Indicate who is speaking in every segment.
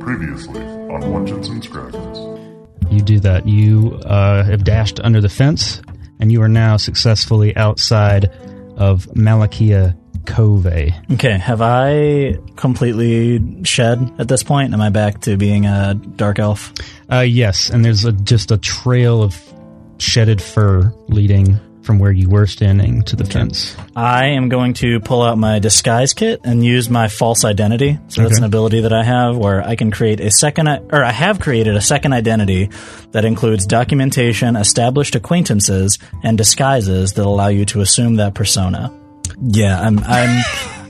Speaker 1: Previously on Luncheons and Scratches.
Speaker 2: You do that. You uh, have dashed under the fence, and you are now successfully outside of Malakia Cove.
Speaker 3: Okay, have I completely shed at this point? Am I back to being a dark elf?
Speaker 2: Uh, yes, and there's a, just a trail of shedded fur leading from where you were standing to the fence.
Speaker 3: I am going to pull out my disguise kit and use my false identity. So that's
Speaker 2: Okay.
Speaker 3: an ability that I have where I can create a second, i- or I have created a second identity that includes documentation, established acquaintances, and disguises that allow you to assume that persona. Yeah, I'm, I'm,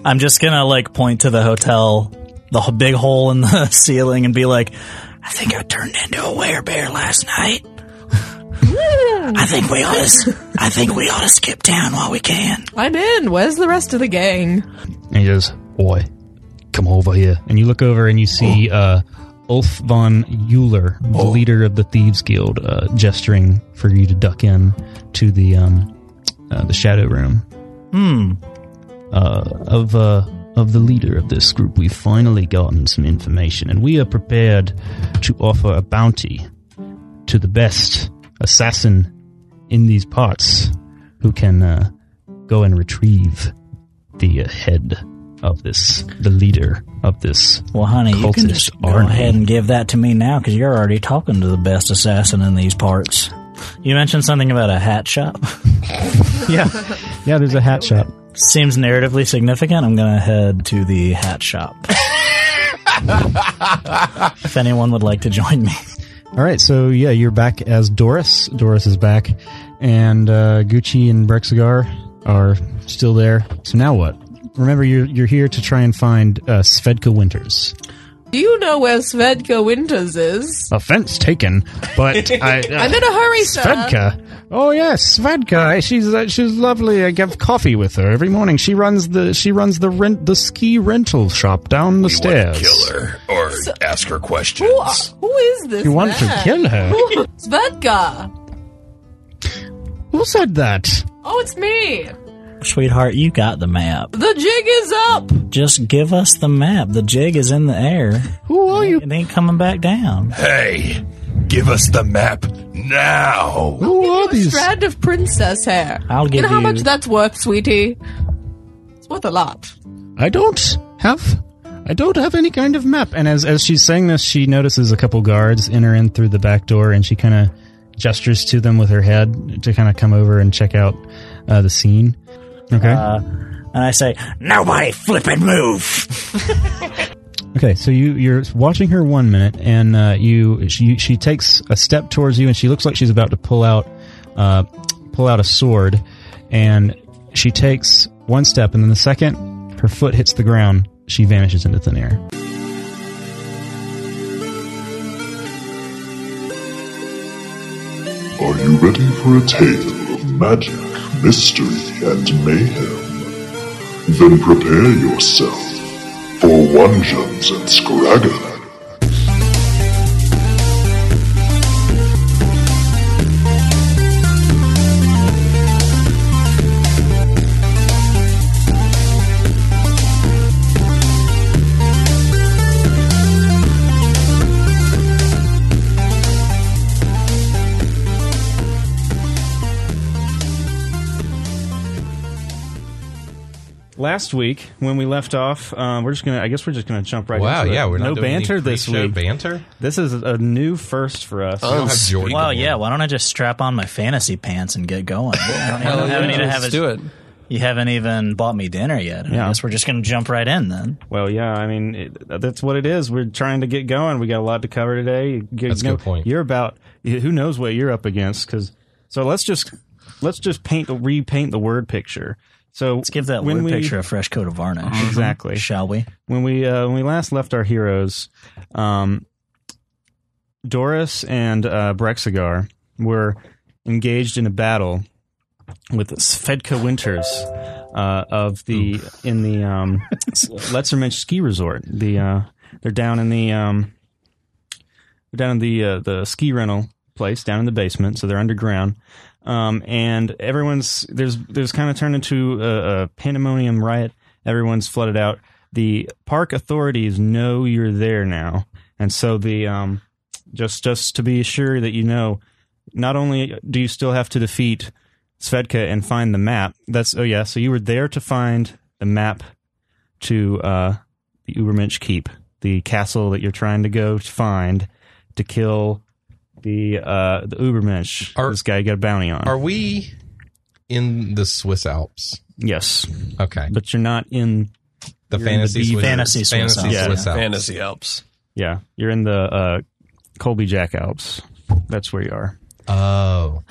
Speaker 3: I'm just gonna like point to the hotel, the h- big hole in the ceiling, and be like, I think I turned into a werebear last night. I think we ought to. I think we ought to skip town while we can.
Speaker 4: I'm in. Where's the rest of the gang?
Speaker 2: And he goes, "Boy, come over here." And you look over and you see uh, Ulf von Euler, the leader of the Thieves Guild, uh, gesturing for you to duck in to the um, uh, the shadow room. Uh, of uh, of the leader of this group, we've finally gotten some information, and we are prepared to offer a bounty to the best assassin in these parts who can uh, go and retrieve the uh, head of this, the leader of this.
Speaker 3: Well, honey, you can
Speaker 2: Cultists
Speaker 3: just go
Speaker 2: aren't
Speaker 3: ahead
Speaker 2: they?
Speaker 3: and give that to me now because you're already talking to the best assassin in these parts. You mentioned something about a hat shop.
Speaker 2: Yeah, yeah. There's a hat shop.
Speaker 3: Seems narratively significant. I'm gonna head to the hat shop. if anyone would like to join me,
Speaker 2: All right, so yeah, you're back as Doris. Doris is back, and uh, Gucci and Brexigar are still there. So now what? Remember, you're you're here to try and find uh, Svedka Winters.
Speaker 4: Do you know where Svedka Winters is?
Speaker 2: Offense taken, but I. Uh,
Speaker 4: I'm in a hurry, sir.
Speaker 2: Svedka. Oh yes, Svedka. She's uh, she's lovely. I have coffee with her every morning. She runs the she runs the rent the ski rental shop down the
Speaker 5: You
Speaker 2: stairs.
Speaker 5: want to kill her or ask her questions.
Speaker 4: Who, are- who is this?
Speaker 2: You want to
Speaker 4: man?
Speaker 2: kill her?
Speaker 4: Who- Svedka.
Speaker 2: Who said that?
Speaker 4: Oh, it's me.
Speaker 3: sweetheart, you got the map.
Speaker 4: The jig is up.
Speaker 3: Just give us the map. The jig is in the air.
Speaker 2: Who are you?
Speaker 3: It ain't coming back down.
Speaker 5: Hey, give us the map now.
Speaker 2: Who are
Speaker 4: A
Speaker 2: these?
Speaker 4: strand of princess hair.
Speaker 3: I'll
Speaker 4: you
Speaker 3: give
Speaker 4: know how
Speaker 3: you-
Speaker 4: much that's worth, sweetie. It's worth a lot.
Speaker 2: I don't have I don't have any kind of map. And as as she's saying this, she notices a couple guards enter in through the back door, and she kind of gestures to them with her head to kind of come over and check out uh, the scene. Okay.
Speaker 3: And I say, nobody flippin' move.
Speaker 2: okay. So you you're watching her one minute, and uh, you she she takes a step towards you, and she looks like she's about to pull out uh, pull out a sword, and she takes one step, and then the second, her foot hits the ground. She vanishes into thin air.
Speaker 1: Are you ready for a tale of magic, mystery, and mayhem? Then prepare yourself for Luncheons and Scraggles.
Speaker 2: last week when we left off, um, we're just gonna. I guess we're just gonna jump right.
Speaker 6: Wow,
Speaker 2: into it.
Speaker 6: yeah, we're not
Speaker 2: no
Speaker 6: doing any
Speaker 2: banter this
Speaker 6: pre-show
Speaker 2: week.
Speaker 6: Banter?
Speaker 2: this is a new first for us.
Speaker 6: I don't have Jordan.
Speaker 3: Well, yeah. Why don't I just strap on my fantasy pants and get going? I don't, I
Speaker 7: Hell
Speaker 3: don't have
Speaker 7: yeah,
Speaker 3: any to have
Speaker 7: let's do it.
Speaker 3: You haven't even bought me dinner yet.
Speaker 2: Yeah.
Speaker 3: I guess we're just going to jump right in then.
Speaker 2: Well, yeah, I mean it, that's what it is. We're trying to get going. We got a lot to cover today. You, you
Speaker 6: That's a
Speaker 2: know,
Speaker 6: good point.
Speaker 2: You're about who knows what you're up against because. So let's just let's just paint the repaint the word picture. So
Speaker 3: Let's give that
Speaker 2: when
Speaker 3: word
Speaker 2: we,
Speaker 3: picture a fresh coat of varnish,
Speaker 2: exactly.
Speaker 3: shall we?
Speaker 2: when we uh, when we last left our heroes, um, Doris and uh, Brexigar were engaged in a battle with Svedka Winters uh, of the in the um, Letzermensch ski resort. The uh, they're down in the um, they're down in the uh, the ski rental place down in the basement, so they're underground. Um, and everyone's there's there's kind of turned into a, a pandemonium riot. Everyone's flooded out. The park authorities know you're there now, And so the um, just just to be sure that you know, not only do you still have to defeat Svedka and find the map. That's oh yeah. So you were there to find the map to uh, the Ubermensch Keep, the castle that you're trying to go to find to kill the uh, the Ubermensch.
Speaker 6: Are-
Speaker 2: this guy you got a bounty on.
Speaker 6: Are we in the Swiss Alps?
Speaker 2: yes,
Speaker 6: Okay.
Speaker 2: but you're not in.
Speaker 6: The
Speaker 2: You're in
Speaker 6: fantasy
Speaker 2: the
Speaker 6: Swiss
Speaker 3: Fantasy Swiss
Speaker 6: fantasy
Speaker 3: Alps.
Speaker 2: Yeah,
Speaker 6: Swiss Alps.
Speaker 7: Fantasy helps.
Speaker 2: Yeah, you're in the uh, Colby Jack Alps. That's where you are.
Speaker 6: Oh,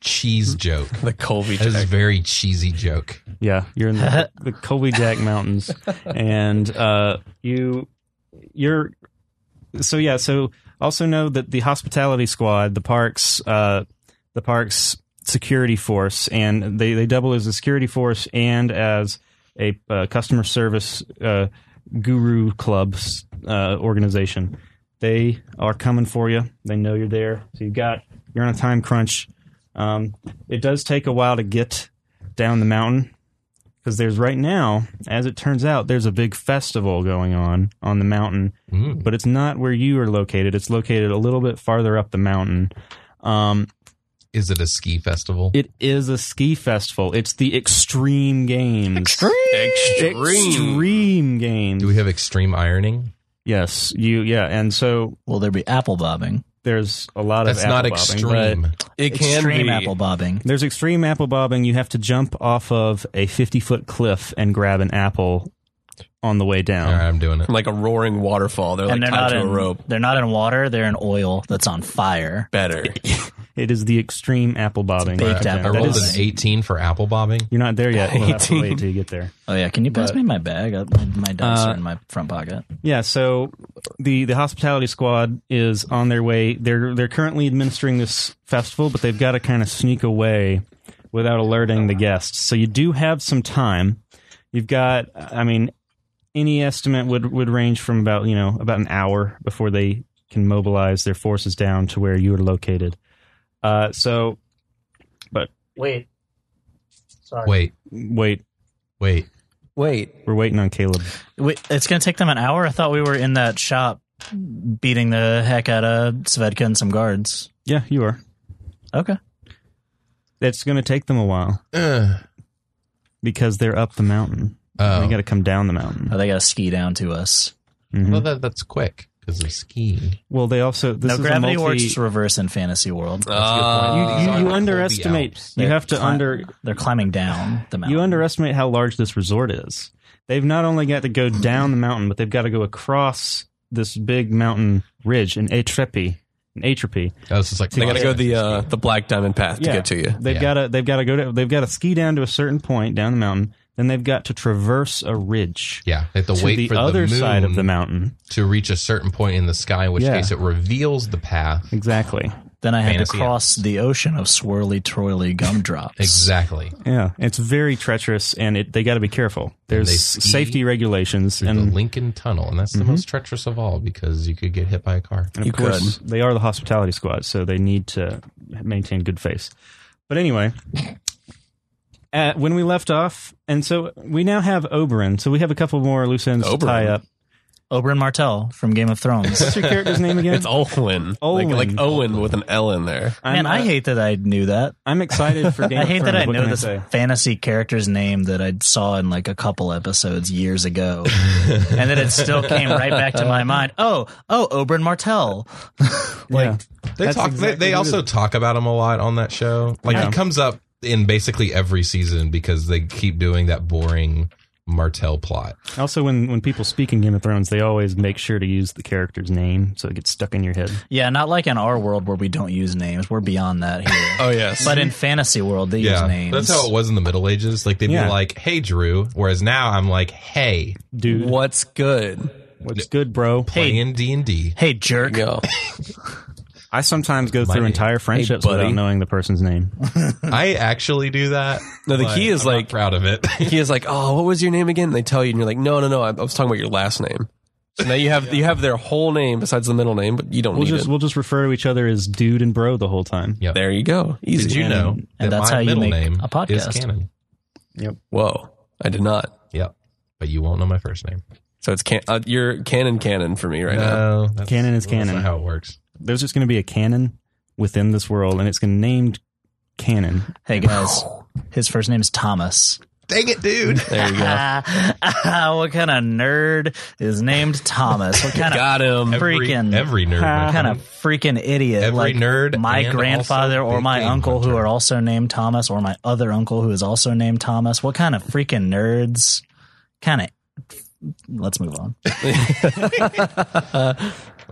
Speaker 6: cheese joke.
Speaker 7: The Colby
Speaker 6: That is a
Speaker 7: check.
Speaker 6: very cheesy joke.
Speaker 2: Yeah, you're in the, the Colby Jack Mountains, and uh, you you're so yeah. So also know that the hospitality squad, the parks, uh, the parks security force, and they they double as a security force and as a uh, customer service uh, guru club uh, organization. They are coming for you. They know you're there. So you got you're on a time crunch. Um, it does take a while to get down the mountain because there's right now, as it turns out, there's a big festival going on on the mountain,
Speaker 6: Mm.
Speaker 2: but it's not where you are located. It's located a little bit farther up the mountain. Um,
Speaker 6: Is it a ski festival?
Speaker 2: it is a ski festival. It's the Extreme Games.
Speaker 7: Extreme.
Speaker 2: Extreme Games.
Speaker 6: Do we have extreme ironing?
Speaker 2: yes, you. Yeah, and so
Speaker 3: Will there be apple bobbing?
Speaker 2: there's a lot
Speaker 6: That's
Speaker 2: of
Speaker 6: not
Speaker 2: apple bobbing, but-
Speaker 6: extreme.
Speaker 7: It can
Speaker 3: Extreme
Speaker 7: be.
Speaker 3: apple bobbing.
Speaker 2: There's extreme apple bobbing. You have to jump off of a 50 foot cliff and grab an apple on the way down.
Speaker 6: All right, I'm doing it.
Speaker 7: Like a roaring waterfall. They're like
Speaker 3: and they're
Speaker 7: tied
Speaker 3: not
Speaker 7: to
Speaker 3: in
Speaker 7: a rope.
Speaker 3: they're not in water. They're in oil that's on fire.
Speaker 7: Better.
Speaker 2: It is the extreme apple bobbing.
Speaker 3: baked
Speaker 2: contest.
Speaker 6: I
Speaker 3: apple
Speaker 2: That
Speaker 6: rolled
Speaker 2: is-
Speaker 6: an 18 for apple bobbing.
Speaker 2: You're not there yet. We'll have to
Speaker 7: 18.
Speaker 2: wait till you get there.
Speaker 3: Oh yeah, can you pass
Speaker 2: But-
Speaker 3: me my bag? I, my, my dice
Speaker 2: Uh,
Speaker 3: are in my front pocket.
Speaker 2: Yeah. So the the hospitality squad is on their way. They're they're currently administering this festival, but they've got to kind of sneak away without alerting the guests. So you do have some time. You've got, I mean, any estimate would would range from about you know about an hour before they can mobilize their forces down to where you are located. Uh, so
Speaker 3: Wait. Sorry.
Speaker 6: Wait,
Speaker 2: wait,
Speaker 6: wait.
Speaker 7: Wait.
Speaker 2: we're waiting on Caleb.
Speaker 3: Wait, it's going to take them an hour. I thought we were in that shop beating the heck out of Svedka and some guards.
Speaker 2: Yeah, you are.
Speaker 3: Okay.
Speaker 2: It's going to take them a while
Speaker 6: Uh,
Speaker 2: because they're up the mountain.
Speaker 6: oh, Uh,
Speaker 2: They got to come down the mountain.
Speaker 3: Oh, they got to ski down to us.
Speaker 2: Mhm.
Speaker 6: well, that, that's quick because of skiing.
Speaker 2: Well, they also this
Speaker 3: no,
Speaker 2: is
Speaker 3: gravity
Speaker 2: a multi.
Speaker 3: works reverse in fantasy world.
Speaker 7: Uh,
Speaker 2: you,
Speaker 6: These
Speaker 2: you
Speaker 6: aren't Colby
Speaker 2: underestimate.
Speaker 6: Alps.
Speaker 2: You
Speaker 3: They're
Speaker 2: have to
Speaker 3: cli-
Speaker 2: under.
Speaker 3: They're climbing down the mountain.
Speaker 2: You underestimate how large this resort is. They've not only got to go down the mountain, but they've got to go across this big mountain ridge in Atrepi. In Atrepi,
Speaker 6: That was just like
Speaker 7: They got to go the uh, the black diamond path to
Speaker 2: Yeah.
Speaker 7: get to you.
Speaker 2: they've
Speaker 6: Yeah.
Speaker 2: got to they've got to go to they've got to ski down to a certain point down the mountain. Then they've got to traverse a ridge
Speaker 6: yeah, they have to,
Speaker 2: to
Speaker 6: wait
Speaker 2: the
Speaker 6: for
Speaker 2: other
Speaker 6: the moon
Speaker 2: side of the mountain.
Speaker 6: to reach a certain point in the sky, in which
Speaker 2: Yeah.
Speaker 6: case it reveals the path.
Speaker 2: Exactly.
Speaker 3: then I had to
Speaker 6: Fantasy
Speaker 3: cross the ocean of swirly, twirly gumdrops.
Speaker 6: Exactly.
Speaker 2: Yeah, it's very treacherous, and it, they got to be careful. There's
Speaker 6: they ski
Speaker 2: safety regulations,
Speaker 6: Through the
Speaker 2: and Mm-hmm.
Speaker 6: Lincoln Tunnel, and that's the most treacherous of all because you could get hit by a car.
Speaker 2: And of
Speaker 7: You
Speaker 2: course, they are the hospitality squad, so they need to maintain good face. But anyway, uh when we left off, and so we now have Oberon. So we have a couple more loose ends to
Speaker 7: Oberyn.
Speaker 2: tie up.
Speaker 3: Oberyn Martell from Game of Thrones.
Speaker 2: What's your character's name again?
Speaker 7: It's Olin. Like,
Speaker 2: Olin.
Speaker 7: like Owen with an L in there.
Speaker 2: I'm,
Speaker 3: Man, I
Speaker 2: uh,
Speaker 3: hate that I knew that.
Speaker 2: I'm excited for Game
Speaker 3: I
Speaker 2: of
Speaker 3: hate
Speaker 2: Thrones.
Speaker 3: that I
Speaker 2: What
Speaker 3: know
Speaker 2: can
Speaker 3: this
Speaker 2: say?
Speaker 3: fantasy character's name that I saw in like a couple episodes years ago, and then it still came right back to my mind. Oh, oh, Oberyn Martell.
Speaker 2: Yeah.
Speaker 6: They
Speaker 2: That's
Speaker 6: talk.
Speaker 2: exactly
Speaker 6: they they
Speaker 2: what
Speaker 6: also
Speaker 2: it
Speaker 6: talk about him a lot on that show. Like
Speaker 2: Yeah.
Speaker 6: it comes up in basically every season because they keep doing that boring Martell plot.
Speaker 2: Also, when, when people speak in Game of Thrones, they always make sure to use the character's name so it gets stuck in your head.
Speaker 3: Yeah, not like in our world where we don't use names. We're beyond that here.
Speaker 7: Oh yes.
Speaker 3: But in fantasy world, they use names.
Speaker 6: that's how it was in the Middle Ages. Like they'd
Speaker 2: Yeah.
Speaker 6: be like, "Hey, Drew," whereas now I'm like, "Hey,
Speaker 2: Dude,
Speaker 7: what's good?
Speaker 2: what's good, bro?
Speaker 6: playing D and D."
Speaker 3: Hey, jerk.
Speaker 7: Go.
Speaker 2: I sometimes go
Speaker 6: My
Speaker 2: through
Speaker 6: name.
Speaker 2: entire friendships without
Speaker 7: buddy.
Speaker 2: knowing the person's name. Hmm.
Speaker 6: I actually do that.
Speaker 7: No, the
Speaker 6: but
Speaker 7: key is
Speaker 6: I'm not
Speaker 7: like-
Speaker 6: proud of it.
Speaker 7: He is like, oh, what was your name again? And they tell you, and you're like, no, no, no. I, I was talking about your last name. So now you have you have their whole name besides the middle name, but you don't
Speaker 2: We'll
Speaker 7: need
Speaker 2: just
Speaker 7: it.
Speaker 2: we'll just refer to each other as dude and bro the whole time.
Speaker 6: Yeah.
Speaker 7: There you go. Easy.
Speaker 6: Did you know that
Speaker 3: that's
Speaker 6: my
Speaker 3: how you
Speaker 6: middle
Speaker 3: make
Speaker 6: name
Speaker 3: a podcast.
Speaker 6: is canon?
Speaker 7: Whoa, I did not.
Speaker 6: Yep. But you won't know my first name.
Speaker 7: So it's can- uh, you're canon canon for me right now.
Speaker 6: No, that's-
Speaker 2: Canon is
Speaker 6: well, that's
Speaker 2: canon.
Speaker 6: not how it works.
Speaker 2: There's just going to be a canon within this world, and it's going to named canon.
Speaker 3: Hey guys, his first name is Thomas.
Speaker 6: Dang it, dude.
Speaker 7: There you go.
Speaker 3: Uh, what kind of nerd is named Thomas? What kind of
Speaker 7: Got him.
Speaker 6: Every,
Speaker 3: Freaking-
Speaker 6: every
Speaker 3: what
Speaker 6: nerd. my
Speaker 3: kind
Speaker 6: friend.
Speaker 3: of freaking idiot?
Speaker 6: Every
Speaker 3: like
Speaker 6: nerd
Speaker 3: my
Speaker 6: and
Speaker 3: grandfather
Speaker 6: also
Speaker 3: or
Speaker 6: big
Speaker 3: my
Speaker 6: game
Speaker 3: uncle who
Speaker 6: hunter.
Speaker 3: are also named Thomas, or my other uncle who is also named Thomas. What kind of freaking nerds? Kind of. Let's move on.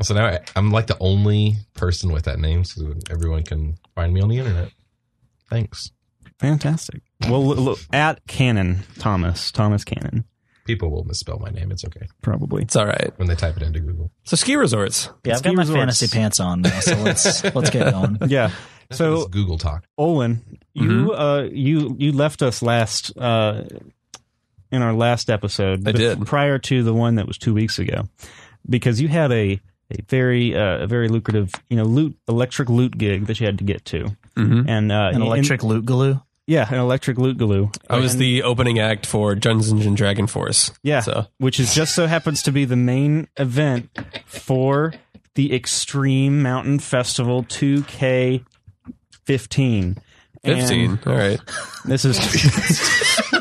Speaker 6: So now I, I'm like the only person with that name, so everyone can find me on the internet. Thanks.
Speaker 2: Fantastic. Well, look, look, at canon Thomas Thomas Cannon
Speaker 6: People will misspell my name. It's okay
Speaker 2: probably.
Speaker 7: It's all right.
Speaker 6: when they type it into Google.
Speaker 7: So ski resorts.
Speaker 3: Yeah, I've
Speaker 2: Ski
Speaker 3: got my
Speaker 2: resorts.
Speaker 3: fantasy pants on now, so let's let's get going.
Speaker 2: Yeah.
Speaker 6: That's
Speaker 2: So-
Speaker 6: what this Google talk.
Speaker 2: Olin, you
Speaker 7: Mm-hmm.
Speaker 2: uh, you you left us last uh, in our last episode.
Speaker 7: I
Speaker 2: bef-
Speaker 7: did.
Speaker 2: prior to the one that was two weeks ago, because you had a a very uh, a very lucrative you know loot electric loot gig that you had to get to,
Speaker 7: Mm-hmm.
Speaker 2: and uh,
Speaker 3: An
Speaker 2: in-
Speaker 3: electric loot galoo.
Speaker 2: yeah, an electric loot galoo.
Speaker 7: I was
Speaker 2: And-
Speaker 7: the opening act for Dungeons and Dragon Force.
Speaker 2: yeah,
Speaker 7: So
Speaker 2: which is just so happens to be the main event for the Extreme Mountain Festival 2K15.
Speaker 7: 15.
Speaker 2: And
Speaker 7: all right.
Speaker 2: This is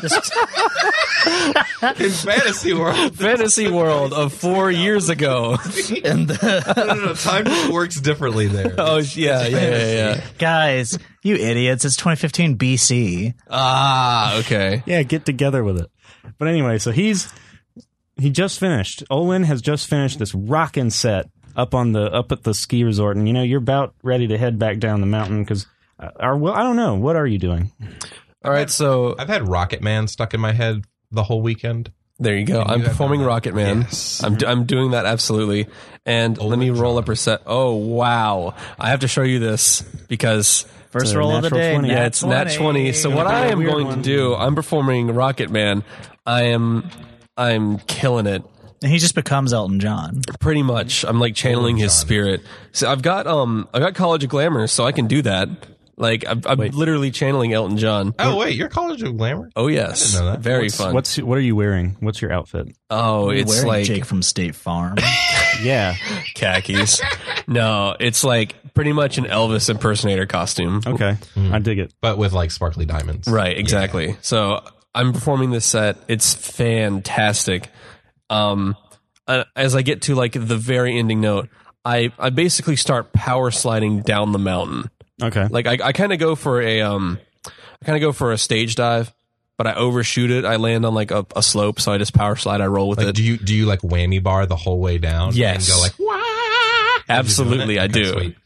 Speaker 6: In fantasy world,
Speaker 7: Fantasy world of four years ago.
Speaker 6: no, no, no, time works differently there.
Speaker 7: Oh yeah, yeah, yeah, yeah.
Speaker 3: Guys, you idiots! It's 2015 BC.
Speaker 7: Ah, okay.
Speaker 2: yeah, get together with it. But anyway, so he's he just finished. Olin has just finished this rockin' set up on the up at the ski resort, and you know you're about ready to head back down the mountain because. Or well, I don't know. What are you doing?
Speaker 7: All right, so
Speaker 6: I've had Rocket Man stuck in my head the whole weekend.
Speaker 7: there you go. I'm
Speaker 6: you have
Speaker 7: performing
Speaker 6: that.
Speaker 7: Rocket Man.
Speaker 6: Yes.
Speaker 7: I'm, d- I'm doing that absolutely. And let me roll up her set. Oh wow, I have to show you this because
Speaker 3: First
Speaker 2: It's a
Speaker 3: roll of the
Speaker 2: natural
Speaker 3: day.
Speaker 2: 20.
Speaker 7: yeah, it's nat twenty. So what I am
Speaker 2: weird
Speaker 7: going
Speaker 2: one.
Speaker 7: to do, I'm performing Rocket Man. I am I'm killing it.
Speaker 3: And he just becomes Elton John.
Speaker 7: Pretty much, I'm like channeling his spirit. So I've got um, I've got College of Glamour, so I can do that. Like I'm, I'm literally channeling Elton John.
Speaker 6: Oh wait, your College of Glamour.
Speaker 7: Oh yes,
Speaker 6: know that.
Speaker 7: very fun.
Speaker 2: What's what are you wearing? What's your outfit?
Speaker 7: oh, it's
Speaker 3: Wearing
Speaker 7: like
Speaker 3: Jake from State Farm.
Speaker 2: Yeah,
Speaker 7: khakis. no, it's like pretty much an Elvis impersonator costume.
Speaker 2: okay, I dig it.
Speaker 6: But with like sparkly diamonds.
Speaker 7: Right, exactly. So I'm performing this set. It's fantastic. Um, uh, as I get to like the very ending note, I I basically start power sliding down the mountain.
Speaker 2: Okay,
Speaker 7: Like I I kind of go for a um, I kind of go for a stage dive. But I overshoot it. I land on like a, a slope, so I just power slide. I roll with
Speaker 6: Like,
Speaker 7: it.
Speaker 6: do you do you like whammy bar the whole way down?
Speaker 7: Yes.
Speaker 6: And go like
Speaker 7: Absolutely, I
Speaker 6: Okay,
Speaker 7: do.
Speaker 6: sweet.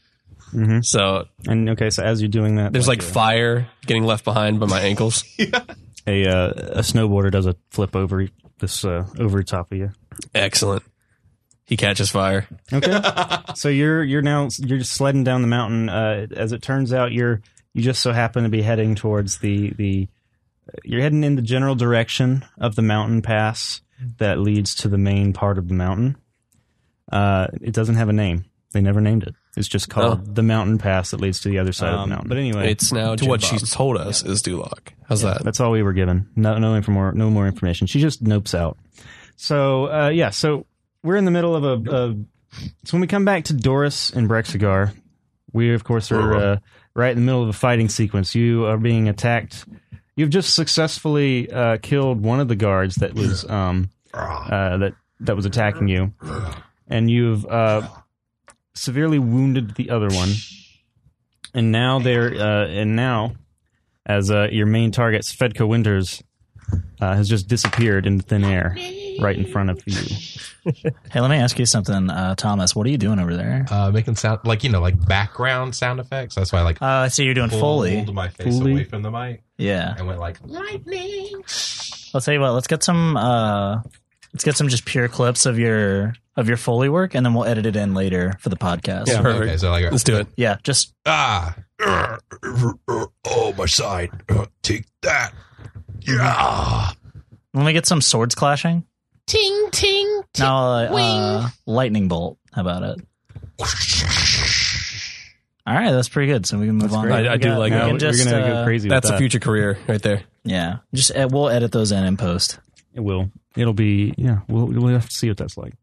Speaker 7: So
Speaker 2: And okay, so as you're doing that,
Speaker 7: there's like fire getting left behind by my ankles.
Speaker 2: a uh, a snowboarder does a flip over this uh, over top of you.
Speaker 7: Excellent. He catches fire.
Speaker 2: Okay, so you're you're now you're just sledding down the mountain. Uh, as it turns out, you're you just so happen to be heading towards the the you're heading in the general direction of the mountain pass that leads to the main part of the mountain. Uh, it doesn't have a name. They never named it. It's just called the mountain pass that leads to the other side of the mountain. Oh. Um, But anyway,
Speaker 7: It's now to what she's told us is Duloc. How's that?
Speaker 2: That's all we were given. No, no info more, no more information. She just nopes out. So uh, yeah, so we're in the middle of a. a so when we come back to Doris and Brexigar, we of course are uh, right in the middle of a fighting sequence. You are being attacked. You've just successfully uh, killed one of the guards that was um, uh, that that was attacking you, and you've uh, severely wounded the other one. And now they're uh, and now as uh, your main target, Svedka Winters, uh, has just disappeared into thin air right in front of you.
Speaker 3: Hey, let me ask you something, uh, Thomas. What are you doing over there?
Speaker 6: Uh, making sound like you know like background sound effects. That's why I like
Speaker 3: Uh, I see you're doing Foley.
Speaker 6: pulled my face
Speaker 2: Fully?
Speaker 6: away from the mic
Speaker 3: Yeah.
Speaker 6: and went like
Speaker 3: I'll tell you what. Let's get some. Uh, let's get some just pure clips of your of your Foley work, and then we'll edit it in later for the podcast.
Speaker 7: Yeah. Perfect.
Speaker 6: Okay, so like
Speaker 7: Let's do it.
Speaker 3: Yeah, just
Speaker 6: ah
Speaker 5: Uh, uh, Oh, my side. Uh, Take that. Yeah.
Speaker 3: let me get some swords clashing.
Speaker 8: Ting ting.
Speaker 3: No, uh, uh, lightning bolt. How about it? All right, that's pretty good. So we can move on.
Speaker 7: great. I- I
Speaker 3: We
Speaker 7: do
Speaker 3: got-
Speaker 7: like
Speaker 3: we
Speaker 7: that.
Speaker 3: can
Speaker 2: Now we're
Speaker 3: just,
Speaker 2: gonna
Speaker 3: uh,
Speaker 2: go crazy.
Speaker 7: That's
Speaker 2: with
Speaker 7: a future career right there.
Speaker 3: Yeah, just uh, we'll edit those in in post.
Speaker 2: It will. It'll be. Yeah. We'll we'll have to see what that's like.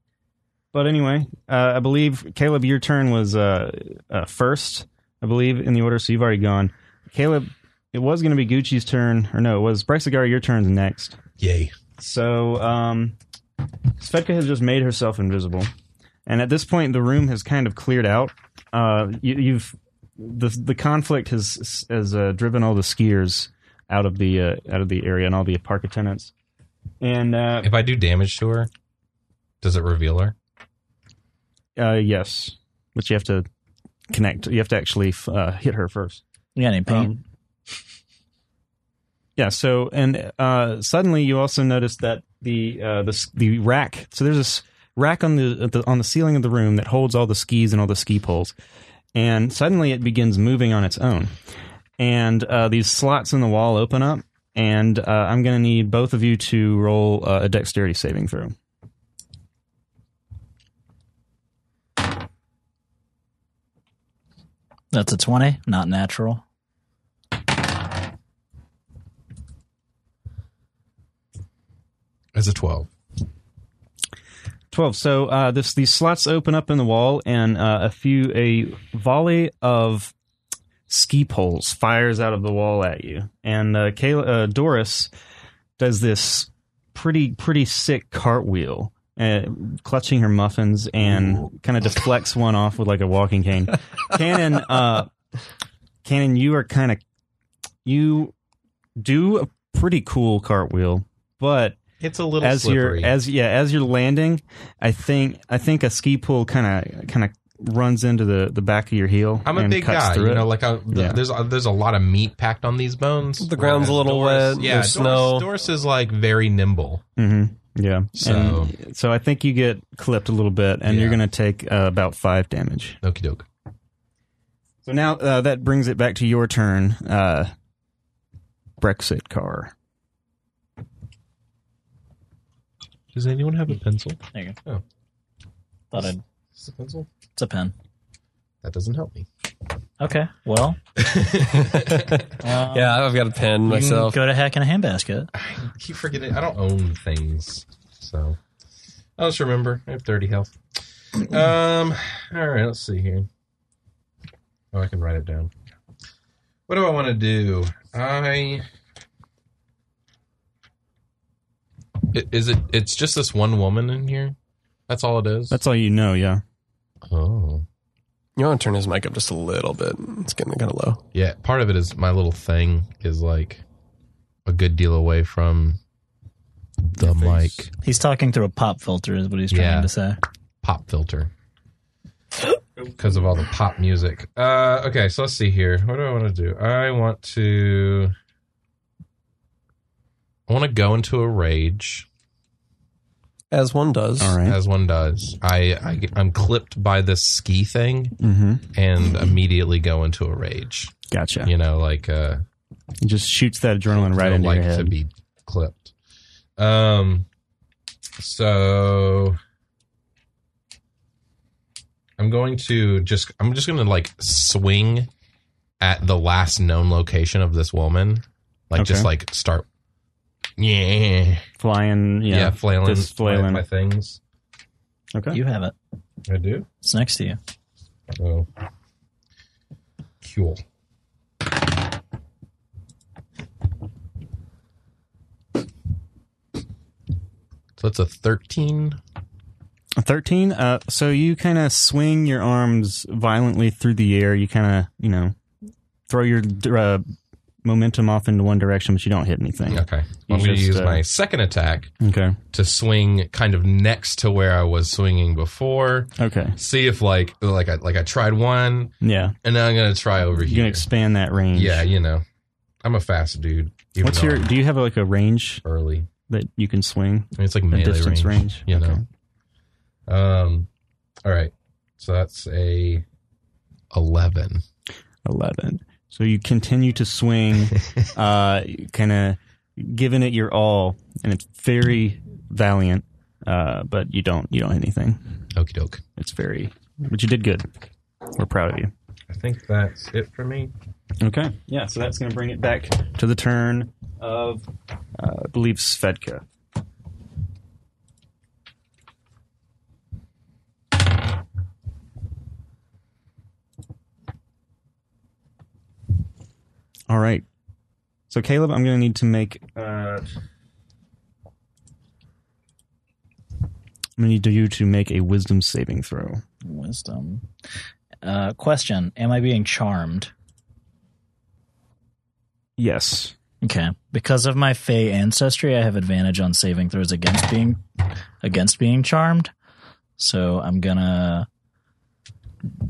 Speaker 2: But anyway, uh, I believe Caleb, your turn was uh, uh, first. I believe in the order, so you've already gone. Caleb, it was going to be Gucci's turn, or no, it was Brexigar. Your turn's next.
Speaker 5: Yay.
Speaker 2: So, um, Svetka has just made herself invisible, and at this point, the room has kind of cleared out. Uh, you, you've the the conflict has has uh, driven all the skiers out of the uh, out of the area and all the park attendants. And uh,
Speaker 6: If I do damage to her, does it reveal her?
Speaker 2: uh, yes, but you have to connect. You have to actually f- uh, hit her first.
Speaker 3: You got any paint?
Speaker 2: Um, yeah. So, and uh, suddenly you also notice that the uh, the s- the rack. So there's this rack on the, at the on the ceiling of the room that holds all the skis and all the ski poles, and suddenly it begins moving on its own, and uh, these slots in the wall open up. And uh, I'm going to need both of you to roll uh, a dexterity saving throw.
Speaker 3: That's a 20. Not natural.
Speaker 6: As a twelve.
Speaker 2: 12 so uh, this these slots open up in the wall and uh, a few a volley of ski poles fires out of the wall at you and uh, Kayla, uh, doris does this pretty pretty sick cartwheel uh, clutching her muffins and kind of deflects one off with like a walking cane cannon uh cannon you are kind of you do a pretty cool cartwheel but
Speaker 6: It's a little
Speaker 2: as
Speaker 6: slippery.
Speaker 2: you're as yeah as you're landing i think i think a ski pool kind of kind of runs into the the back of your heel
Speaker 6: I'm a
Speaker 2: and
Speaker 6: big
Speaker 2: cuts
Speaker 6: guy,
Speaker 2: through
Speaker 6: you
Speaker 2: it.
Speaker 6: know. Like I, the,
Speaker 2: Yeah.
Speaker 6: there's a, there's a lot of meat packed on these bones.
Speaker 7: The ground's a
Speaker 6: Whereas
Speaker 7: little
Speaker 6: Doris-
Speaker 7: wet,
Speaker 6: Yeah,
Speaker 7: there's
Speaker 6: Doris-
Speaker 7: snow.
Speaker 6: Doris is like very nimble.
Speaker 2: Mhm, yeah
Speaker 6: So-
Speaker 2: And so i think you get clipped a little bit and you're
Speaker 6: Yeah.
Speaker 2: gonna take uh, about five damage
Speaker 6: Okie doke.
Speaker 2: so now uh, that brings it back to your turn uh brexit car
Speaker 6: Does anyone have a pencil?
Speaker 3: There you go.
Speaker 6: Oh.
Speaker 3: Thought I'd,
Speaker 6: Is it a pencil?
Speaker 3: it's a pen.
Speaker 6: That doesn't help me.
Speaker 3: Okay. Well, um,
Speaker 7: Yeah, I've got a pen
Speaker 3: you can
Speaker 7: myself.
Speaker 3: Go to heck in a handbasket.
Speaker 6: keep forgetting. I don't own things, so I just remember I have thirty health. Um. All right. Let's see here. Oh, I can write it down. What do I want to do? I. I- Is it? It's just this one woman in here. That's all it is.
Speaker 2: that's all you know yeah
Speaker 6: oh.
Speaker 7: You want to turn his mic up just a little bit? It's getting kind of low.
Speaker 6: Yeah, part of it is my little thing is like a good deal away from the mic
Speaker 3: He's talking through a pop filter, is what he's trying
Speaker 6: Yeah.
Speaker 3: to say.
Speaker 6: pop filter because of all the pop music. Uh, okay, so let's see here. What do I want to do? I want to. I want to go into a rage,
Speaker 7: As one does.
Speaker 2: all right
Speaker 6: as one does. I, I get- I'm clipped by this ski thing
Speaker 2: mm-hmm.
Speaker 6: and immediately go into a rage.
Speaker 2: gotcha
Speaker 6: You know, like uh,
Speaker 2: it just shoots that adrenaline right
Speaker 6: don't
Speaker 2: into
Speaker 6: like
Speaker 2: your
Speaker 6: to
Speaker 2: head
Speaker 6: be clipped. Um, so I'm going to just I'm just going to like swing at the last known location of this woman, like just
Speaker 2: Okay.
Speaker 6: like start, yeah,
Speaker 2: flying
Speaker 6: yeah,
Speaker 2: yeah,
Speaker 6: flailing,
Speaker 2: just flailing.
Speaker 6: my things.
Speaker 2: okay
Speaker 3: You have it.
Speaker 6: I do.
Speaker 3: It's next to you.
Speaker 6: Oh, cool. So that's a thirteen.
Speaker 2: 13 uh, so you kind of swing your arms violently through the air you kind of you know throw your uh, momentum off into one direction but you don't hit anything
Speaker 6: Okay,
Speaker 2: You
Speaker 6: I'm going to
Speaker 2: just,
Speaker 6: use
Speaker 2: uh,
Speaker 6: my second attack
Speaker 2: okay
Speaker 6: to swing kind of next to where I was swinging before.
Speaker 2: okay
Speaker 6: See if like like I like I tried one,
Speaker 2: yeah
Speaker 6: and now I'm going to try over
Speaker 2: you
Speaker 6: here.
Speaker 2: can expand that range
Speaker 6: yeah, you know, I'm a fast dude. Even
Speaker 2: what's
Speaker 6: though
Speaker 2: your
Speaker 6: I'm
Speaker 2: do you have like a range
Speaker 6: early?
Speaker 2: that you can swing
Speaker 6: I mean, it's like melee
Speaker 2: distance range?
Speaker 6: you
Speaker 2: Okay.
Speaker 6: know. Um, all right, so that's a eleven.
Speaker 2: 11 so you continue to swing uh, kind of giving it your all and it's very valiant uh, but you don't you don't hit anything
Speaker 6: Okie doke.
Speaker 2: it's very but you did good we're proud of you
Speaker 6: I think that's it for me.
Speaker 2: Okay. Yeah, so that's going to bring it back to the turn of, uh, I believe, Svedka. All right. So Caleb, I'm going to need to make. Uh, I'm going to need you to make a wisdom saving throw.
Speaker 3: Wisdom. Uh, question: Am I being charmed?
Speaker 2: Yes.
Speaker 3: Okay. Because of my Fey ancestry, I have advantage on saving throws against being against being charmed. So I'm gonna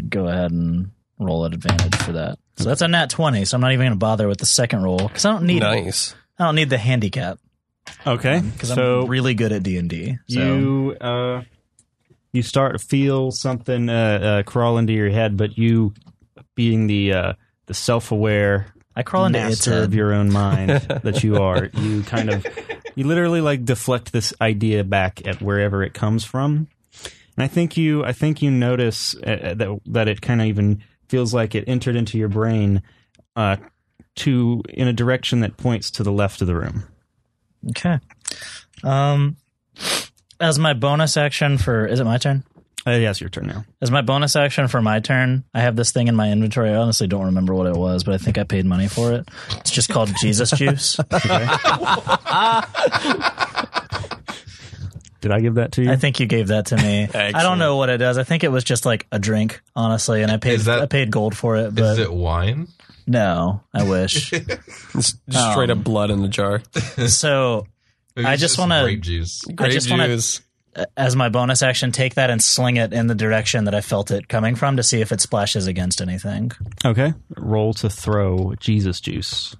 Speaker 3: go ahead and roll at advantage for that. So that's a nat twenty. So I'm not even gonna bother with the second roll because I don't need
Speaker 7: Nice.
Speaker 3: I don't need the handicap
Speaker 2: Okay.
Speaker 3: because
Speaker 2: So
Speaker 3: Um, I'm really good at D and D. So
Speaker 2: you uh, you start to feel something uh, uh, crawl into your head, but you, being the uh, the self aware
Speaker 3: I crawl into its
Speaker 2: master of
Speaker 3: head.
Speaker 2: your own mind that you are, you kind of you literally like deflect this idea back at wherever it comes from. And I think you I think you notice uh, that that it kind of even feels like it entered into your brain uh, to in a direction that points to the left of the room.
Speaker 3: Okay. Um, as my bonus action for is it my turn?
Speaker 2: Uh, yes, your turn now.
Speaker 3: As my bonus action for my turn, I have this thing in my inventory. I honestly don't remember what it was, but I think I paid money for it. It's just called Jesus Juice.
Speaker 2: Did I give that to you?
Speaker 3: I think you gave that to me. I don't
Speaker 7: Excellent.
Speaker 3: know what it does. I think it was just like a drink, honestly, and I paid
Speaker 6: Is that-
Speaker 3: I paid gold for it, but
Speaker 6: Is it wine?
Speaker 3: no, I wish.
Speaker 7: Just
Speaker 3: Um,
Speaker 7: straight up blood in the jar.
Speaker 3: so
Speaker 6: Maybe
Speaker 3: I
Speaker 6: it's
Speaker 3: just wanna-
Speaker 6: grape juice.
Speaker 3: I
Speaker 7: Grape
Speaker 3: just wanna-
Speaker 7: juice.
Speaker 3: as my bonus action, take that and sling it in the direction that I felt it coming from to see if it splashes against anything.
Speaker 2: okay. Roll to throw Jesus juice.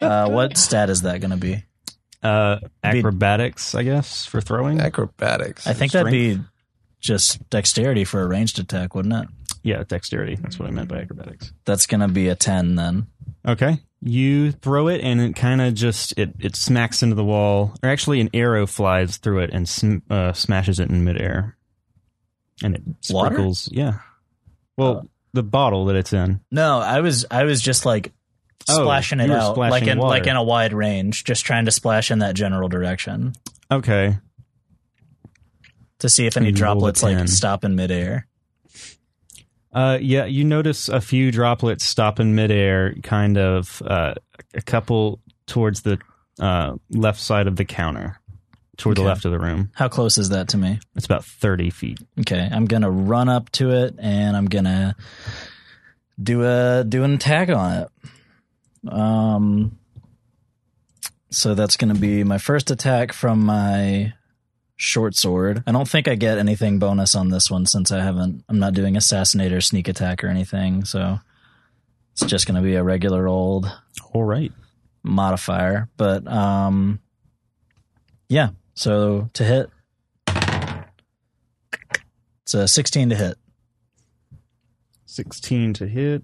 Speaker 3: Uh, what stat is that going to be?
Speaker 2: Uh, acrobatics, I guess, for throwing.
Speaker 7: Acrobatics.
Speaker 3: I think that'd be just dexterity for a ranged attack, wouldn't it?
Speaker 2: yeah, dexterity. That's what I meant by acrobatics.
Speaker 3: That's going to be a 10 then.
Speaker 2: Okay. You throw it, and it kind of just it it smacks into the wall, or actually, an arrow flies through it and sm- uh, smashes it in midair, and it
Speaker 3: Water?
Speaker 2: sprinkles. Yeah. Well, the bottle that it's in.
Speaker 3: No, I was I was just like
Speaker 2: Oh,
Speaker 3: splashing it
Speaker 2: you were
Speaker 3: out
Speaker 2: splashing
Speaker 3: like in
Speaker 2: water.
Speaker 3: like in a wide range, just trying to splash in that general direction
Speaker 2: Okay.
Speaker 3: to see if any
Speaker 2: You rolled a
Speaker 3: droplets like
Speaker 2: 10.
Speaker 3: stop in midair.
Speaker 2: Uh, yeah, you notice a few droplets stop in midair, kind of uh, a couple towards the uh, left side of the counter, toward the
Speaker 3: Okay.
Speaker 2: left of the room.
Speaker 3: How close is that to me?
Speaker 2: It's about thirty feet.
Speaker 3: Okay, I'm going to run up to it and I'm going to do a do an attack on it. Um so that's going to be my first attack from my short sword. I don't think I get anything bonus on this one since I haven't I'm not doing assassinate or sneak attack or anything, so it's just going to be a regular old
Speaker 2: All right.
Speaker 3: modifier, but um yeah, so to hit it's a 16 to hit.
Speaker 2: 16 to hit.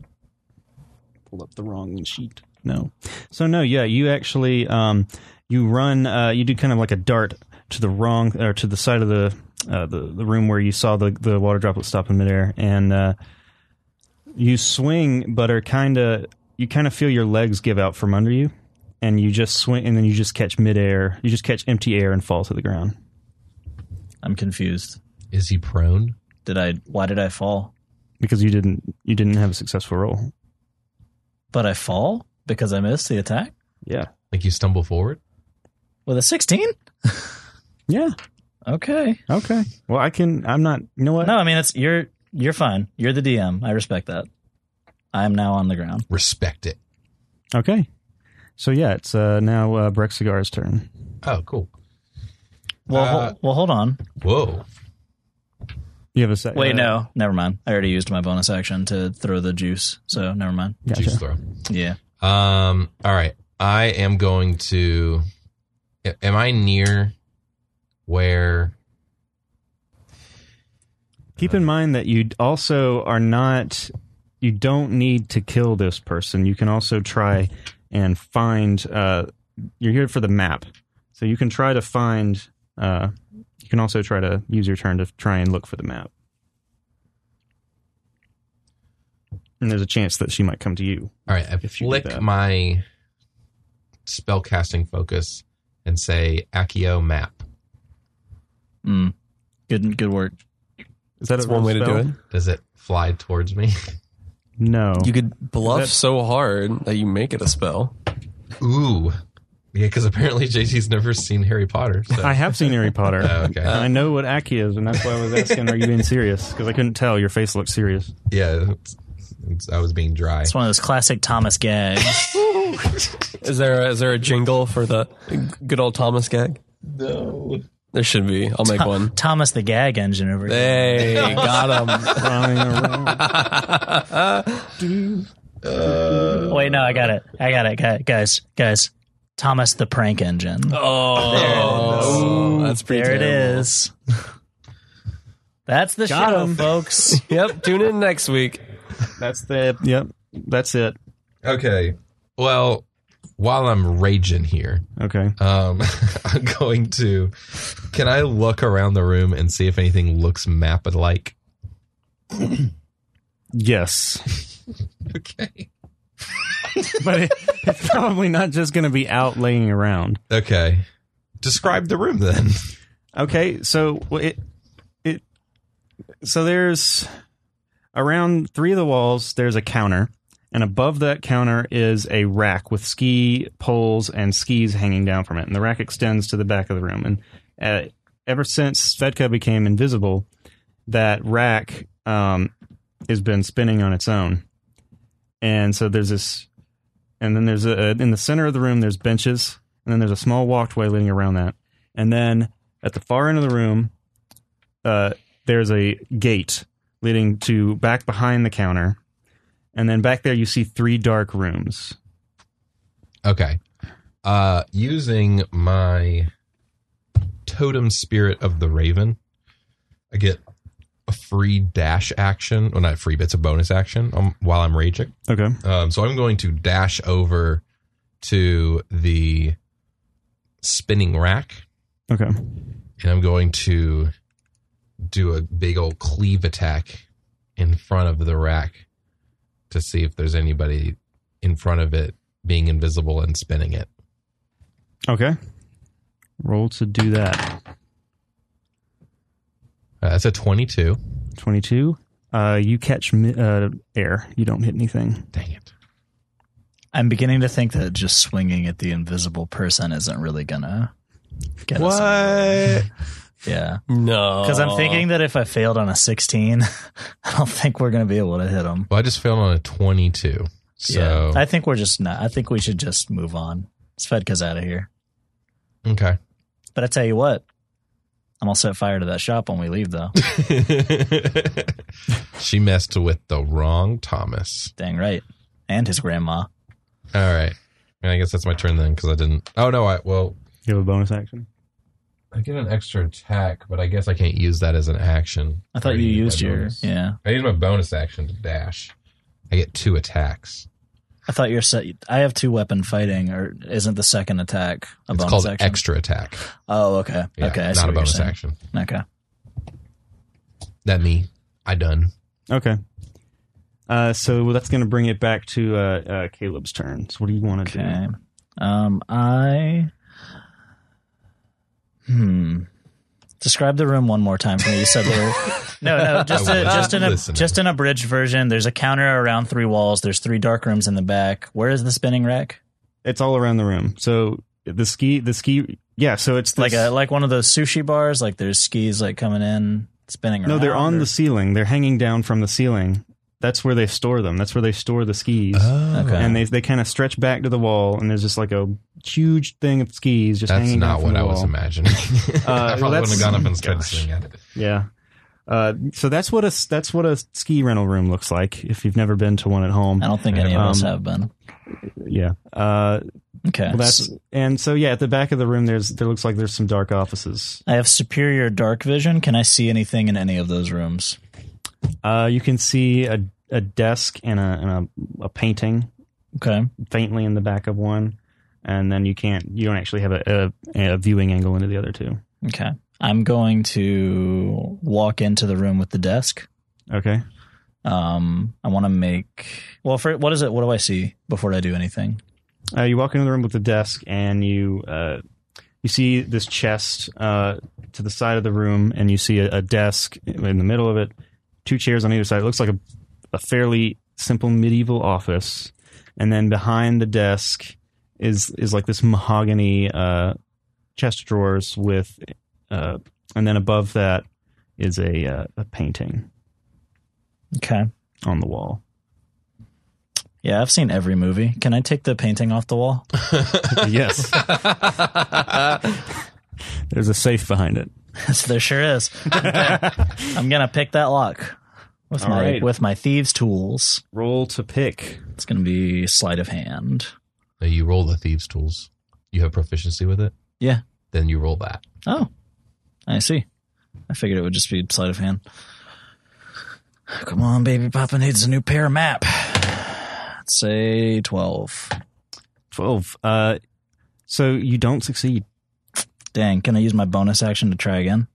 Speaker 2: Pull up the wrong sheet. No. So no, yeah, you actually um you run uh you do kind of like a dart to the wrong or to the side of the uh, the, the room where you saw the the water droplet stop in midair and uh you swing but are kind of you kind of feel your legs give out from under you and you just swing and then you just catch midair. You just catch empty air and fall to the ground.
Speaker 3: I'm confused.
Speaker 6: Is he prone?
Speaker 3: Did I why did I fall?
Speaker 2: Because you didn't you didn't have a successful roll.
Speaker 3: But I fall because I missed the attack?
Speaker 2: Yeah.
Speaker 6: Like you stumble forward?
Speaker 3: With a 16?
Speaker 2: Yeah.
Speaker 3: Okay.
Speaker 2: Okay. Well, I can I'm not you know what?
Speaker 3: No, I mean it's you're you're fine. You're the DM. I respect that. I'm now on the ground.
Speaker 5: Respect it.
Speaker 2: Okay. So yeah, it's uh, now uh, Brexigar's turn.
Speaker 6: Oh, cool.
Speaker 3: Well,
Speaker 6: Uh,
Speaker 3: hol- well, hold on.
Speaker 6: Whoa.
Speaker 2: You have a uh, second.
Speaker 3: Wait, no, never mind. I already used my bonus action to throw the juice, so never mind.
Speaker 2: Gotcha.
Speaker 6: Juice throw.
Speaker 3: Yeah,
Speaker 6: Um. All right. I am going to. Am I near where?
Speaker 2: Keep in mind that you also are not. You don't need to kill this person. You can also try and find. Uh, you're here for the map, so you can try to find. Uh, you can also try to use your turn to try and look for the map. And there's a chance that she might come to you.
Speaker 6: All right. I
Speaker 2: If you do
Speaker 6: flick
Speaker 2: that.
Speaker 6: my spell casting focus and say Accio map.
Speaker 3: mm. good, good work.
Speaker 2: Is that
Speaker 7: That's one way to do it.
Speaker 6: Does it fly towards me?
Speaker 2: No.
Speaker 7: You could bluff
Speaker 2: That-
Speaker 7: so hard that you make it a spell.
Speaker 6: Ooh. Yeah, because apparently JC's never seen Harry Potter. So.
Speaker 2: I have seen Harry Potter.
Speaker 6: Oh, okay.
Speaker 2: I know what Aki is, and that's why I was asking, are you being serious? Because I couldn't tell. Your face looked serious.
Speaker 6: yeah, it's, it's, I was being dry.
Speaker 3: It's one of those classic Thomas gags.
Speaker 7: Is there a, is there a jingle for the good old Thomas gag?
Speaker 6: No.
Speaker 7: There should be. I'll make one.
Speaker 3: Thomas the gag engine over here.
Speaker 7: Hey, got him.
Speaker 2: Running around.
Speaker 3: Wait, no, I got it. I got it. Gu- Guys, guys. Thomas the prank engine.
Speaker 7: Oh, that's pretty.
Speaker 3: there it
Speaker 7: terrible.
Speaker 3: is. That's the
Speaker 2: Got
Speaker 3: show,
Speaker 2: him.
Speaker 3: folks.
Speaker 7: Yep. Tune in next week.
Speaker 2: That's the. Yep. That's it.
Speaker 6: Okay. Well, while I'm raging here,
Speaker 2: Okay.
Speaker 6: um, I'm going to. Can I look around the room and see if anything looks map alike?
Speaker 2: Yes.
Speaker 6: Okay.
Speaker 2: But it, it's probably not just going to be out laying around.
Speaker 6: Okay. Describe the room then.
Speaker 2: Okay, so well, it it so there's around three of the walls. There's a counter, and above that counter is a rack with ski poles and skis hanging down from it. And the rack extends to the back of the room. And uh, ever since Svedka became invisible, that rack um, has been spinning on its own. And so there's this, and then there's a in the center of the room. There's benches, and then there's a small walkway leading around that, and then at the far end of the room, uh, there's a gate leading to back behind the counter, and then back there you see three dark rooms.
Speaker 6: Okay. Uh, using my totem spirit of the raven, I get a free dash action. Well, not free, but it's a bonus action um, while I'm raging.
Speaker 2: Okay.
Speaker 6: Um, so I'm going to dash over to the spinning rack
Speaker 2: Okay.
Speaker 6: and I'm going to do a big old cleave attack in front of the rack to see if there's anybody in front of it being invisible and spinning it.
Speaker 2: Okay. Roll to do that.
Speaker 6: Uh, that's a 22.
Speaker 2: Twenty-two. Uh, you catch mi- uh, air. You don't hit anything.
Speaker 6: Dang it.
Speaker 3: I'm beginning to think that just swinging at the invisible person isn't really gonna get us.
Speaker 6: What?
Speaker 3: Yeah,
Speaker 7: No,
Speaker 3: because I'm thinking that if I failed on a 16, I don't think we're gonna be able to hit them.
Speaker 6: Well, I just failed on a 22. So,
Speaker 3: I think we're just not. I think we should just move on. Svedka's out of here.
Speaker 6: okay.
Speaker 3: But I tell you what, I'm gonna set fire to that shop when we leave, though.
Speaker 6: she messed with the wrong Thomas.
Speaker 3: Dang right, and his grandma.
Speaker 6: All right. I guess that's my turn then because I didn't. Oh, no. I Well,
Speaker 2: You have a bonus action.
Speaker 6: I get an extra attack, but I guess I can't use that as an action.
Speaker 3: I thought
Speaker 6: Or
Speaker 3: you
Speaker 6: use my
Speaker 3: used your
Speaker 6: bonus.
Speaker 3: yeah.
Speaker 6: I use my bonus action to dash. I get two attacks.
Speaker 3: I thought you're set. I have two weapon fighting, or isn't the second attack a
Speaker 6: it's
Speaker 3: bonus
Speaker 6: called
Speaker 3: action?
Speaker 6: extra attack.
Speaker 3: Oh, okay,
Speaker 6: Yeah,
Speaker 3: okay, I see
Speaker 6: not
Speaker 3: what
Speaker 6: a
Speaker 3: you're
Speaker 6: bonus
Speaker 3: saying.
Speaker 6: action.
Speaker 3: Okay.
Speaker 6: That me. I done.
Speaker 2: Okay. Uh, so that's going to bring it back to uh, uh, Caleb's turn. So what do you want to
Speaker 3: Okay. Um, I. Hmm. Describe the room one more time for me. You said there. no, no, just
Speaker 6: I
Speaker 3: a,
Speaker 6: was
Speaker 3: just an
Speaker 6: listening.
Speaker 3: just an abridged version. There's a counter around three walls. There's three dark rooms in the back. Where is the spinning rack?
Speaker 2: do? It's all around the room. So the ski, the ski, yeah. So it's this,
Speaker 3: Like a like one of those sushi bars. Like there's skis like coming in, spinning.
Speaker 2: No, they're
Speaker 3: around,
Speaker 2: on
Speaker 3: or-
Speaker 2: the ceiling. They're hanging down from the ceiling. That's where they store them. That's where they store the skis.
Speaker 6: Oh,
Speaker 7: Oh.
Speaker 3: Okay.
Speaker 2: And they they kind of stretch back to the wall, and there's just like a huge thing of skis just
Speaker 6: That's
Speaker 2: hanging down
Speaker 6: not
Speaker 2: from
Speaker 6: what
Speaker 2: the
Speaker 6: I
Speaker 2: wall.
Speaker 6: was imagining. I
Speaker 2: Uh, well,
Speaker 6: probably wouldn't
Speaker 2: that's-
Speaker 6: have gone up and tried to
Speaker 2: gosh.
Speaker 6: swing at it.
Speaker 2: Yeah. Uh, so that's what a s- that's what a ski rental room looks like. If you've never been to one at home,
Speaker 3: I don't think any of us
Speaker 2: Um,
Speaker 3: have been.
Speaker 2: yeah. Uh,
Speaker 3: Okay.
Speaker 2: well, that's and so yeah. At the back of the room, there's there looks like there's some dark offices.
Speaker 3: I have superior dark vision. Can I see anything in any of those rooms?
Speaker 2: Uh, you can see a a desk and a and a, a painting
Speaker 3: Okay.
Speaker 2: faintly in the back of one, and then you can't you don't actually have a, a, a viewing angle into the other two.
Speaker 3: Okay. I'm going to walk into the room with the desk.
Speaker 2: Okay.
Speaker 3: Um, I want to make. Well, for what is it? What do I see before I do anything?
Speaker 2: Uh, you walk into the room with the desk, and you uh, you see this chest uh, to the side of the room, and you see a, a desk in the middle of it, two chairs on either side. It looks like a, a fairly simple medieval office, and then behind the desk is is like this mahogany uh, chest of drawers with, uh, and then above that is a uh, a painting
Speaker 3: Okay.
Speaker 2: on the wall.
Speaker 3: Yeah, I've seen every movie. Can I take the painting off the wall?
Speaker 2: yes, there's a safe behind it.
Speaker 3: Yes, there sure is. I'm gonna pick that lock with
Speaker 2: All
Speaker 3: my
Speaker 2: right.
Speaker 3: with my thieves' tools.
Speaker 2: Roll to pick.
Speaker 3: It's gonna be sleight of hand.
Speaker 9: Now you roll the thieves' tools. You have proficiency with it.
Speaker 3: Yeah.
Speaker 9: Then you roll that.
Speaker 3: Oh, I see. I figured it would just be sleight of hand. Come on, baby Papa needs a new pair of map. Let's say twelve.
Speaker 2: 12. Uh, so you don't succeed.
Speaker 3: Dang, can I use my bonus action to try again?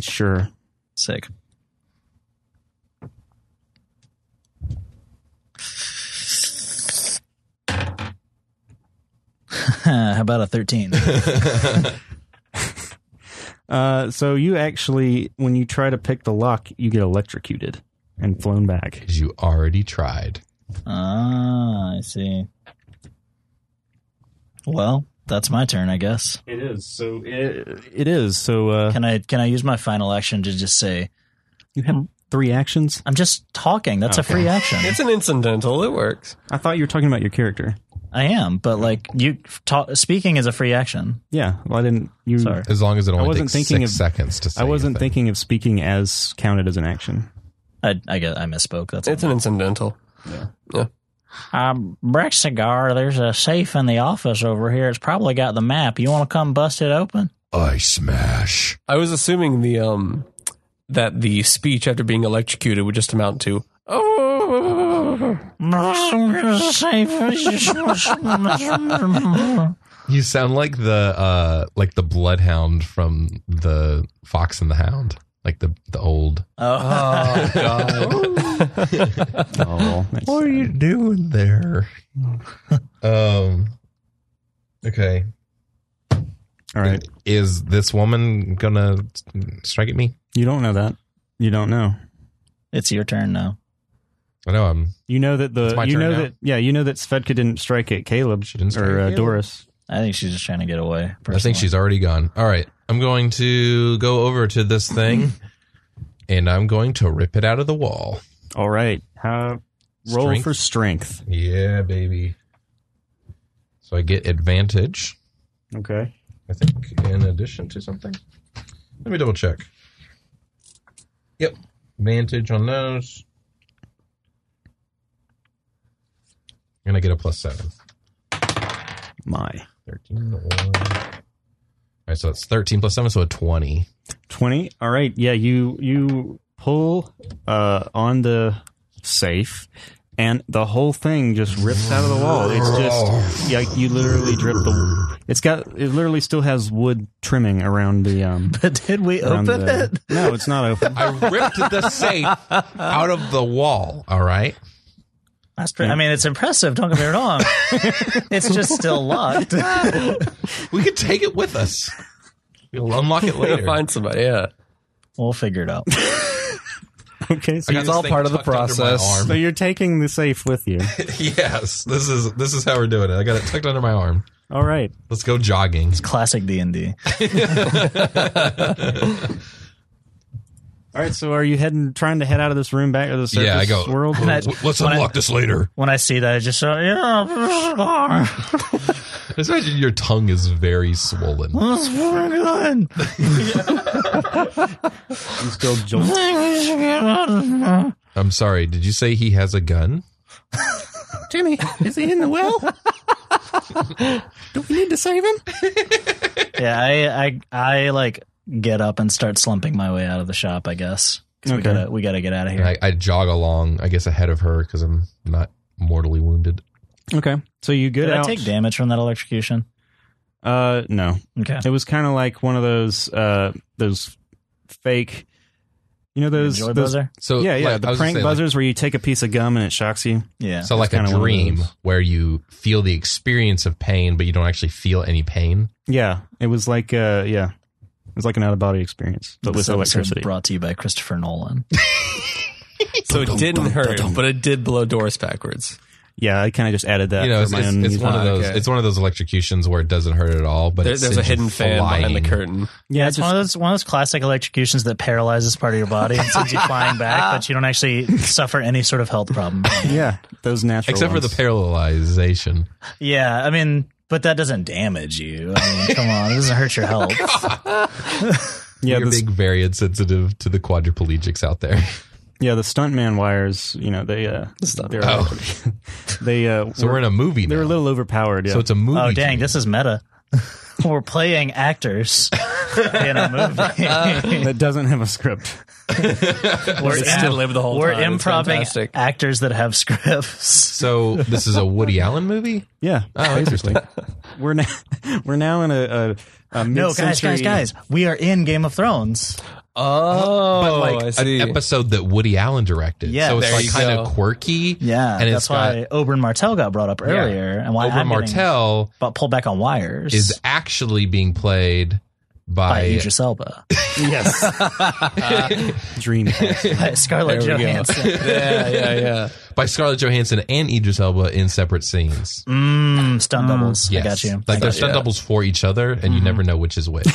Speaker 2: Sure.
Speaker 3: Sick. How about a 13?
Speaker 2: Uh, so you actually, when you try to pick the lock, you get electrocuted and flown back.
Speaker 9: Because you already tried.
Speaker 3: ah, I see. Well, that's my turn, I guess.
Speaker 2: It is. So it, it is. So uh,
Speaker 3: Can I can I use my final action to just say
Speaker 2: you have three actions.
Speaker 3: I'm just talking. That's a free action.
Speaker 7: It's an incidental. It works.
Speaker 2: I thought you were talking about your character.
Speaker 3: I am, but like you ta- speaking is a free action.
Speaker 2: Yeah. Well, I didn't. You.
Speaker 3: Sorry.
Speaker 6: As long as it only
Speaker 2: wasn't
Speaker 6: takes
Speaker 2: thinking
Speaker 6: six
Speaker 2: of-
Speaker 6: seconds to say
Speaker 2: I wasn't
Speaker 6: your thing.
Speaker 2: thinking of speaking as counted as an action.
Speaker 3: I I guess I misspoke. That's
Speaker 7: It's an incidental.
Speaker 3: Um, Brexigar, there's a safe in the office over here. It's probably got the map. You want to come bust it open?
Speaker 6: I smash.
Speaker 7: I was assuming the um that the speech after being electrocuted would just amount to oh
Speaker 6: You sound like the uh like the bloodhound from the Fox and the Hound. Like the the old
Speaker 3: oh,
Speaker 2: Oh, that's
Speaker 6: What are you doing there? um Okay.
Speaker 2: all right.
Speaker 6: Is this woman gonna strike at me?
Speaker 2: You don't know that. You don't know.
Speaker 3: it's your turn now.
Speaker 6: I know I'm
Speaker 2: You know that
Speaker 6: It's
Speaker 2: the
Speaker 6: my
Speaker 2: you
Speaker 6: turn
Speaker 2: know
Speaker 6: now?
Speaker 2: that yeah you know that Svedka didn't strike at Caleb
Speaker 6: She didn't strike
Speaker 2: or
Speaker 6: at
Speaker 2: uh,
Speaker 6: Caleb.
Speaker 2: Doris.
Speaker 3: I think she's just trying to get away.
Speaker 6: I think she's already gone. All right. I'm going to go over to this thing and I'm going to rip it out of the wall.
Speaker 2: All right. Uh, roll
Speaker 6: Strength?
Speaker 2: for strength.
Speaker 6: Yeah, baby. So I get advantage.
Speaker 2: Okay.
Speaker 6: I think, in addition to something. Let me double check. Yep. Vantage on those. And I get a plus seven.
Speaker 2: My
Speaker 6: 13. All right, so that's 13 plus seven, so a 20.
Speaker 2: 20. All right. Yeah, you you pull uh on the safe and the whole thing just rips out of the wall. It's just yeah, you literally drip the It's got it literally still has wood trimming around the um
Speaker 3: But did we
Speaker 2: around
Speaker 3: open
Speaker 2: the-
Speaker 3: it?
Speaker 2: No, it's not open.
Speaker 6: I ripped the safe out of the wall. All right.
Speaker 3: That's pretty. I mean, it's impressive. Don't get me wrong. it's just still locked.
Speaker 6: We could take it with us. We'll unlock it
Speaker 7: Way to
Speaker 6: later.
Speaker 7: find somebody yeah
Speaker 3: We'll figure it out.
Speaker 2: Okay. So,
Speaker 6: I got
Speaker 2: you're,
Speaker 6: this
Speaker 7: all
Speaker 6: thing
Speaker 7: part of the
Speaker 6: tucked under my
Speaker 7: process.
Speaker 6: arm.
Speaker 2: so you're taking the safe with you.
Speaker 6: yes, this is this is how we're doing it. I got it tucked under my arm.
Speaker 2: All right.
Speaker 6: Let's go jogging.
Speaker 3: Classic D and D.
Speaker 2: All right, so are you heading trying to head out of this room back to the surface
Speaker 6: Yeah, I go.
Speaker 2: world?
Speaker 3: I-
Speaker 6: Let's unlock this later.
Speaker 3: When I see that, I just saw. Yeah,
Speaker 6: Just imagine your tongue is very swollen.
Speaker 3: that's pretty good.
Speaker 2: You still jolt.
Speaker 6: I'm sorry. Did you say he has a gun?
Speaker 2: Jimmy, is he in the well? Do we need to save him?
Speaker 3: Yeah, I, I, I like get up and start slumping my way out of the shop. I guess 'Cause we
Speaker 2: Okay.
Speaker 3: gotta, we gotta get out of
Speaker 6: And
Speaker 3: here.
Speaker 6: I, I jog along, I guess, ahead of her because I'm not mortally wounded.
Speaker 2: Okay. So you get
Speaker 3: Did
Speaker 2: out.
Speaker 3: I take damage from that electrocution?
Speaker 2: Uh, no.
Speaker 3: Okay,
Speaker 2: It was kind of like one of those uh those fake, you know those
Speaker 3: joy
Speaker 2: those
Speaker 3: buzzer.
Speaker 6: So
Speaker 2: yeah yeah the
Speaker 6: like, Oh, I was gonna
Speaker 2: prank
Speaker 6: say, like-
Speaker 2: buzzers where you take a piece of gum and it shocks you.
Speaker 3: Yeah,
Speaker 6: so like a
Speaker 2: kinda one of
Speaker 6: dream
Speaker 2: those.
Speaker 6: where you feel the experience of pain, but you don't actually feel any pain.
Speaker 2: Yeah, it was like uh yeah, it was like an out of body experience but with
Speaker 3: This episode
Speaker 2: electricity.
Speaker 3: Brought to you by Christopher Nolan.
Speaker 7: so it didn't hurt, but it did blow Doris backwards.
Speaker 2: Yeah, I kind of just added that
Speaker 6: You know,
Speaker 2: for
Speaker 6: it's,
Speaker 2: my
Speaker 6: it's,
Speaker 2: own.
Speaker 6: it's one of
Speaker 7: Ah,
Speaker 6: those.
Speaker 7: okay.
Speaker 6: It's one of those electrocutions where it doesn't hurt at all, but
Speaker 7: There,
Speaker 6: it
Speaker 7: there's a
Speaker 6: sends you
Speaker 7: hidden fan behind the
Speaker 6: flying.
Speaker 7: curtain.
Speaker 3: Yeah, it's one of those one of those classic electrocutions that paralyzes part of your body and sends you flying back, but you don't actually suffer any sort of health problem.
Speaker 2: yeah, those natural.
Speaker 6: Except for
Speaker 2: ones.
Speaker 6: the parallelization.
Speaker 3: Yeah, I mean, but that doesn't damage you. I mean, come on, it doesn't hurt
Speaker 2: Oh,
Speaker 3: your health.
Speaker 2: yeah,
Speaker 6: You're
Speaker 2: the,
Speaker 6: being very insensitive to the quadriplegics out there.
Speaker 2: yeah, the stuntman wires. You know, they uh, they're, they uh,
Speaker 6: Oh. So we're in a movie now.
Speaker 2: they're a little overpowered. Yeah,
Speaker 6: so it's a movie.
Speaker 3: Oh, dang,
Speaker 6: dream.
Speaker 3: this is meta. We're playing actors in a
Speaker 2: Uh,
Speaker 3: movie.
Speaker 2: that doesn't have a script.
Speaker 3: we're
Speaker 7: They still live the whole
Speaker 3: we're
Speaker 7: time. It's
Speaker 3: improvising
Speaker 7: fantastic.
Speaker 3: actors that have scripts.
Speaker 6: So this is a Woody Allen movie.
Speaker 2: Yeah,
Speaker 6: Oh, interesting.
Speaker 2: we're now we're now in a, a, a
Speaker 3: No, guys, guys,
Speaker 2: mid-century-
Speaker 3: guys, we are in Game of Thrones.
Speaker 7: Oh,
Speaker 6: but like
Speaker 7: I
Speaker 6: an
Speaker 7: see.
Speaker 6: episode that Woody Allen directed.
Speaker 3: Yeah,
Speaker 6: so it's
Speaker 7: There
Speaker 6: like
Speaker 7: you
Speaker 6: kind
Speaker 7: go.
Speaker 6: of quirky.
Speaker 3: Yeah,
Speaker 6: and
Speaker 3: that's
Speaker 6: it's got
Speaker 3: why Oberyn Martell got brought up earlier, and why
Speaker 6: Oberyn
Speaker 3: I'm getting
Speaker 6: Martell
Speaker 3: bu- pulled back on wires
Speaker 6: is actually being played
Speaker 3: by
Speaker 6: by,
Speaker 3: Idris Elba,
Speaker 2: Yes, dream.
Speaker 3: by Scarlett
Speaker 7: There we go.
Speaker 3: Johansson.
Speaker 7: yeah, yeah, yeah.
Speaker 6: by Scarlett Johansson and Idris Elba in separate scenes.
Speaker 3: Mm, stunt doubles.
Speaker 6: Yes.
Speaker 3: I got you.
Speaker 6: Like they're stunt
Speaker 7: yeah.
Speaker 6: doubles for each other, and you never know which is which.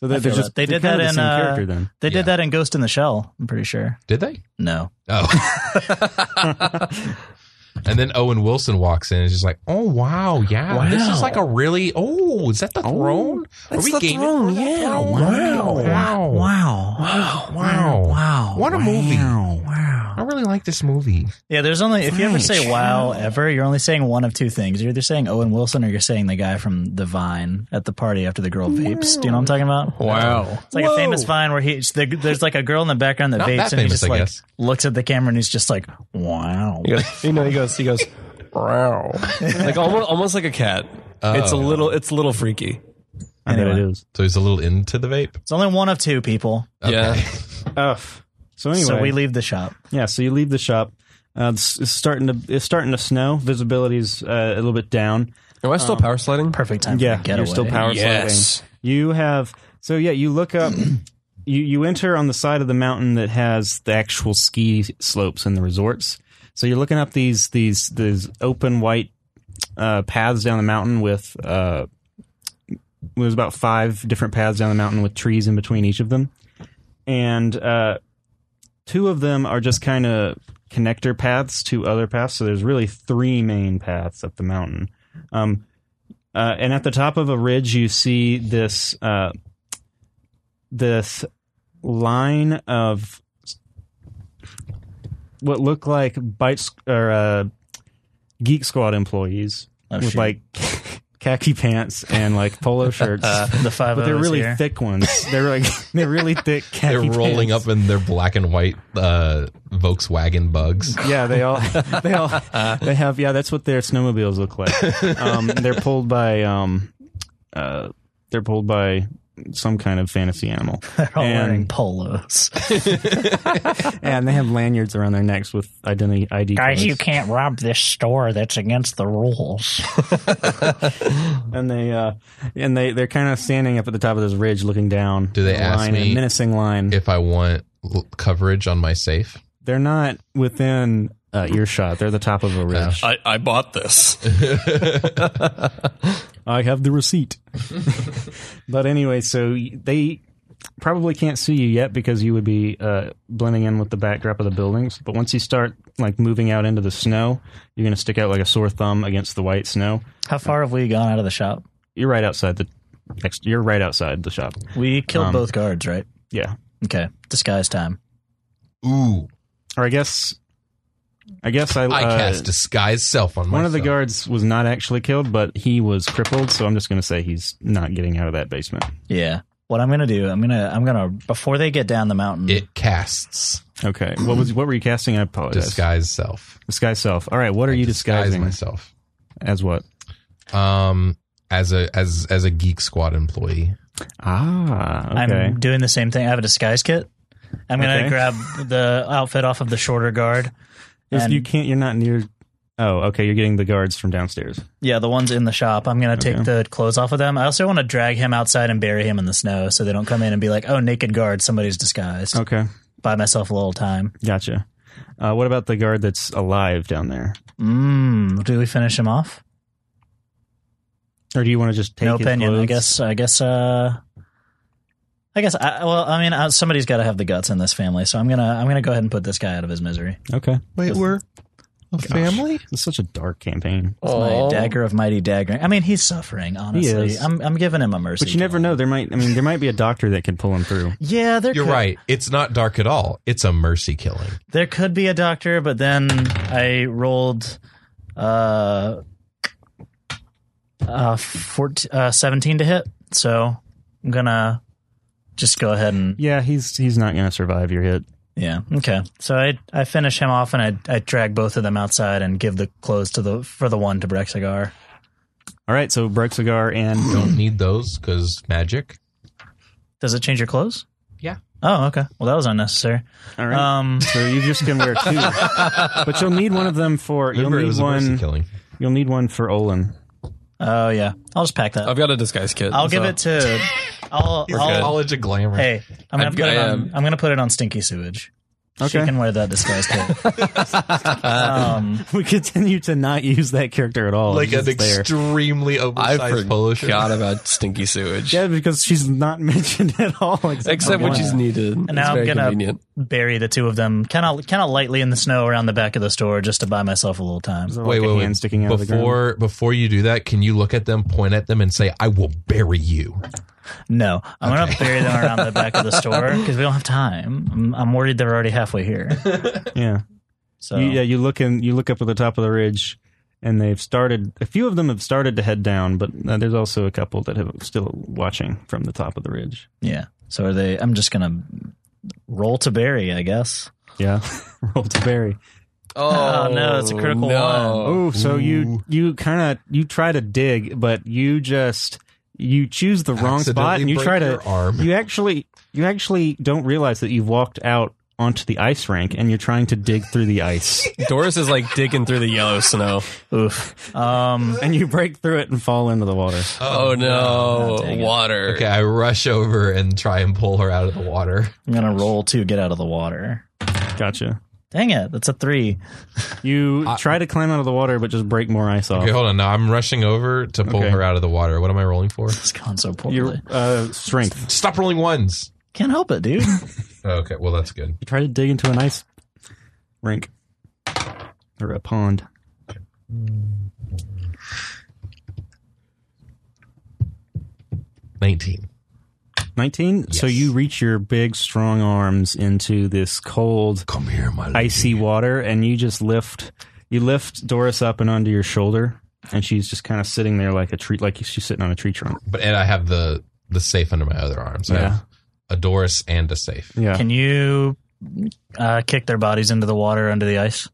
Speaker 2: So they're,
Speaker 3: feel
Speaker 2: they're just
Speaker 3: that. They
Speaker 2: they're
Speaker 3: did
Speaker 2: kinda
Speaker 3: that
Speaker 2: the
Speaker 3: in,
Speaker 2: same
Speaker 3: uh,
Speaker 2: character then.
Speaker 3: They
Speaker 6: Yeah.
Speaker 3: did that in Ghost in the Shell. I'm pretty sure.
Speaker 6: Did they?
Speaker 3: No.
Speaker 6: Oh. and then Owen Wilson walks in and is just like, oh, wow, yeah. This is like a really, oh, is that the throne? Are we Game of Thrones?
Speaker 7: yeah.
Speaker 6: Wow. Wow.
Speaker 3: Wow.
Speaker 6: Oh. Wow. Wow.
Speaker 3: Wow.
Speaker 6: What a movie.
Speaker 3: Wow.
Speaker 6: I really like this movie.
Speaker 3: Yeah, there's only if you ever say wow ever, you're only saying one of two things. You're either saying Owen Wilson or you're saying the guy from the Vine at the party after the girl vapes. Do you know what I'm talking about?
Speaker 7: Wow.
Speaker 3: It's like a famous Vine where he it's the, there's like a girl in the background that
Speaker 6: Not
Speaker 3: vapes
Speaker 6: that
Speaker 3: and he
Speaker 6: famous,
Speaker 3: just
Speaker 6: I
Speaker 3: like
Speaker 6: guess.
Speaker 3: looks at the camera and he's just like wow.
Speaker 7: He goes, you know, he goes, he goes, wow, like almost, almost like a cat. It's a
Speaker 6: Oh.
Speaker 7: little, it's a little freaky.
Speaker 2: I bet it is.
Speaker 6: So he's a little into the vape.
Speaker 3: It's only one of two people.
Speaker 7: Yeah,
Speaker 2: Ugh. So anyway,
Speaker 3: Oh. So we leave the shop.
Speaker 2: Yeah, so you leave the shop. Uh, it's, it's starting to it's starting to snow. Visibility's uh, a little bit down.
Speaker 7: am I still
Speaker 3: Um,
Speaker 7: power sliding?
Speaker 3: Perfect time
Speaker 2: Yeah,
Speaker 3: for a getaway.
Speaker 2: you're still power
Speaker 7: Yes.
Speaker 2: sliding. You have so yeah. You look up. you you enter on the side of the mountain that has the actual ski slopes and the resorts. So you're looking up these these these open white uh, paths down the mountain with uh, there's about five different paths down the mountain with trees in between each of them, and uh, two of them are just kind of connector paths to other paths. So there's really three main paths up the mountain. Um, uh, and at the top of a ridge, you see this uh, this line of what look like bites or uh, geek squad employees
Speaker 3: Oh,
Speaker 2: with
Speaker 3: shoot.
Speaker 2: like khaki pants and like polo shirts.
Speaker 3: the five.
Speaker 2: But they're
Speaker 6: Oh,
Speaker 3: O's
Speaker 2: really
Speaker 3: here.
Speaker 2: thick ones. They're like they're really thick. Khaki
Speaker 6: They're rolling
Speaker 2: pants.
Speaker 6: up in their black and white uh, Volkswagen bugs.
Speaker 2: Yeah, they all they all they have yeah, that's what their snowmobiles look like. Um, they're pulled by um, uh, they're pulled by some kind of fantasy animal.
Speaker 3: They're all Oh, wearing
Speaker 2: And,
Speaker 3: polos.
Speaker 2: and they have lanyards around their necks with identity ID cards.
Speaker 3: can't rob this store. That's against the rules.
Speaker 2: and they uh, and they they're kind of standing up at the top of this ridge looking down.
Speaker 6: Do they
Speaker 2: a
Speaker 6: ask
Speaker 2: line,
Speaker 6: me
Speaker 2: a menacing line?
Speaker 6: If I want l- coverage on my safe,
Speaker 2: they're not within uh, earshot. They're the top of a ridge.
Speaker 6: Oh.
Speaker 7: I, I bought this.
Speaker 2: I have the receipt. but anyway, so y- they probably can't see you yet because you would be uh, blending in with the backdrop of the buildings. But once you start like moving out into the snow, you're going to stick out like a sore thumb against the white snow.
Speaker 3: How far have we gone out of the shop?
Speaker 2: You're right outside the. Next, you're right outside the shop.
Speaker 3: We killed
Speaker 2: Um,
Speaker 3: both guards, right?
Speaker 2: Yeah,
Speaker 3: Okay, disguise time.
Speaker 6: ooh,
Speaker 2: or I guess, I guess I.
Speaker 6: I
Speaker 2: uh,
Speaker 6: cast disguise self on
Speaker 2: one
Speaker 6: myself.
Speaker 2: of the guards was not actually killed, but he was crippled. So I'm just going to say he's not getting out of that basement.
Speaker 3: Yeah. What I'm gonna do? I'm gonna I'm gonna before they get down the mountain.
Speaker 6: It casts
Speaker 2: Okay, what was what were you casting? I apologize.
Speaker 6: disguise self.
Speaker 2: Disguise self. All right, what Oh, are you
Speaker 6: Disguise
Speaker 2: disguising?
Speaker 6: myself.
Speaker 2: As what?
Speaker 6: Um, as a as as a geek squad employee.
Speaker 2: Ah, okay.
Speaker 3: I'm doing the same thing. I have a disguise kit. I'm gonna
Speaker 2: Okay.
Speaker 3: grab the outfit off of the shorter guard.
Speaker 2: If
Speaker 3: and-
Speaker 2: you can't, you're not near. Oh, okay. You're getting the guards from downstairs.
Speaker 3: Yeah, the ones in the shop. I'm gonna take the clothes off of them. I also want to drag him outside and bury him in the snow so they don't come in and be like, "Oh, naked guard, somebody's disguised."
Speaker 2: Okay.
Speaker 3: buy myself a little time.
Speaker 2: Gotcha. Uh, what about the guard that's alive down there?
Speaker 3: Mmm. Do we finish him off?
Speaker 2: Or do you want to just take
Speaker 3: no
Speaker 2: his
Speaker 3: opinion. I
Speaker 2: clothes?
Speaker 3: guess. I guess. Uh, I guess. I, well, I mean, uh, somebody's got to have the guts in this family, so I'm gonna. I'm gonna go ahead and put this guy out of his misery.
Speaker 2: Okay.
Speaker 10: Wait, we're a family?
Speaker 2: It's such a dark campaign.
Speaker 3: It's my dagger of mighty daggering. I mean, he's suffering. Honestly,
Speaker 2: Oh. is.
Speaker 3: I'm. I'm giving him a mercy.
Speaker 2: But you never
Speaker 3: killing.
Speaker 2: know. There might. I mean, there might be a doctor that could pull him through.
Speaker 3: Yeah, there.
Speaker 6: You're
Speaker 3: could,
Speaker 6: right. It's not dark at all. It's a mercy killing.
Speaker 3: There could be a doctor, but then I rolled. Uh, uh, 14, uh, 17 to hit. So I'm gonna just go ahead and
Speaker 2: Yeah, he's he's not going to survive your hit.
Speaker 3: Yeah. Okay. So I I finish him off and I I drag both of them outside and give the clothes to the for the one to Brexigar.
Speaker 2: All right. So Brexigar and
Speaker 6: Don't need those because magic.
Speaker 3: Does it change your clothes?
Speaker 6: Yeah.
Speaker 3: Oh, okay. Well, that was unnecessary.
Speaker 2: all right.
Speaker 3: Um,
Speaker 2: so you just can wear two, but you'll need one of them for you'll
Speaker 6: Remember, it
Speaker 2: need
Speaker 6: was a mercy
Speaker 2: one.
Speaker 6: killing.
Speaker 2: You'll need one for Olin.
Speaker 3: oh yeah. I'll just pack that.
Speaker 7: I've got a disguise kit.
Speaker 3: I'll give
Speaker 7: so-
Speaker 3: it to. I'll. I'll
Speaker 6: College of glamour.
Speaker 3: hey, I'm gonna
Speaker 7: I've
Speaker 3: put
Speaker 7: got-
Speaker 3: it on.
Speaker 7: um,
Speaker 3: I'm gonna put it on Stinky Sewage. She
Speaker 2: Okay.
Speaker 3: can wear that disguise kit. um,
Speaker 2: We continue to not use that character at all.
Speaker 6: like
Speaker 2: It's
Speaker 6: an
Speaker 2: just there.
Speaker 6: extremely oversized
Speaker 7: I
Speaker 6: polo
Speaker 7: forgot
Speaker 6: shirt.
Speaker 7: about stinky sewage.
Speaker 2: Yeah, because she's not mentioned at all. Except,
Speaker 7: Except when
Speaker 2: once.
Speaker 7: she's needed. And
Speaker 3: now
Speaker 7: it's
Speaker 3: I'm
Speaker 7: very
Speaker 3: gonna-
Speaker 7: convenient.
Speaker 3: bury the two of them kind of kind of lightly in the snow around the back of the store just to buy myself a little time.
Speaker 2: There's, like,
Speaker 6: Wait,
Speaker 2: a
Speaker 6: wait, wait.
Speaker 2: hand sticking out of the ground.
Speaker 6: before before you do that, can you look at them, point at them, and say, "I will bury you"?
Speaker 3: No, I'm gonna bury them around the back of the store because we don't have time. I'm, I'm worried they're already halfway here.
Speaker 2: Yeah.
Speaker 3: So
Speaker 2: You, yeah, you look in, you look up at the top of the ridge, and they've started. A few of them have started to head down, but uh, there's also a couple that have still watching from the top of the ridge.
Speaker 3: yeah. So are they? I'm just gonna roll to bury, I guess.
Speaker 2: Yeah, roll to bury.
Speaker 3: Oh, no, it's a critical
Speaker 7: no.
Speaker 2: Oh, so you you kind of you try to dig, but you just you choose the wrong spot,
Speaker 6: Accidentally
Speaker 2: and you
Speaker 6: break
Speaker 2: try to
Speaker 6: your arm.
Speaker 2: you actually you actually don't realize that you've walked out onto the ice rink, and you're trying to dig through the ice,
Speaker 7: Doris is like digging through the yellow snow.
Speaker 3: Oof. Um.
Speaker 2: and you break through it and fall into the water.
Speaker 7: Oh, no.
Speaker 3: dang it.
Speaker 7: Water.
Speaker 6: Okay, I rush over and try and pull her out of the water.
Speaker 3: I'm gonna roll to get out of the water.
Speaker 2: Gotcha.
Speaker 3: Dang it! That's a three.
Speaker 2: You try to climb out of the water, but just break more ice off.
Speaker 6: Okay, hold on. Now I'm rushing over to pull
Speaker 2: Oh. Okay.
Speaker 6: her out of the water. What am I rolling for?
Speaker 3: It's gone so poorly.
Speaker 2: Your uh, strength.
Speaker 6: Stop rolling ones.
Speaker 3: Can't help it, dude.
Speaker 6: Okay, well that's good.
Speaker 2: You try to dig into an ice rink or a pond.
Speaker 6: Nineteen.
Speaker 2: 19. So
Speaker 6: Yes.
Speaker 2: you reach your big, strong arms into this cold,
Speaker 6: Come here, my lady.
Speaker 2: icy water, and you just lift. You lift Doris up and onto your shoulder, and she's just kind of sitting there like a tree, like she's sitting on a tree trunk.
Speaker 6: But and I have the the safe under my other arm. So I
Speaker 2: Yeah.
Speaker 6: have a Doris and a safe.
Speaker 2: Yeah.
Speaker 3: Can you uh, kick their bodies into the water under the ice?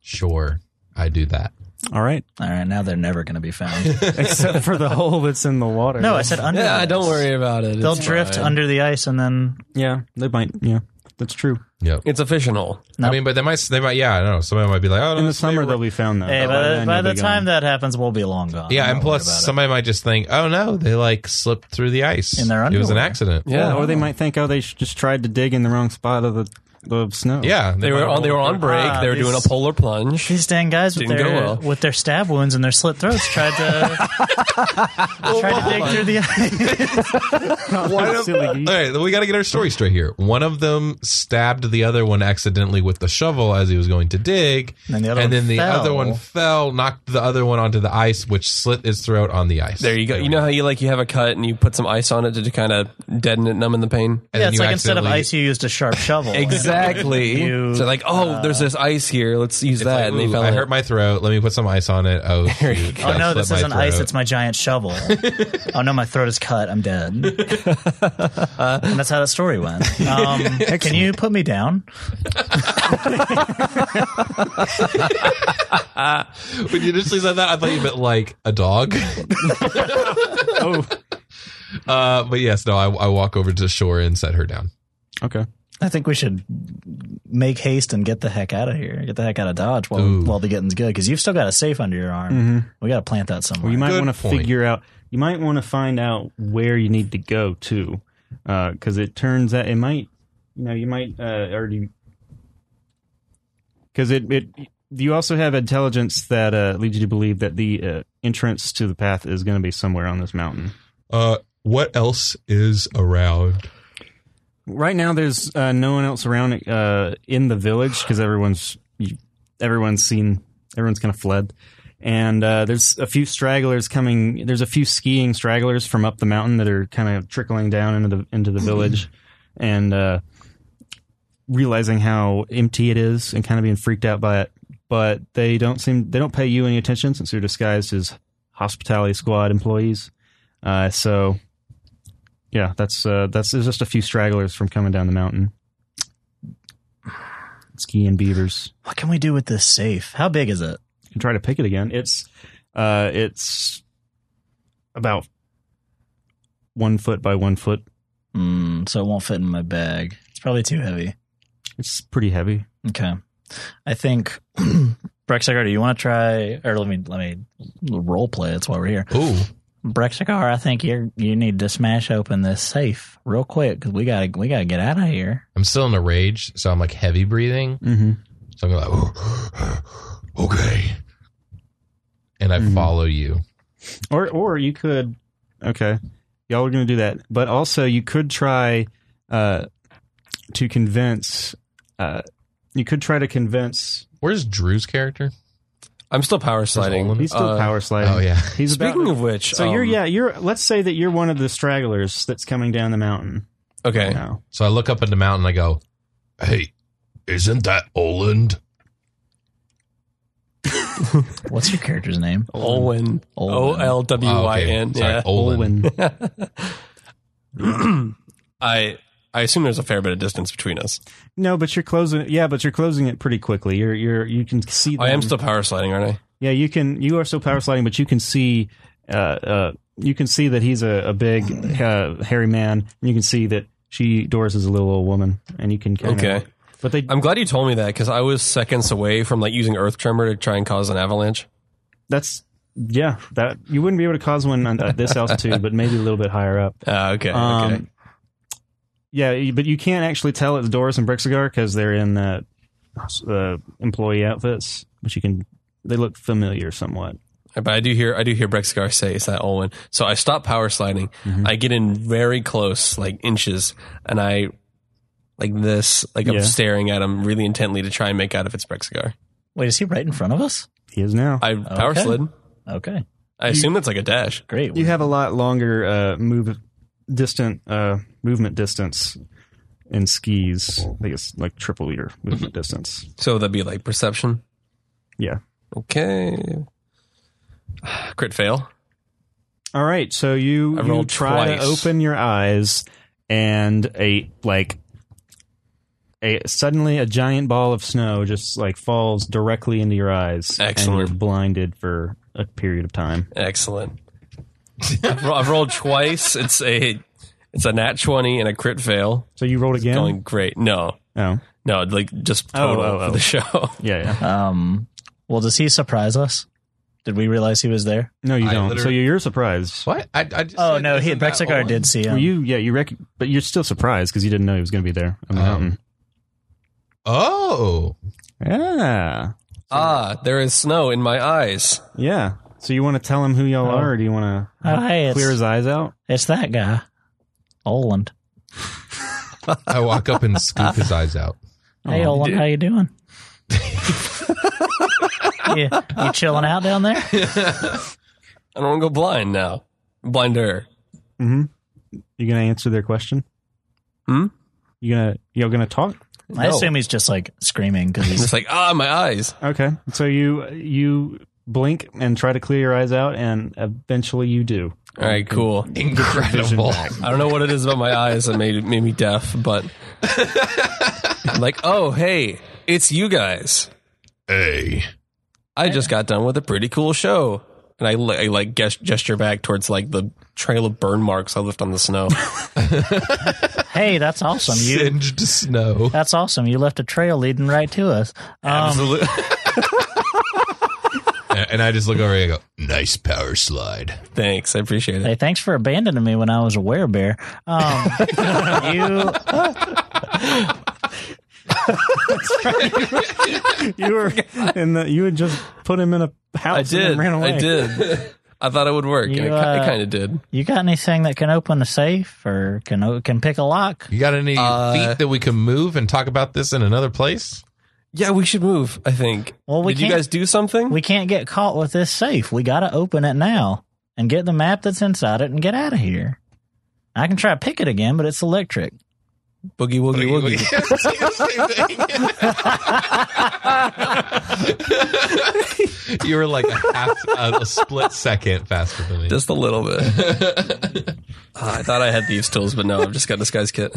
Speaker 6: Sure, I do that.
Speaker 2: All right.
Speaker 3: All right, now they're never gonna be found.
Speaker 2: Except for the hole that's in the water.
Speaker 3: no, I said under. the
Speaker 7: Yeah,
Speaker 3: ice.
Speaker 7: don't worry about it.
Speaker 3: They'll
Speaker 7: It's
Speaker 3: drift
Speaker 7: fine.
Speaker 3: under the ice and then
Speaker 2: Yeah, they might. Yeah, that's true.
Speaker 6: Yep.
Speaker 7: It's a fishing hole.
Speaker 3: No.
Speaker 6: I mean, but they might. They might. Yeah, I know. Somebody might be like, "Oh, no,
Speaker 2: In the
Speaker 6: this may
Speaker 2: summer,
Speaker 6: work.
Speaker 2: they'll be found, though.
Speaker 3: Hey, by the,
Speaker 2: then
Speaker 3: by
Speaker 2: you'll
Speaker 3: the
Speaker 2: be
Speaker 3: time
Speaker 2: gone.
Speaker 3: that happens, we'll be long gone.
Speaker 6: Yeah,
Speaker 3: Don't
Speaker 6: and
Speaker 3: worry
Speaker 6: plus
Speaker 3: about it.
Speaker 6: somebody might just think, "Oh no, they like slipped through the ice
Speaker 3: In their
Speaker 6: It was an
Speaker 3: underwear.
Speaker 6: accident.
Speaker 2: Yeah, or they might think, oh, they sh- just tried to dig in the wrong spot of the, the snow.
Speaker 6: yeah.
Speaker 7: They were
Speaker 6: might-
Speaker 7: on. They were on break.
Speaker 3: Ah,
Speaker 7: they were
Speaker 3: these-
Speaker 7: doing a polar plunge.
Speaker 3: these dang guys with
Speaker 7: Didn't
Speaker 3: their
Speaker 7: go well.
Speaker 3: with their stab wounds and their slit throats tried to tried to dig through the ice.
Speaker 2: Silly.
Speaker 6: All right, we got to get our story straight here. One of them stabbed the other one accidentally with the shovel as he was going to dig,
Speaker 3: And the other one
Speaker 6: then the
Speaker 3: fell.
Speaker 6: other one fell, knocked the other one onto the ice, which slit his throat on the ice.
Speaker 7: There you go. You know how you like you have a cut and you put some ice on it to kind of deaden it, numbing the pain.
Speaker 3: yeah,
Speaker 6: And then
Speaker 3: it's
Speaker 6: you
Speaker 3: like instead of
Speaker 6: accidentally-
Speaker 3: ice, you used a sharp shovel.
Speaker 7: Exactly.
Speaker 3: You-
Speaker 7: so like, oh,
Speaker 2: Uh,
Speaker 7: there's this ice here. Let's use
Speaker 6: Like,
Speaker 7: that. and they
Speaker 6: "Ooh,
Speaker 7: fell.
Speaker 6: I
Speaker 7: in.
Speaker 6: hurt my throat. Let me put some ice on it. Oh, shoot.
Speaker 3: Oh
Speaker 6: I
Speaker 3: no,
Speaker 6: slit
Speaker 3: this
Speaker 6: my
Speaker 3: isn't ice.
Speaker 6: throat.
Speaker 3: It's my giant shovel. oh no, my throat is cut. I'm dead. and that's how that story went. Um, can you put me down?
Speaker 6: When you initially said that, I thought you meant like a dog.
Speaker 2: Oh.
Speaker 6: Uh, but yes, no, I, I walk over to shore and set her down.
Speaker 2: Okay.
Speaker 3: I think we should make haste and get the heck out of here. Get the heck out of Dodge while,
Speaker 6: Ooh.
Speaker 3: while the getting's good because you've still got a safe under your arm. We got to plant that somewhere.
Speaker 2: Mm-hmm. Well, you might
Speaker 6: Good
Speaker 2: want to
Speaker 6: point.
Speaker 2: figure out. You might want to find out where you need to go to, because it uh, turns out it might you know, you might uh, already because it it you also have intelligence that uh, leads you to believe that the uh, entrance to the path is going to be somewhere on this mountain.
Speaker 11: Uh, what else is around?
Speaker 2: Right now, there's uh, no one else around uh, in the village because everyone's everyone's seen everyone's kind of fled, and uh, there's a few stragglers coming. There's a few skiing stragglers from up the mountain that are kind of trickling down into the into the village, and uh, realizing how empty it is and kind of being freaked out by it. But they don't seem they don't pay you any attention since you're disguised as hospitality squad employees. Uh, so yeah, that's uh, that's there's just a few stragglers from coming down the mountain. Skiing beavers.
Speaker 3: What can we do with this safe? How big is it?
Speaker 2: You can try to pick it again. It's uh, it's about one foot by one foot.
Speaker 3: Mm, so it won't fit in my bag. It's probably too heavy.
Speaker 2: It's pretty heavy.
Speaker 3: Okay. I think Brexigar, do you want to try or let me let me role play, that's why we're here.
Speaker 11: Ooh,
Speaker 3: Brexigar, I think you you need to smash open this safe real quick because we gotta we gotta get out of here.
Speaker 6: I'm still in a rage, so I'm like heavy breathing.
Speaker 2: Mm-hmm.
Speaker 6: So I'm like, okay. And I
Speaker 3: Mm-hmm.
Speaker 2: Mhm.
Speaker 6: follow you.
Speaker 2: Or or you could okay. Y'all are gonna do that. But also you could try uh to convince uh you could try to convince
Speaker 6: Where's Drew's character?
Speaker 7: I'm still power sliding.
Speaker 2: he's still
Speaker 7: Uh,
Speaker 2: power sliding.
Speaker 6: oh, yeah.
Speaker 2: He's about-
Speaker 7: Speaking of which,
Speaker 2: So
Speaker 7: um,
Speaker 2: you're yeah, you're let's say that you're one of the stragglers that's coming down the mountain.
Speaker 7: Okay,
Speaker 2: Now.
Speaker 6: So I look up at the mountain. I go,
Speaker 11: hey, isn't that Oland?
Speaker 3: What's your character's name?
Speaker 7: Olwen, O
Speaker 3: Olwen.
Speaker 7: L W
Speaker 6: oh,
Speaker 7: Y
Speaker 6: okay.
Speaker 7: N.
Speaker 6: Sorry,
Speaker 7: Yeah,
Speaker 6: Olin.
Speaker 2: Olwen.
Speaker 7: I I assume there's a fair bit of distance between us.
Speaker 2: No, but you're closing yeah, but you're closing it pretty quickly. You're you're you can see them.
Speaker 7: I am still power sliding, aren't I?
Speaker 2: Yeah, you can you are still power sliding, but you can see uh uh you can see that he's a, a big uh, hairy man and you can see that she Doris is a little old woman and you can kind
Speaker 7: Okay.
Speaker 2: of but they
Speaker 7: I'm glad you told me that because I was seconds away from like using Earth Tremor to try and cause an avalanche.
Speaker 2: that's yeah that you wouldn't be able to cause one on- at this altitude but maybe a little bit higher up
Speaker 7: Uh, okay,
Speaker 2: um
Speaker 7: okay.
Speaker 2: yeah you- but you can't actually tell it's doris and brixigar because they're in the uh, employee outfits but you can they look familiar somewhat
Speaker 7: But I do hear I do hear Brexgar say it's that Olwen. So I stop power sliding.
Speaker 2: Mm-hmm.
Speaker 7: I get in very close, like inches, and I like this, like I'm
Speaker 2: Yeah.
Speaker 7: staring at him really intently to try and make out if it's Brexgar.
Speaker 3: Wait, is he right in front of us?
Speaker 2: he is now
Speaker 7: I power
Speaker 3: Okay.
Speaker 7: slid.
Speaker 3: Okay,
Speaker 7: I assume that's like a dash.
Speaker 3: great.
Speaker 2: you have a lot longer uh move distant uh movement distance in skis i think it's like triple your movement distance
Speaker 7: So that'd be like perception.
Speaker 2: Yeah.
Speaker 7: Okay. Crit fail.
Speaker 2: All right, so you,
Speaker 7: I
Speaker 2: you
Speaker 7: rolled
Speaker 2: try to
Speaker 7: twice.
Speaker 2: open your eyes, and a like a suddenly a giant ball of snow just like falls directly into your eyes.
Speaker 7: Excellent.
Speaker 2: And you're blinded for a period of time.
Speaker 7: Excellent. I've, ro- I've rolled twice. It's a it's a nat twenty and a crit fail.
Speaker 2: So you rolled again.
Speaker 7: Going great. No,
Speaker 2: oh,
Speaker 7: no, like just
Speaker 2: Oh,
Speaker 7: total
Speaker 2: oh,
Speaker 7: for
Speaker 2: oh.
Speaker 7: the show.
Speaker 2: yeah, yeah.
Speaker 3: Um, well, does he surprise us? Did we realize he was there?
Speaker 2: No, you
Speaker 6: I
Speaker 2: don't.
Speaker 6: literally-
Speaker 2: so you're, you're surprised.
Speaker 6: What? I, I just
Speaker 3: Oh
Speaker 6: said,
Speaker 3: no, he
Speaker 6: isn't that
Speaker 3: Brexigar
Speaker 6: Olin?
Speaker 3: did see him.
Speaker 2: Well, you yeah, you rec- but you're still surprised because you didn't know he was going to be there on the
Speaker 6: Oh.
Speaker 2: mountain.
Speaker 11: Oh,
Speaker 2: Yeah,
Speaker 7: Ah, there is snow in my eyes.
Speaker 2: yeah. So you want to tell him who y'all
Speaker 3: Oh.
Speaker 2: are, or do you want
Speaker 3: oh, hey,
Speaker 2: to
Speaker 3: it's,
Speaker 2: clear his eyes out?
Speaker 3: it's that guy, Oland.
Speaker 6: I walk up and scoop his eyes out.
Speaker 3: Hey,
Speaker 2: Oh,
Speaker 3: Oland, how you doing? you, you chilling out down there?
Speaker 7: I don't want to go blind now. Blinder.
Speaker 2: Mm-hmm. You gonna answer their question?
Speaker 7: Hmm?
Speaker 2: You gonna y'all gonna talk?
Speaker 3: I assume he's just like screaming because
Speaker 7: It's
Speaker 3: he's
Speaker 7: like ah, my eyes.
Speaker 2: Okay. So you you blink and try to clear your eyes out, and eventually you do.
Speaker 7: All right, cool.
Speaker 6: Incredible.
Speaker 7: I don't know what it is about my eyes that made made me deaf, but like oh hey, it's you guys.
Speaker 11: hey,
Speaker 7: I just got done with a pretty cool show. And I, li- I like ges- gesture back towards like the trail of burn marks I left on the snow.
Speaker 3: hey, that's awesome. You
Speaker 6: Singed snow.
Speaker 3: that's awesome. You left a trail leading right to us. Um,
Speaker 7: Absolutely.
Speaker 11: and, and I just look over and I go, nice power slide.
Speaker 7: Thanks. I appreciate it.
Speaker 3: hey, thanks for abandoning me when I was a werebear. Um, you
Speaker 2: You were in the. You had just put him in a house.
Speaker 7: I
Speaker 2: And
Speaker 7: did.
Speaker 2: then ran away.
Speaker 7: I did. I thought it would work,
Speaker 3: You,
Speaker 7: and it, ki-
Speaker 3: uh,
Speaker 7: it kind of did.
Speaker 3: You got anything that can open a safe or can o- can pick a lock?
Speaker 6: You got any
Speaker 7: Uh,
Speaker 6: feet that we can move and talk about this in another place?
Speaker 7: Yeah, we should move. I think.
Speaker 3: Well, we
Speaker 7: did you
Speaker 3: can't-
Speaker 7: guys do something?
Speaker 3: We can't get caught with this safe. We got to open it now and get the map that's inside it and get out of here. I can try to pick it again, but it's electric.
Speaker 7: boogie woogie woogie.
Speaker 6: you were like a, half, a, a split second faster than me.
Speaker 7: Just a little bit. Ah, I thought I had thieves tools, but no, I've just got disguise kit.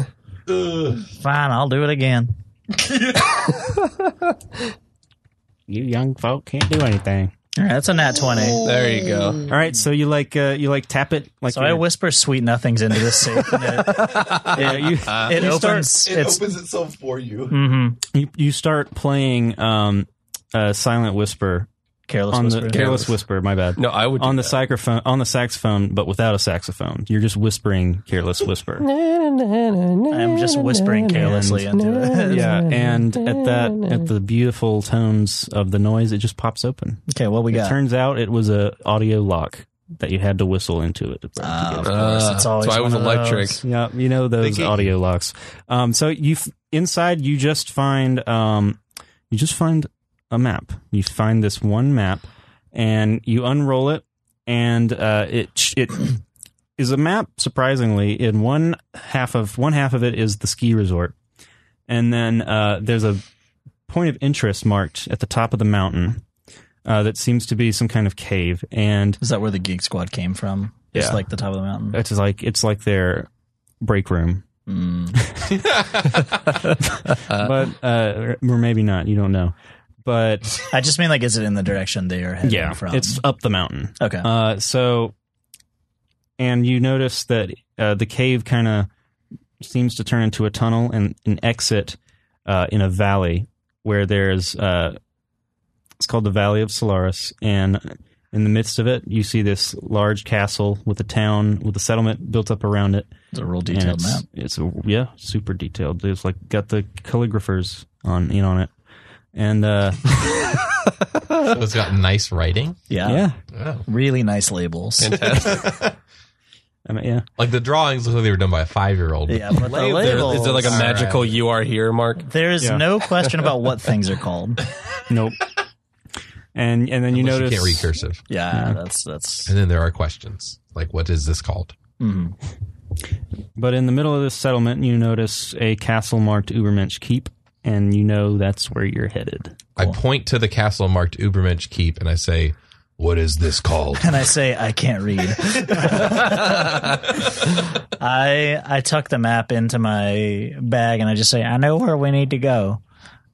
Speaker 3: Fine, I'll do it again.
Speaker 2: You young folk can't do anything.
Speaker 3: All right, that's a nat
Speaker 2: Oh.
Speaker 3: 20.
Speaker 7: There you go.
Speaker 2: All right, so you like uh, you like tap it like
Speaker 3: So I
Speaker 2: you're-
Speaker 3: whisper sweet nothings into this safe. and it
Speaker 2: yeah, you,
Speaker 3: it
Speaker 2: you start-
Speaker 3: opens. it's,
Speaker 8: opens itself for you.
Speaker 3: hmm
Speaker 2: you you start playing um, uh, silent whisper
Speaker 3: Careless
Speaker 2: on
Speaker 3: whisper.
Speaker 2: the careless whisper. My bad.
Speaker 7: No, I would do
Speaker 2: on the
Speaker 7: that.
Speaker 2: saxophone on the saxophone, but without a saxophone. You're just whispering careless whisper.
Speaker 3: I'm just whispering carelessly into it.
Speaker 2: yeah, and at that at the beautiful tones of the noise, it just pops open.
Speaker 3: Okay, what we
Speaker 2: It
Speaker 3: got?
Speaker 2: turns out it was a audio lock that you had to whistle into it. To break
Speaker 3: Ah,
Speaker 2: together.
Speaker 3: of course,
Speaker 7: Ah,
Speaker 3: it's
Speaker 7: so
Speaker 3: always
Speaker 7: I
Speaker 3: one
Speaker 7: was
Speaker 3: of
Speaker 7: electric.
Speaker 3: those.
Speaker 2: Yeah, you know those
Speaker 6: Vicky.
Speaker 2: audio locks. Um, so you f- inside you just find um, you just find a map. You find this one map, and you unroll it, and uh, it sh- it is a map. Surprisingly, in one half of one half of it is the ski resort, and then uh, there's a point of interest marked at the top of the mountain. Uh, that seems to be some kind of cave, and
Speaker 3: Is that where the Geek Squad came from? Just
Speaker 2: Yeah.
Speaker 3: like the top of the mountain.
Speaker 2: it's like it's like their break room
Speaker 3: Mm.
Speaker 2: but uh, or maybe not. You don't know. But
Speaker 3: I just mean like, is it in the direction they are heading
Speaker 2: yeah,
Speaker 3: from?
Speaker 2: it's up the mountain.
Speaker 3: okay.
Speaker 2: Uh, so, and you notice that uh, the cave kind of seems to turn into a tunnel and an exit uh, in a valley where there's uh, it's called the Valley of Solaris, and in the midst of it, you see this large castle with a town with a settlement built up around it.
Speaker 3: it's a real
Speaker 2: And
Speaker 3: detailed
Speaker 2: it's,
Speaker 3: map.
Speaker 2: It's a, yeah, super detailed. It's like got the calligraphers on in on it, and uh,
Speaker 6: So it's got nice writing.
Speaker 3: Yeah.
Speaker 2: yeah,
Speaker 6: Oh.
Speaker 3: Really nice labels.
Speaker 2: I mean, yeah.
Speaker 6: Like the drawings look like they were done by a five year old.
Speaker 3: yeah, but the labels.
Speaker 7: Is there like a
Speaker 6: All
Speaker 7: magical
Speaker 6: right.
Speaker 7: "you are here" mark?
Speaker 3: There is
Speaker 2: Yeah.
Speaker 3: no question about what things are called.
Speaker 2: Nope. And and then you notice
Speaker 6: you can't read cursive.
Speaker 7: Hmm.
Speaker 3: Yeah, that's that's.
Speaker 6: And then there are questions like, what is this called?
Speaker 3: mhm.
Speaker 2: But in the middle of this settlement, you notice a castle marked Ubermensch Keep, and you know that's where you're headed.
Speaker 6: I point to the castle marked Ubermensch Keep and I say, what is this called?
Speaker 3: And I say I can't read. I I tuck the map into my bag and I just say I know where we need to go.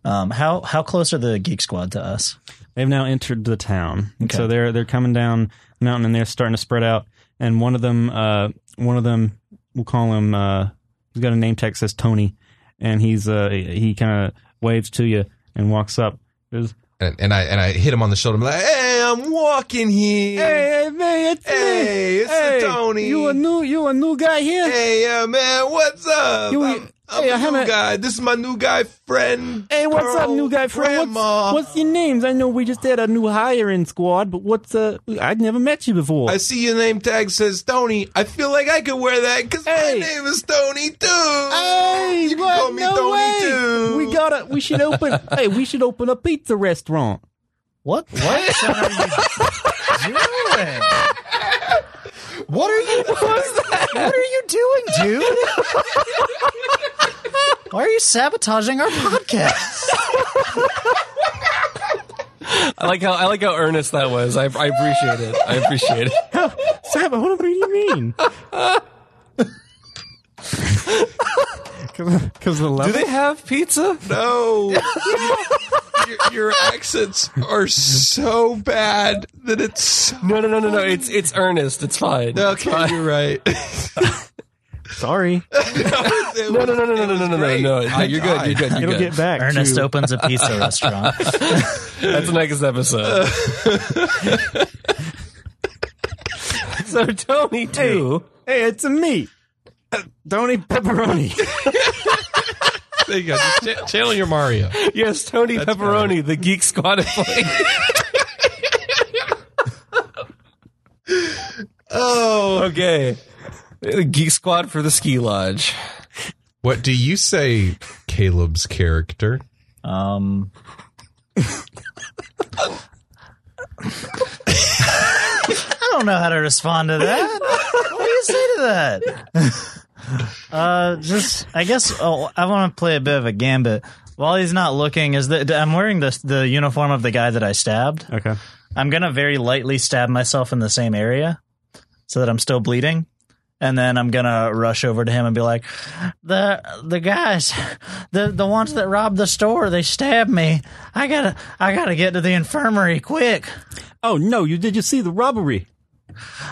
Speaker 3: Um, how how close are the Geek Squad to us?
Speaker 2: They've now entered the town, And
Speaker 3: Okay.
Speaker 2: so they're they're coming down the mountain and they're starting to spread out. And one of them, uh, one of them, we'll call him. Uh, he's got a name tag that says Tony, and he's uh, he kind of waves to you and walks up. Says,
Speaker 6: And, and I and I hit him on the shoulder. I'm like, hey, I'm walking here.
Speaker 2: hey, man, it's
Speaker 6: Hey, it's the Tony.
Speaker 2: new, you a new guy here?
Speaker 6: Hey, uh, man, what's up?
Speaker 2: You-
Speaker 6: I'm, I'm
Speaker 2: hey, I
Speaker 6: a new
Speaker 2: haven't-
Speaker 6: guy. This is my new guy friend.
Speaker 2: Hey, what's up,
Speaker 6: Pearl,
Speaker 2: new guy friend?
Speaker 6: Grandma.
Speaker 2: What's, what's your names? I know we just had a new hiring squad, but what's uh? I'd never met you before.
Speaker 6: I see your name tag says Tony. I feel like I could wear that because
Speaker 2: Hey.
Speaker 6: my name is Tony too.
Speaker 2: hey,
Speaker 6: you can
Speaker 2: what?
Speaker 6: call me
Speaker 2: no
Speaker 6: Tony
Speaker 2: way.
Speaker 6: too.
Speaker 2: We gotta. We should open. hey, we should open a pizza restaurant.
Speaker 3: What what son, are you doing? What are you? What are you doing, dude? Why are you sabotaging our podcast?
Speaker 7: I like how I like how earnest that was. I, I appreciate it. I appreciate it.
Speaker 2: Saba, what do you mean? Because the level.
Speaker 7: have pizza?
Speaker 6: No. your, your accents are so bad that it's.
Speaker 7: No, no, no, no, no. It's it's earnest. It's fine.
Speaker 6: Okay, you're right.
Speaker 2: Sorry,
Speaker 7: No, no, no, no, no, no, no, no, no,
Speaker 6: great.
Speaker 7: no. No, You're good. You're good. You're
Speaker 2: it'll
Speaker 7: good.
Speaker 2: get back.
Speaker 3: Ernest
Speaker 2: to,
Speaker 3: opens a pizza restaurant.
Speaker 7: That's the next episode. so Tony too.
Speaker 6: Uh,
Speaker 2: Hey, it's a me, Tony Pepperoni.
Speaker 6: There you go. Just cha- channel your Mario.
Speaker 7: Yes, Tony Pepperoni, the Geek Squad employee. oh, okay. The Geek Squad for the ski lodge.
Speaker 12: What do you say, Caleb's character?
Speaker 3: Um, I don't know how to respond to that. What do you say to that? uh, just I guess oh, I want to play a bit of a gambit. While he's not looking, is that I'm wearing the the uniform of the guy that I stabbed.
Speaker 2: Okay.
Speaker 3: I'm gonna very lightly stab myself in the same area so that I'm still bleeding. And then I'm gonna rush over to him and be like, "The the guys, the the ones that robbed the store, they stabbed me. I gotta I gotta get to the infirmary quick.
Speaker 2: Oh no! You did you see the robbery?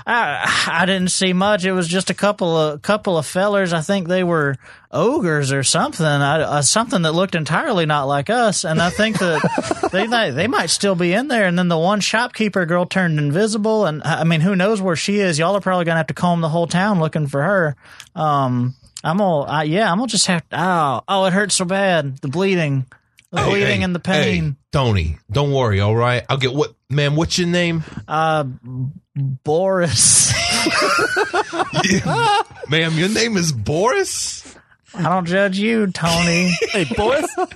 Speaker 3: I I didn't see much. It was just a couple of couple of fellers. I think they were ogres or something. I, uh, something that looked entirely not like us. And I think that they might, they might still be in there. And then the one shopkeeper girl turned invisible. And I I mean, who knows where she is? Y'all are probably gonna have to comb the whole town looking for her. Um, I'm gonna I, yeah, I'm gonna just have to. Oh, oh, it hurts so bad. The bleeding, the
Speaker 2: Oh,
Speaker 6: Hey,
Speaker 3: bleeding
Speaker 6: hey,
Speaker 3: and the pain.
Speaker 6: Hey, Tony, don't worry, all right? I'll get what, man, what's your name?
Speaker 3: Uh, B- Boris.
Speaker 6: Ma'am, your name is Boris?
Speaker 3: I don't judge you, Tony.
Speaker 2: Hey, boys!
Speaker 3: kind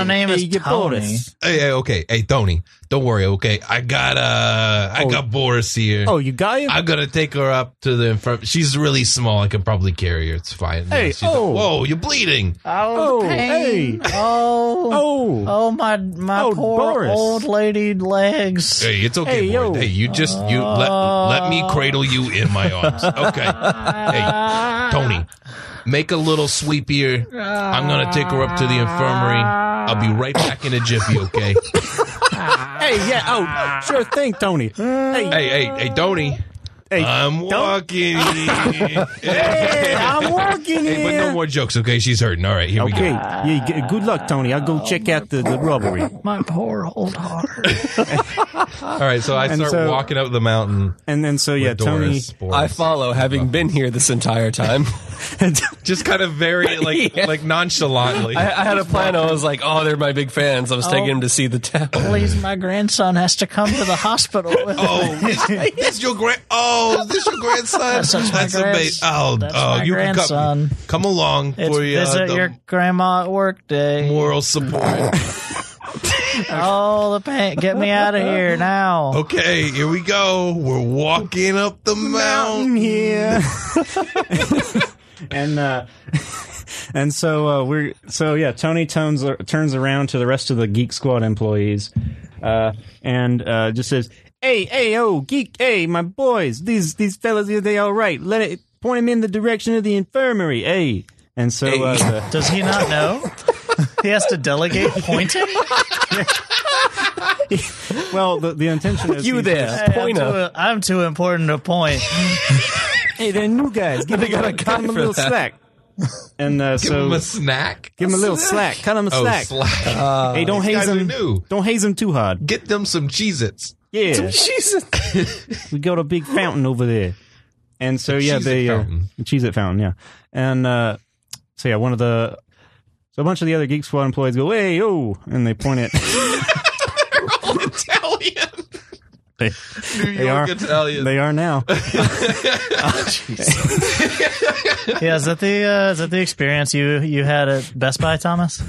Speaker 3: of name is Tony.
Speaker 6: Hey, hey, okay. Hey, Tony, don't worry, okay? I got, uh, I got Boris here.
Speaker 2: Oh, you got him.
Speaker 6: I'm gonna take her up to the infirm. She's really small. I can probably carry her. It's fine.
Speaker 2: Hey,
Speaker 6: She's like,
Speaker 2: oh.
Speaker 6: whoa, you're bleeding.
Speaker 2: Oh,
Speaker 3: the
Speaker 2: hey.
Speaker 3: Oh,
Speaker 2: oh,
Speaker 3: oh, my my
Speaker 2: Oh,
Speaker 3: poor
Speaker 2: Boris.
Speaker 3: old lady legs.
Speaker 6: Hey, it's okay,
Speaker 2: Hey,
Speaker 6: boy.
Speaker 2: yo.
Speaker 6: Hey, you just you let let me cradle you in my arms. Okay. hey, Tony, make a little sweep here. I'm gonna take her up to the infirmary. I'll be right back in a jiffy. Okay.
Speaker 2: hey, yeah. Oh, sure thing, Tony. Hey,
Speaker 6: hey, hey, hey, Tony.
Speaker 2: Hey,
Speaker 6: I'm walking.
Speaker 2: hey,
Speaker 6: hey,
Speaker 2: I'm walking
Speaker 6: but no
Speaker 2: here.
Speaker 6: more jokes, okay? She's hurting. All right, here we go.
Speaker 2: Okay, yeah, g- good luck, Tony. I'll go check out the, the robbery.
Speaker 3: My poor old heart.
Speaker 6: All right, so I
Speaker 2: And
Speaker 6: start
Speaker 2: so-
Speaker 6: walking up the mountain.
Speaker 2: And then, so yeah,
Speaker 6: with
Speaker 2: Tony.
Speaker 6: Doris, Boris.
Speaker 7: I follow, having been here this entire time.
Speaker 6: just kind of very like
Speaker 7: Yeah.
Speaker 6: like nonchalantly.
Speaker 7: I, I had a plan. I was like, oh, they're my big fans. I was taking
Speaker 3: Oh.
Speaker 7: them to see the town.
Speaker 3: Please, my grandson has to come to the hospital. With
Speaker 6: Oh, this, this your grand. Oh, this your grandson.
Speaker 3: That's my grands-
Speaker 6: amazing. Oh,
Speaker 3: that's
Speaker 6: oh,
Speaker 3: my
Speaker 6: you can
Speaker 3: grandson.
Speaker 6: come, come along
Speaker 3: It's
Speaker 6: for your,
Speaker 3: visit
Speaker 6: the
Speaker 3: your grandma at work day.
Speaker 6: moral support.
Speaker 3: Oh, the pain! Get me out of here now.
Speaker 6: okay, here we go. We're walking up the mountain.
Speaker 2: I'm here. and uh, and so uh, we're so yeah. Tony turns turns around to the rest of the Geek Squad employees, uh, and uh, just says, "Hey, hey, oh, geek, hey, my boys, these these fellas, are they all right? Let it point them in the direction of the infirmary, hey." And so uh, the,
Speaker 3: Does he not know? he has to delegate pointing.
Speaker 2: well, the, the intention is
Speaker 7: You
Speaker 2: he's
Speaker 7: there.
Speaker 2: just-
Speaker 3: Hey, I'm,
Speaker 7: Point
Speaker 3: too,
Speaker 7: up.
Speaker 3: I'm too important to point.
Speaker 2: Hey, they're new guys. Give them,
Speaker 7: got a
Speaker 2: a, cut
Speaker 7: guy
Speaker 2: them a
Speaker 7: for
Speaker 2: little
Speaker 7: that.
Speaker 2: slack. And uh,
Speaker 6: Give
Speaker 2: so
Speaker 6: him a snack.
Speaker 2: give them a little slack. Cut them a
Speaker 6: Oh,
Speaker 2: slack.
Speaker 6: slack.
Speaker 2: hey, don't
Speaker 6: Uh, These
Speaker 2: haze
Speaker 6: guys are
Speaker 2: them.
Speaker 6: new.
Speaker 2: Don't haze them too hard.
Speaker 6: Get them some Cheez-Its.
Speaker 2: Yeah. we got a big fountain over there. And so yeah,
Speaker 6: Cheez-It
Speaker 2: they uh,
Speaker 6: fountain.
Speaker 2: cheese it fountain, yeah. And uh so yeah, one of the so a bunch of the other Geek Squad employees go, "Hey, oh!" and they point at
Speaker 6: Italian.
Speaker 2: they,
Speaker 6: New
Speaker 2: They
Speaker 6: York
Speaker 2: are-
Speaker 6: Italian.
Speaker 2: they are now.
Speaker 3: Yeah, is that the uh, is that the experience you you had at Best Buy, Thomas?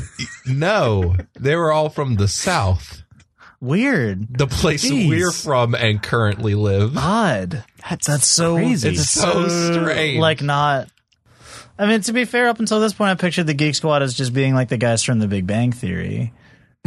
Speaker 6: no, they were all from the South,
Speaker 3: Weird.
Speaker 6: the place
Speaker 2: Jeez.
Speaker 6: we're from and currently live.
Speaker 3: odd. That's, so
Speaker 2: crazy.
Speaker 3: It's
Speaker 6: So
Speaker 3: so,
Speaker 6: strange.
Speaker 3: Like not. I mean, to be fair, up until this point, I pictured the Geek Squad as just being like the guys from The Big Bang Theory,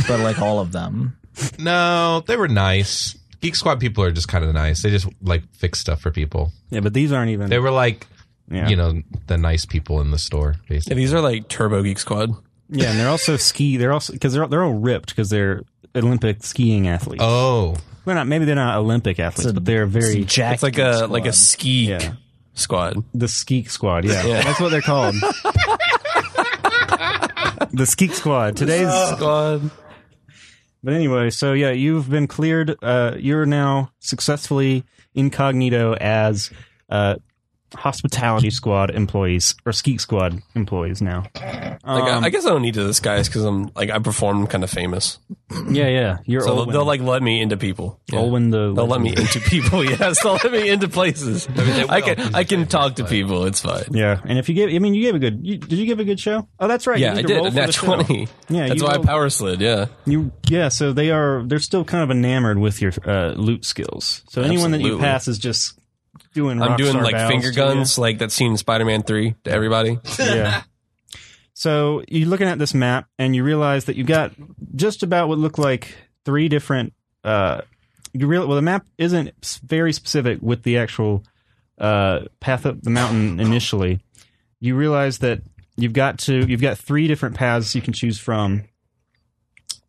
Speaker 3: but like all of them.
Speaker 6: No, they were nice. Geek Squad people are just kind of nice. They just like fix stuff for people.
Speaker 2: Yeah, but these aren't even
Speaker 6: They were like,
Speaker 2: yeah.
Speaker 6: you know, the nice people in the store.
Speaker 7: Yeah,
Speaker 6: Basically,
Speaker 7: these are like Turbo Geek Squad.
Speaker 2: Yeah, and they're also ski. They're also because they're they're all ripped because they're Olympic skiing athletes.
Speaker 6: oh,
Speaker 2: They're not maybe they're not Olympic athletes,
Speaker 3: a-
Speaker 2: but they're very
Speaker 3: Jack
Speaker 7: It's like a
Speaker 3: Squad.
Speaker 7: like a ski
Speaker 2: Yeah.
Speaker 7: squad.
Speaker 2: The Skeek Squad, yeah. That's what they're called. the Skeek Squad. Today's
Speaker 6: Oh.
Speaker 7: Squad.
Speaker 2: But anyway, so yeah, you've been cleared. Uh, you're now successfully incognito as uh, hospitality squad employees or skeet squad employees now.
Speaker 7: Like, I,
Speaker 2: Um,
Speaker 7: I guess I don't need to disguise because I'm like I perform kind of famous,
Speaker 2: yeah, yeah. You're
Speaker 7: so they'll,
Speaker 2: Olwen.
Speaker 7: they'll like let me into people. Yeah.
Speaker 2: Olwen the
Speaker 7: They'll let me into people. Yes, they'll let me into places.
Speaker 13: they
Speaker 7: I
Speaker 13: will.
Speaker 7: can I can talk to people. It's fine.
Speaker 2: Yeah, and if you gave, I mean, you gave a good. You, did you give a good show? Oh, that's right. you
Speaker 7: Yeah,
Speaker 2: to
Speaker 7: I did.
Speaker 2: roll
Speaker 7: a
Speaker 2: for
Speaker 7: Nat
Speaker 2: the show.
Speaker 7: twenty.
Speaker 2: Yeah,
Speaker 7: that's
Speaker 2: you
Speaker 7: why I
Speaker 2: rolled-
Speaker 7: power slid. Yeah,
Speaker 2: You yeah, so they are they're still kind of enamored with your uh, loot skills. So anyone that you
Speaker 7: Absolutely.
Speaker 2: pass is just doing.
Speaker 7: I'm
Speaker 2: rock
Speaker 7: doing
Speaker 2: star
Speaker 7: like
Speaker 2: bows
Speaker 7: finger
Speaker 2: to you.
Speaker 7: guns, like that scene in Spider Man Three to everybody.
Speaker 2: yeah. So you're looking at this map and you realize that you got just about what looked like three different. Uh, you real well the map isn't s- very specific with the actual uh, path up the mountain initially. You realize that you've got to you've got three different paths you can choose from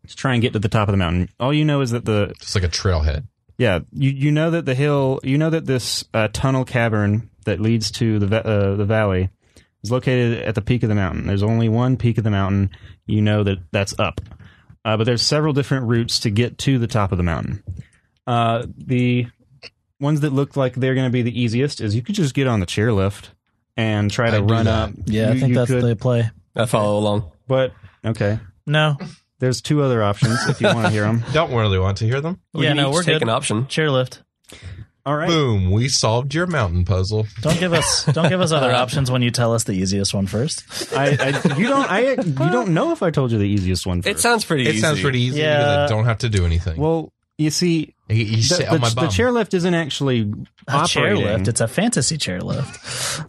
Speaker 2: to try and get to the top of the mountain. All you know is that the
Speaker 6: Just like a trailhead.
Speaker 2: yeah, you you know that the hill, you know that this uh, tunnel cavern that leads to the va- uh, the valley is located at the peak of the mountain. There's only one peak of the mountain. You know that that's up, uh, but there's several different routes to get to the top of the mountain. Uh, the ones that look like they're going to be the easiest is you could just get on the chairlift and try to
Speaker 6: I'd do
Speaker 2: run
Speaker 6: that.
Speaker 2: up.
Speaker 3: Yeah, I
Speaker 2: You-
Speaker 3: think
Speaker 2: you
Speaker 3: that's
Speaker 2: could,
Speaker 3: the play.
Speaker 7: I follow along.
Speaker 2: But okay,
Speaker 3: No.
Speaker 2: there's two other options if you want to hear them.
Speaker 13: Don't really want to hear them.
Speaker 7: We
Speaker 3: yeah,
Speaker 7: can
Speaker 3: no,
Speaker 7: each
Speaker 3: we're
Speaker 7: take
Speaker 3: good.
Speaker 7: an option.
Speaker 3: Chairlift.
Speaker 2: All right.
Speaker 6: Boom, we solved your mountain puzzle.
Speaker 3: Don't give us don't give us other options when you tell us the easiest one first.
Speaker 2: I, I, you don't. I. You don't know if I told you the easiest one.
Speaker 7: It
Speaker 2: First.
Speaker 7: sounds pretty.
Speaker 6: It
Speaker 7: easy.
Speaker 6: sounds pretty easy
Speaker 3: Yeah.
Speaker 6: because I don't have to do anything.
Speaker 2: well. You see,
Speaker 6: he, he
Speaker 2: the,
Speaker 6: sit
Speaker 2: the-
Speaker 6: on my
Speaker 2: the
Speaker 6: bum.
Speaker 2: chairlift isn't actually
Speaker 3: A
Speaker 2: operating.
Speaker 3: chairlift. It's a fantasy chairlift.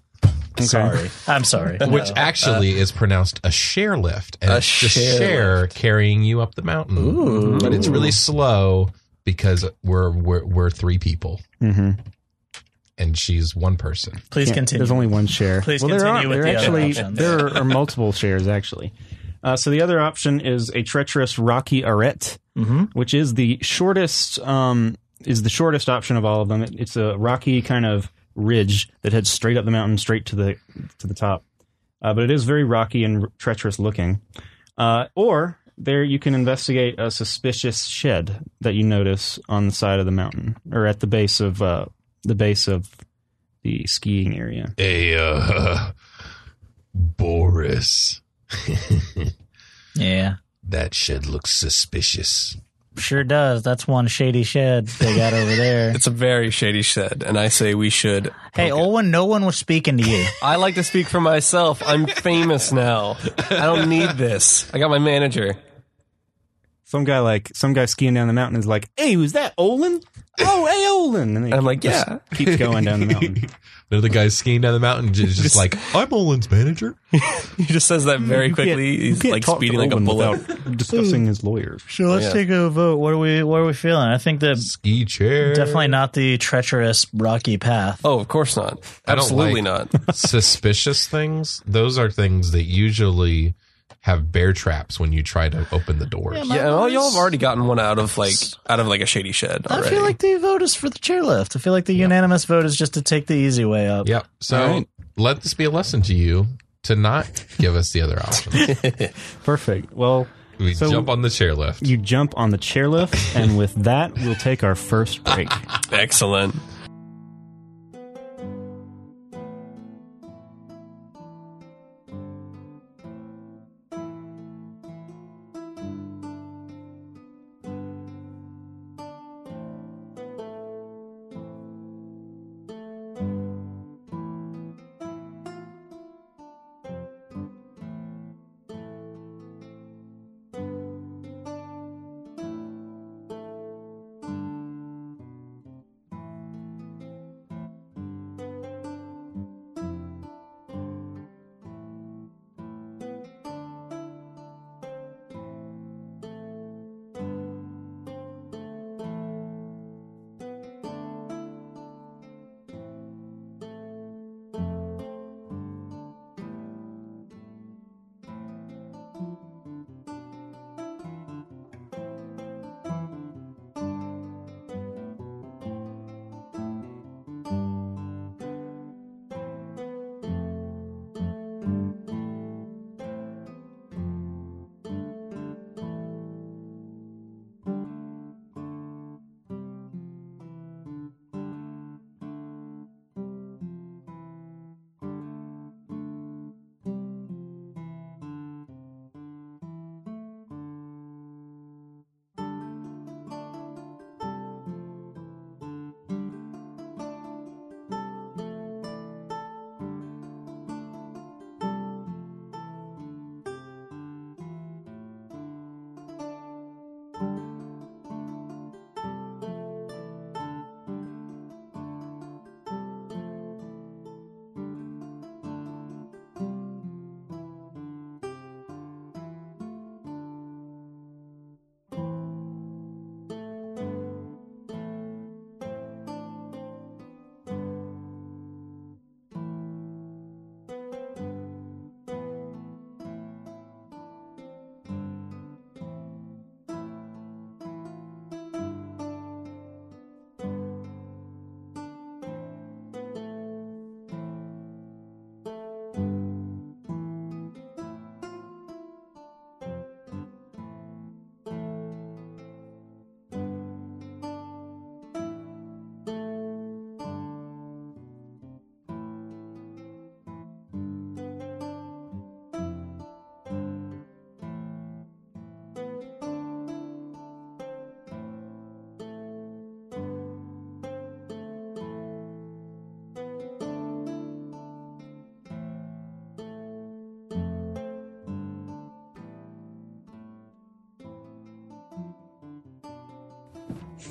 Speaker 2: Okay.
Speaker 3: Sorry. I'm sorry.
Speaker 6: which
Speaker 3: No.
Speaker 6: actually is pronounced a share lift, and
Speaker 7: a
Speaker 6: it's just share carrying you up the mountain. But it's really slow because we're we're, we're three people,
Speaker 2: Mhm.
Speaker 6: and she's one person.
Speaker 3: please
Speaker 2: Yeah,
Speaker 3: continue.
Speaker 2: There's only one chair.
Speaker 3: Please
Speaker 2: well, there are,
Speaker 3: continue with
Speaker 2: there
Speaker 3: the other
Speaker 2: actually,
Speaker 3: options.
Speaker 2: There are, multiple chairs actually. Uh, so the other option is a treacherous rocky arete,
Speaker 3: Mhm.
Speaker 2: which is the shortest um, is the shortest option of all of them. It, it's a rocky kind of ridge that heads straight up the mountain, straight to the to the top. Uh, but it is very rocky and treacherous looking. Uh, or there you can investigate a suspicious shed that you notice on the side of the mountain or at the base of uh, the base of the skiing area.
Speaker 6: A uh, Boris,
Speaker 3: yeah.
Speaker 6: that shed looks suspicious.
Speaker 3: Sure does. That's one shady shed they got over there.
Speaker 7: It's a very shady shed, and I say we should.
Speaker 3: hey, Owen, no one was speaking to you.
Speaker 7: I like to speak for myself. I'm famous now. I don't need this. I got my manager.
Speaker 2: Some guy like some guy skiing down the mountain is like, "Hey, was that Olin? Oh, hey, Olin!" And, he
Speaker 7: And I'm like,
Speaker 2: just
Speaker 7: yeah.
Speaker 2: keeps going down the mountain.
Speaker 6: They're the guys skiing down the mountain, just, just
Speaker 7: Just-
Speaker 6: like I'm Olin's manager.
Speaker 7: He just says that very
Speaker 2: You can't-
Speaker 7: quickly.
Speaker 2: you
Speaker 7: He's
Speaker 2: can't
Speaker 7: like
Speaker 2: talk to
Speaker 7: speeding like a
Speaker 2: Olin
Speaker 7: bullet.
Speaker 2: without discussing his lawyers.
Speaker 3: So let's
Speaker 7: Yeah.
Speaker 3: take a vote. What are we what are we feeling? I think the
Speaker 6: Ski chair,
Speaker 3: definitely not the treacherous rocky path.
Speaker 7: Oh, of course not.
Speaker 6: I don't
Speaker 7: Absolutely
Speaker 6: like-
Speaker 7: not.
Speaker 6: suspicious things. Those are things that usually have bear traps when you try to open the doors.
Speaker 3: Yeah,
Speaker 7: Yeah, and all y'all have already gotten one out of like out of like a shady shed
Speaker 3: I
Speaker 7: already.
Speaker 3: feel like the vote is for the chairlift. I feel like the unanimous vote is just to take the easy way up.
Speaker 6: Yep. So let this be a lesson to you to not give us the other option.
Speaker 2: Perfect. Well,
Speaker 6: We
Speaker 2: So-
Speaker 6: jump on the chairlift.
Speaker 2: you jump on the chairlift, and with that, we'll take our first break.
Speaker 7: excellent.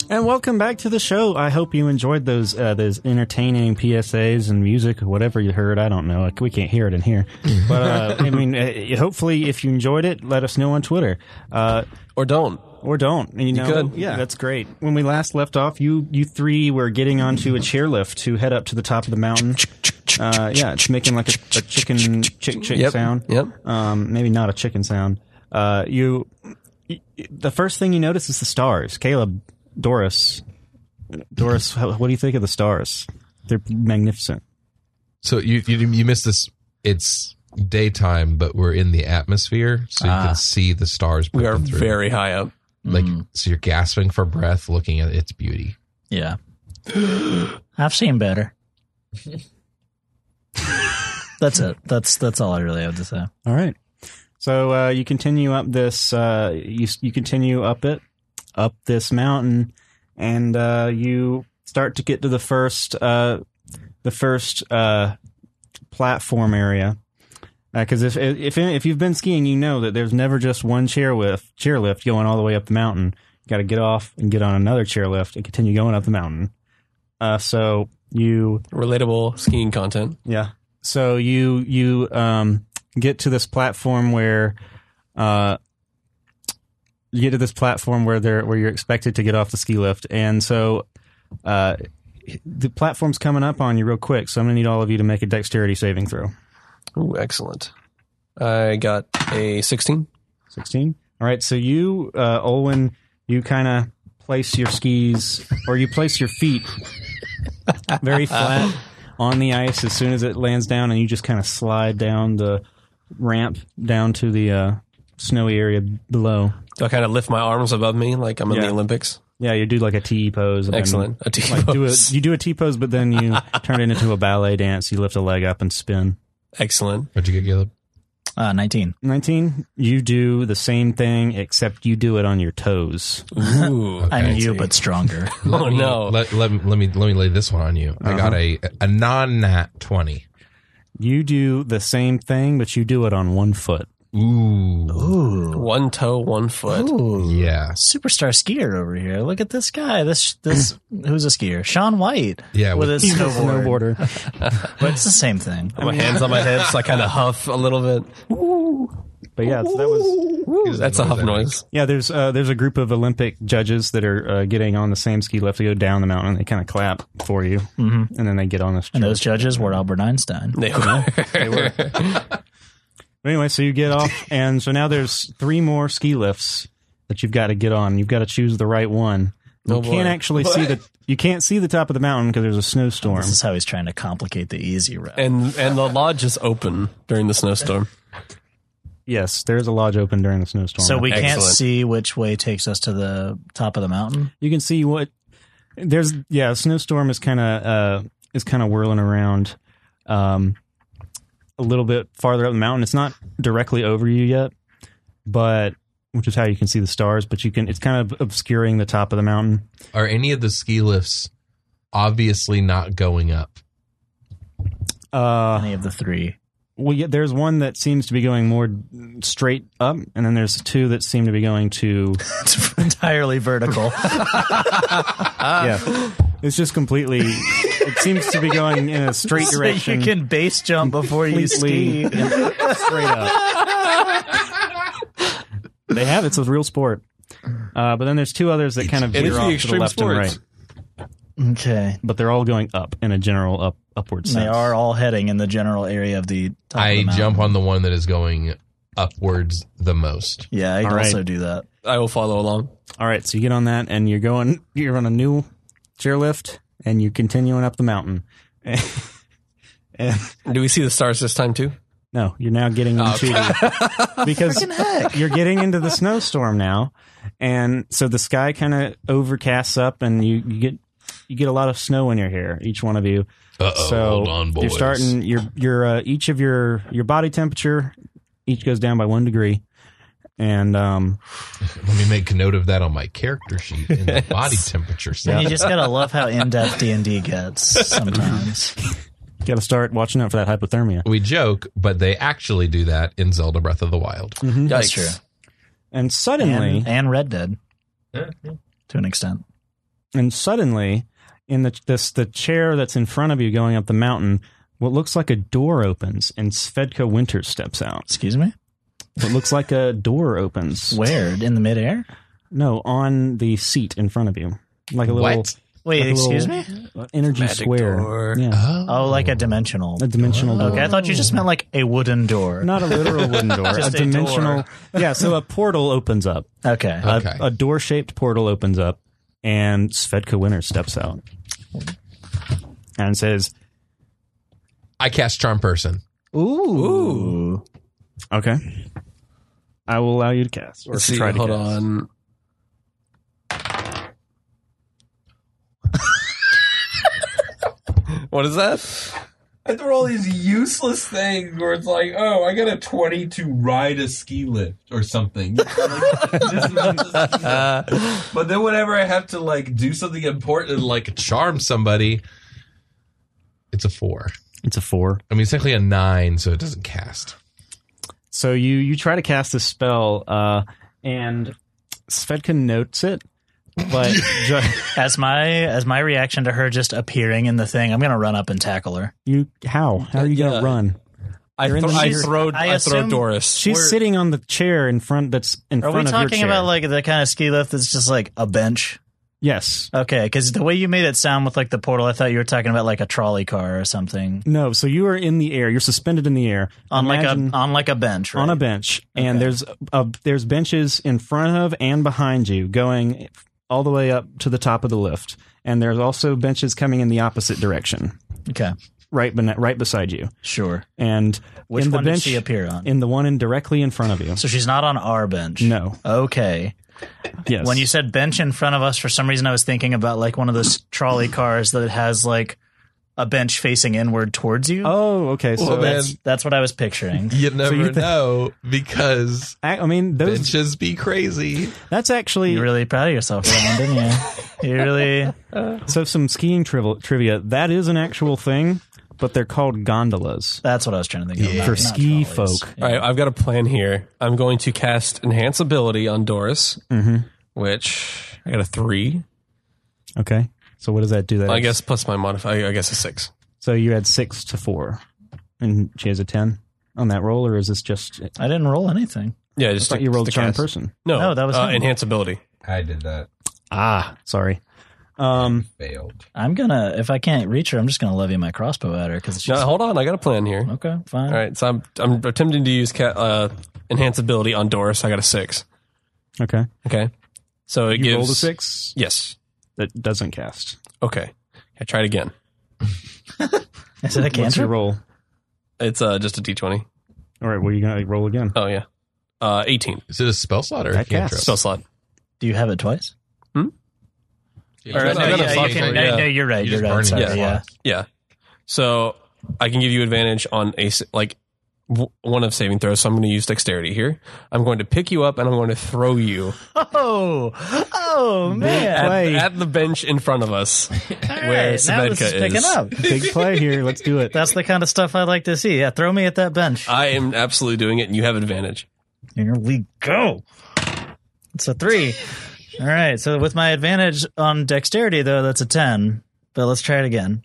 Speaker 2: And welcome back to the show. I hope you enjoyed those uh, those entertaining PSAs and music, whatever you heard. I don't know. Like, We can't hear it in here, but uh, I mean, uh, hopefully, if you enjoyed it, let us know on Twitter. Uh,
Speaker 7: Or don't.
Speaker 2: or don't. You know,
Speaker 7: could.
Speaker 2: yeah, that's great. When we last left off, you you three were getting onto a chairlift to head up to the top of the mountain. Uh, yeah, it's making like a, a chicken chick chick
Speaker 7: Yep,
Speaker 2: sound.
Speaker 7: yep.
Speaker 2: Um, maybe not a chicken sound. Uh, you, y- the first thing you notice is the stars. Caleb, Doris, Doris, how- what do you think of the stars? They're magnificent.
Speaker 11: So you you, you missed this. It's daytime, but we're in the atmosphere, so you can see the stars.
Speaker 7: We are
Speaker 11: poking through.
Speaker 7: very high up.
Speaker 11: like so you're gasping for breath, looking at its beauty.
Speaker 3: Yeah. I've seen better. that's it. That's that's all I really have to say.
Speaker 2: All right. So uh, you continue up this. Uh, you you continue up it, up this mountain, and uh, you start to get to the first uh, the first uh, platform area. Because if if if you've been skiing, you know that there's never just one chairlift chairlift going all the way up the mountain. You got to get off and get on another chairlift and continue going up the mountain. Uh, so you
Speaker 7: Relatable skiing content.
Speaker 2: yeah. So you you um, get to this platform where uh, you get to this platform where they're where you're expected to get off the ski lift, and so uh, the platform's coming up on you real quick. So I'm gonna need all of you to make a dexterity saving throw.
Speaker 7: Ooh, excellent. I got a 16.
Speaker 2: 16 all right so you uh, olwen you kind of place your skis or you place your feet very flat on the ice as soon as it lands down and you just kind of slide down the ramp down to the uh, snowy area below
Speaker 7: Do I kind of lift my arms above me like I'm in
Speaker 2: Yeah.
Speaker 7: the Olympics?
Speaker 2: yeah you do like a t E pose and then-
Speaker 7: Excellent. A team
Speaker 2: like do a,
Speaker 7: pose.
Speaker 2: you do a T pose, but then you turn it into a ballet dance. You lift a leg up and spin.
Speaker 7: Excellent.
Speaker 11: What'd you get, Caleb?
Speaker 3: Uh, Nineteen.
Speaker 2: 19, you do the same thing, except you do it on your toes.
Speaker 7: Ooh.
Speaker 3: I'm you, but stronger.
Speaker 7: oh, no.
Speaker 11: Let, let, me- let me let me lay this one on you. I got a a non nat twenty.
Speaker 2: You do the same thing, but you do it on one foot.
Speaker 11: Ooh,
Speaker 7: One toe, one foot.
Speaker 11: yeah,
Speaker 3: Superstar skier over here. Look at this guy. This this who's a skier? Sean White.
Speaker 11: Yeah,
Speaker 3: with
Speaker 11: with-
Speaker 3: his snowboard.
Speaker 2: Snowboarder.
Speaker 3: But it's the same thing.
Speaker 7: My hands on my hips. I kind of huff a little bit.
Speaker 2: But yeah, so that was
Speaker 7: That's a huff noise.
Speaker 2: yeah. There's uh, there's a group of Olympic judges that are uh, getting on the same ski lift. They go down the mountain. They kind of clap for you, mm-hmm. and then they get on this.
Speaker 3: And those judges were Albert Einstein.
Speaker 7: They were.
Speaker 2: But anyway, so you get off, and so now there's three more ski lifts that you've got to get on. You've got to choose the right one. You
Speaker 7: Oh, boy.
Speaker 2: can't actually see the you can't see the top of the mountain because there's a snowstorm.
Speaker 3: This is how he's trying to complicate the easy route.
Speaker 7: and and the lodge is open during the snowstorm.
Speaker 2: Yes, there's a lodge open during the snowstorm.
Speaker 3: so we can't
Speaker 7: Excellent.
Speaker 3: see which way takes us to the top of the mountain.
Speaker 2: you can see what there's yeah a snowstorm is kind of uh is kind of whirling around um a little bit farther up the mountain it's not directly over you yet but which is how you can see the stars but you can it's kind of obscuring the top of the mountain
Speaker 11: are any of the ski lifts obviously not going up?
Speaker 2: uh
Speaker 3: Any of the three.
Speaker 2: well yeah, there's one that seems to be going more straight up and then there's two that seem to be going to
Speaker 3: It's entirely vertical. Ah.
Speaker 2: yeah it's just completely it seems to be going in a straight
Speaker 3: so
Speaker 2: direction
Speaker 3: you can base jump before you ski.
Speaker 2: completely straight up. they have it's a real sport. Uh, but then there's two others that kind of
Speaker 7: it
Speaker 2: veer
Speaker 7: is the
Speaker 2: off to the
Speaker 7: extreme
Speaker 2: left and
Speaker 7: sports.
Speaker 2: right,
Speaker 3: Okay.
Speaker 2: but they're all going up in a general up upward sense.
Speaker 3: They are all heading in the general area of the top of
Speaker 11: I
Speaker 3: the mountain.
Speaker 11: jump on the one that is going upwards the most.
Speaker 3: Yeah, I
Speaker 2: All
Speaker 3: can
Speaker 2: right.
Speaker 3: also do that.
Speaker 7: I will follow along.
Speaker 2: All right, so you get on that and you're going. You're on a new chairlift and you're continuing up the mountain. and
Speaker 7: Do we see the stars this time too?
Speaker 2: no, you're now getting into the- because you're getting into the snowstorm now, and so the sky kind of overcasts up, and you, you get you get a lot of snow in your hair, each one of you.
Speaker 11: Uh-oh,
Speaker 2: so
Speaker 11: Oh, hold on,
Speaker 2: you're
Speaker 11: boys.
Speaker 2: starting your your uh, each of your your body temperature each goes down by one degree, and um,
Speaker 11: Let me make a note of that on my character sheet in the body temperature.
Speaker 3: And you
Speaker 11: section.
Speaker 3: just gotta love how in depth D and D gets sometimes.
Speaker 2: got to start watching out for that hypothermia.
Speaker 11: We joke, but they actually do that in Zelda Breath of the Wild.
Speaker 3: That's
Speaker 7: Yikes.
Speaker 3: true.
Speaker 2: And suddenly,
Speaker 3: And, and Red Dead. To an extent.
Speaker 2: and suddenly in the this the chair that's in front of you going up the mountain what looks like a door opens and Svedka Winters steps out.
Speaker 3: Excuse me?
Speaker 2: What looks like a door opens.
Speaker 3: Where? In the midair?
Speaker 2: No, on the seat in front of you. Like a little
Speaker 11: What?
Speaker 3: Wait,
Speaker 2: Like a
Speaker 3: excuse me?
Speaker 2: energy square. Yeah.
Speaker 3: Oh, like a dimensional.
Speaker 2: A dimensional
Speaker 11: Oh.
Speaker 2: door.
Speaker 3: Okay, I thought you just meant like a wooden door.
Speaker 2: Not a literal wooden door.
Speaker 3: Just
Speaker 2: a
Speaker 3: a door.
Speaker 2: dimensional. Yeah, so a portal opens up.
Speaker 3: Okay.
Speaker 2: A,
Speaker 11: Okay.
Speaker 2: a door shaped portal opens up, and Svedka Winter steps out and says,
Speaker 11: I cast charm person.
Speaker 3: Ooh.
Speaker 2: Okay. I will allow you to cast. Or
Speaker 7: Let's see.
Speaker 2: try to
Speaker 7: Hold
Speaker 2: cast.
Speaker 7: on. what is that?
Speaker 6: I throw all these useless things where it's like, oh, I got a 20 to ride a ski lift or something. but then whenever I have to like do something important, like charm somebody,
Speaker 11: It's a four.
Speaker 2: It's a four.
Speaker 11: I mean, it's technically a nine, so it doesn't cast.
Speaker 2: So you you try to cast this spell, uh, and Svedka notes it, but ju-
Speaker 3: As my as my reaction to her just appearing in the thing, I'm gonna run up and tackle her.
Speaker 2: you how how are you gonna
Speaker 7: Yeah.
Speaker 2: run?
Speaker 7: I,
Speaker 2: You're in
Speaker 7: throw
Speaker 2: the
Speaker 7: I
Speaker 2: middle.
Speaker 7: throw
Speaker 3: I
Speaker 7: I, throw
Speaker 3: assume-
Speaker 7: Doris.
Speaker 2: She's sitting on the chair in front that's in
Speaker 3: Are we
Speaker 2: front of your
Speaker 3: talking
Speaker 2: chair.
Speaker 3: about like the kind of ski lift that's just like a bench?
Speaker 2: yes.
Speaker 3: Okay, because the way you made it sound with like the portal, I thought you were talking about like a trolley car or something
Speaker 2: No, so you are in the air. You're suspended in the air
Speaker 3: on
Speaker 2: Imagine-
Speaker 3: like a on like a bench. Right?
Speaker 2: on a bench, and there's a, there's benches in front of and behind you, going all the way up to the top of the lift. And there's also benches coming in the opposite direction,
Speaker 3: Okay,
Speaker 2: right, ben- right beside you.
Speaker 3: sure.
Speaker 2: And
Speaker 3: Which
Speaker 2: in the
Speaker 3: one
Speaker 2: bench,
Speaker 3: did she appear on?
Speaker 2: in the one in directly in front of you.
Speaker 3: so she's not on our bench.
Speaker 2: No,
Speaker 3: Okay.
Speaker 2: yes.
Speaker 3: When you said bench in front of us, for some reason I was thinking about like one of those trolley cars that has like a bench facing inward towards you.
Speaker 2: oh, okay, so
Speaker 11: Well, then-
Speaker 3: that's that's what I was picturing.
Speaker 11: You never
Speaker 2: you think-
Speaker 11: know because
Speaker 2: I, I mean those.
Speaker 11: benches be crazy.
Speaker 2: That's actually
Speaker 3: You're really proud of yourself, Ryan, didn't you? You really
Speaker 2: so some skiing triv- trivia. That is an actual thing, but they're called gondolas.
Speaker 3: that's what I was trying to think of.
Speaker 2: For
Speaker 3: Not
Speaker 2: ski
Speaker 3: trolleys.
Speaker 2: folk.
Speaker 7: All right, I've got a plan here. I'm going to cast enhance ability on Doris,
Speaker 2: Mm-hmm.
Speaker 7: which I got a three,
Speaker 2: Okay, so what does that do? That
Speaker 7: I
Speaker 2: is-
Speaker 7: guess, plus my modifier. I guess a six.
Speaker 2: So you had six to four, and she has a ten on that roll, or is this just? I
Speaker 3: I didn't roll anything.
Speaker 7: Yeah, just
Speaker 2: thought
Speaker 7: to-
Speaker 2: you rolled
Speaker 7: to
Speaker 2: charm
Speaker 7: cast.
Speaker 2: person.
Speaker 7: No,
Speaker 3: No, that was
Speaker 7: uh,
Speaker 3: him.
Speaker 7: enhance ability.
Speaker 6: I did that.
Speaker 2: Ah, sorry. Um,
Speaker 6: Failed.
Speaker 3: I'm gonna if I can't reach her, I'm just gonna levy my crossbow at her because
Speaker 7: No,
Speaker 3: just
Speaker 7: hold on, I got a plan here.
Speaker 3: okay, fine.
Speaker 7: All right, so I'm I'm attempting to use ca- uh, enhance ability on Doris. I got a six.
Speaker 2: okay.
Speaker 7: Okay, so it
Speaker 2: You
Speaker 7: gives
Speaker 2: rolled a six.
Speaker 7: Yes.
Speaker 2: That doesn't cast.
Speaker 7: Okay. I try it again.
Speaker 3: Is it a
Speaker 2: What's your
Speaker 3: cantrip?
Speaker 2: roll?
Speaker 7: It's uh, just a D twenty.
Speaker 2: All right. Well, you're gonna roll again.
Speaker 7: Oh yeah, uh, eighteen
Speaker 11: Is it a spell slot or a
Speaker 2: That
Speaker 11: cantrip?
Speaker 2: casts.
Speaker 7: spell slot.
Speaker 3: Do you have it twice?
Speaker 11: Or no,
Speaker 7: Or no,
Speaker 11: you
Speaker 7: no,
Speaker 11: gotta
Speaker 7: yeah,
Speaker 11: slot
Speaker 7: you can-
Speaker 11: it.
Speaker 7: no, yeah. no,
Speaker 3: you're right.
Speaker 11: You're right, sorry, yeah.
Speaker 7: Yeah. So I can give you advantage on a s- like w- one of saving throws. So I'm going to use dexterity here. I'm going to pick you up and I'm going to throw you
Speaker 3: Oh, oh man!
Speaker 7: at,
Speaker 2: play.
Speaker 7: at the bench in front of us. where
Speaker 3: Alright, now this
Speaker 7: Svedka
Speaker 3: is picking
Speaker 7: is.
Speaker 3: up.
Speaker 2: Big play here. Let's do it.
Speaker 3: That's the kind of stuff I like to see. Yeah, throw me at that bench.
Speaker 7: I am absolutely doing it, and you have advantage.
Speaker 3: Here we go. It's a three. All right. So with my advantage on dexterity, though, that's a ten. But let's try it again.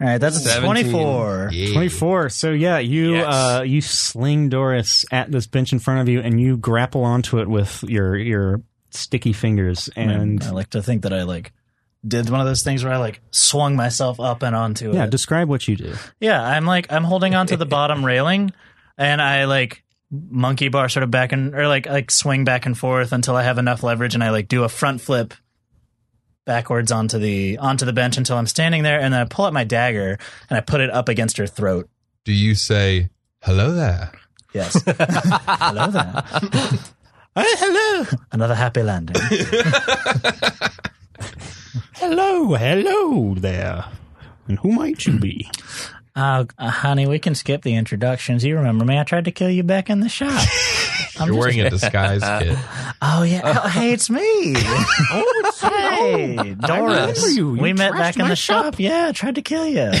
Speaker 3: All right, that's a
Speaker 7: 17.
Speaker 3: twenty-four.
Speaker 2: Twenty-four. So yeah, you
Speaker 7: Yes.
Speaker 2: uh, you sling Doris at this bench in front of you, and you grapple onto it with your your sticky fingers, and
Speaker 3: I like to think that I like did one of those things where I like swung myself up and onto
Speaker 2: yeah.
Speaker 3: it.
Speaker 2: Describe what you do.
Speaker 3: Yeah, I'm like I'm holding onto the bottom railing, and I like monkey bar sort of back and or like like swing back and forth until I have enough leverage, and I like do a front flip backwards onto the onto the bench until I'm standing there, and then I pull out my dagger and I put it up against her throat.
Speaker 11: Do you say hello there?
Speaker 3: Yes. hello there. Hey, hello. Another happy landing.
Speaker 2: Hello, hello there. And who might you be?
Speaker 3: Oh, uh, honey, we can skip the introductions. You remember me? I tried to kill you back in the shop. I'm
Speaker 11: You're
Speaker 3: just-
Speaker 11: wearing a disguise kit.
Speaker 3: Oh yeah, oh, hey, it's me. oh, it's hey, Doris.
Speaker 2: you. You
Speaker 3: we met
Speaker 2: trashed
Speaker 3: back in
Speaker 2: my
Speaker 3: the shop. Yeah, tried to kill you.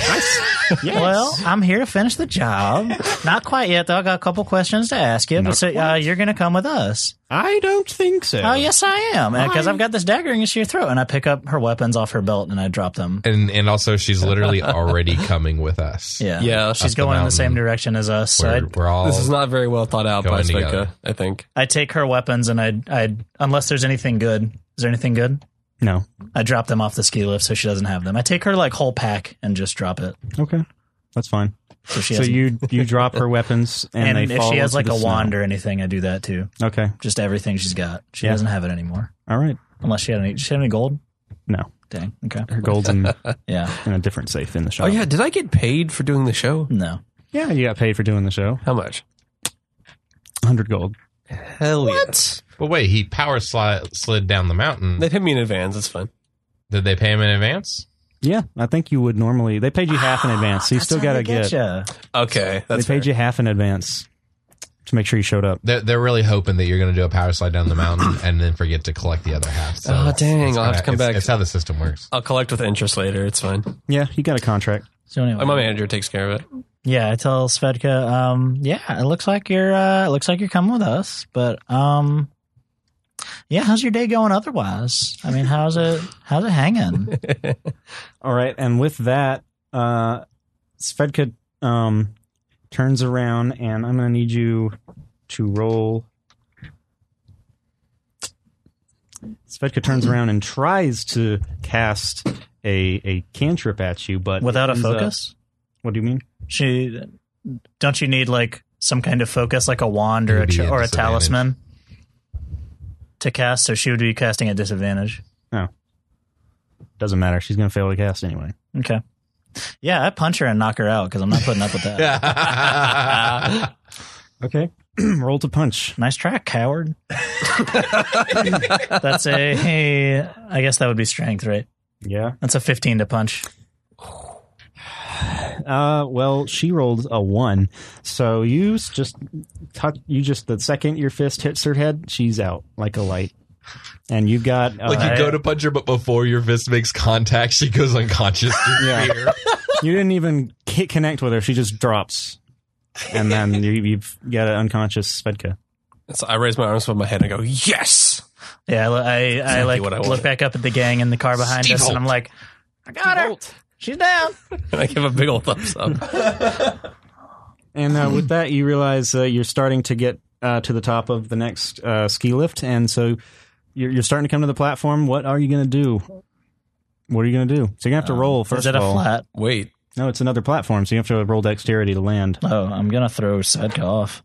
Speaker 3: Well, I'm here to finish the job. Not quite yet, though. I got a couple questions to ask you. but so, uh, you're going to come with us.
Speaker 2: I don't think so.
Speaker 3: Oh, yes, I am. Because I've got this dagger against your throat. And I pick up her weapons off her belt and I drop them.
Speaker 11: And and also she's literally already coming with us.
Speaker 3: Yeah.
Speaker 7: Yeah.
Speaker 3: She's going in the same direction as us. So I,
Speaker 11: We're, we're all
Speaker 7: This is not very well thought out by
Speaker 11: Going together.
Speaker 7: Sveka, I think.
Speaker 3: I take her weapons and I, I, unless there's anything good, is there anything good?
Speaker 2: No.
Speaker 3: I drop them off the ski lift so she doesn't have them. I take her like whole pack and just drop it.
Speaker 2: Okay. That's fine.
Speaker 3: So she
Speaker 2: So
Speaker 3: has,
Speaker 2: you you drop her weapons and,
Speaker 3: and,
Speaker 2: they
Speaker 3: if
Speaker 2: fall
Speaker 3: she has
Speaker 2: into
Speaker 3: like
Speaker 2: the
Speaker 3: a
Speaker 2: snow.
Speaker 3: wand or anything, I do that too.
Speaker 2: Okay.
Speaker 3: Just everything she's got. She
Speaker 2: Yeah.
Speaker 3: doesn't have it anymore.
Speaker 2: All right.
Speaker 3: Unless she had any, she had any gold?
Speaker 2: No.
Speaker 3: Dang. Okay.
Speaker 2: Her gold's in,
Speaker 3: Yeah.
Speaker 2: in a different safe in the
Speaker 7: Oh,
Speaker 2: shop.
Speaker 7: yeah. Did I get paid for doing the show?
Speaker 3: No.
Speaker 2: Yeah, you got paid for doing the show.
Speaker 7: How much?
Speaker 2: 100 gold.
Speaker 7: Hell yes.
Speaker 11: But wait, he power slid, slid down the mountain.
Speaker 7: They paid me in advance. It's fine.
Speaker 11: Did they pay him in advance?
Speaker 2: Yeah, I think you would normally. They paid you half in advance, so you still got to get.
Speaker 3: ya.
Speaker 7: Okay. That's
Speaker 2: they paid
Speaker 7: fair.
Speaker 2: you half in advance to make sure you showed up.
Speaker 11: They're, they're really hoping that you're going to do a power slide down the mountain and then forget to collect the other half. So
Speaker 7: Oh,
Speaker 11: it's-
Speaker 7: dang,
Speaker 11: it's
Speaker 7: I'll have to
Speaker 11: kinda-
Speaker 7: come
Speaker 11: it's-
Speaker 7: back.
Speaker 11: It's how the system works.
Speaker 7: I'll collect with interest later. It's fine.
Speaker 2: Yeah, you got a contract.
Speaker 3: So anyway.
Speaker 7: Like, My manager takes care of it.
Speaker 3: Yeah, I tell Svedka, um, yeah, it looks like you're uh it looks like you're coming with us, but um yeah, how's your day going otherwise? I mean, how's it how's it hanging?
Speaker 2: All right, and with that, uh, Svedka um, turns around, and I'm going to need you to roll. Svedka turns around and tries to cast a a cantrip at you, but
Speaker 3: Without a
Speaker 2: ends up-
Speaker 3: focus?
Speaker 2: what do you mean?
Speaker 3: She don't you need like some kind of focus like a wand or a
Speaker 11: It'd be
Speaker 3: ch-
Speaker 11: a
Speaker 3: or a
Speaker 11: disadvantage.
Speaker 3: talisman to cast, so she would be casting at disadvantage.
Speaker 2: Doesn't matter. She's going to fail to cast anyway.
Speaker 3: Okay. Yeah, I punch her and knock her out because I'm not putting up with that.
Speaker 2: Okay, roll to punch.
Speaker 3: Nice try, coward. That's a, hey, I guess that would be strength, right?
Speaker 2: Yeah.
Speaker 3: That's a 15 to punch.
Speaker 2: Uh, well, she rolled a one, so you s- just cut. You just the second your fist hits her head, she's out like a light, and you've got uh,
Speaker 11: Like you
Speaker 3: I-
Speaker 11: go to punch her, but before your fist makes contact, she goes unconscious.
Speaker 2: Yeah. you didn't even ki- connect with her. She just drops, and then you, you've got an unconscious Svedka.
Speaker 7: So I raise my arms above my head and I go, yes.
Speaker 3: Yeah, I, I, I like
Speaker 7: what I
Speaker 3: look
Speaker 7: wanted.
Speaker 3: back up at the gang in the car behind us, and I'm like, I got her. She's down.
Speaker 7: And I give a big old thumbs up.
Speaker 2: And uh, with that, you realize uh, you're starting to get uh, to the top of the next uh, ski lift, and so you're, you're starting to come to the platform. What are you going to do? What are you going to do? So you're going to have to
Speaker 11: Um,
Speaker 2: roll first.
Speaker 3: Is it
Speaker 2: of
Speaker 3: a
Speaker 2: all.
Speaker 3: flat?
Speaker 7: Wait.
Speaker 2: No, it's another platform, so you have to roll dexterity to land.
Speaker 3: Oh, I'm gonna throw Svedka off.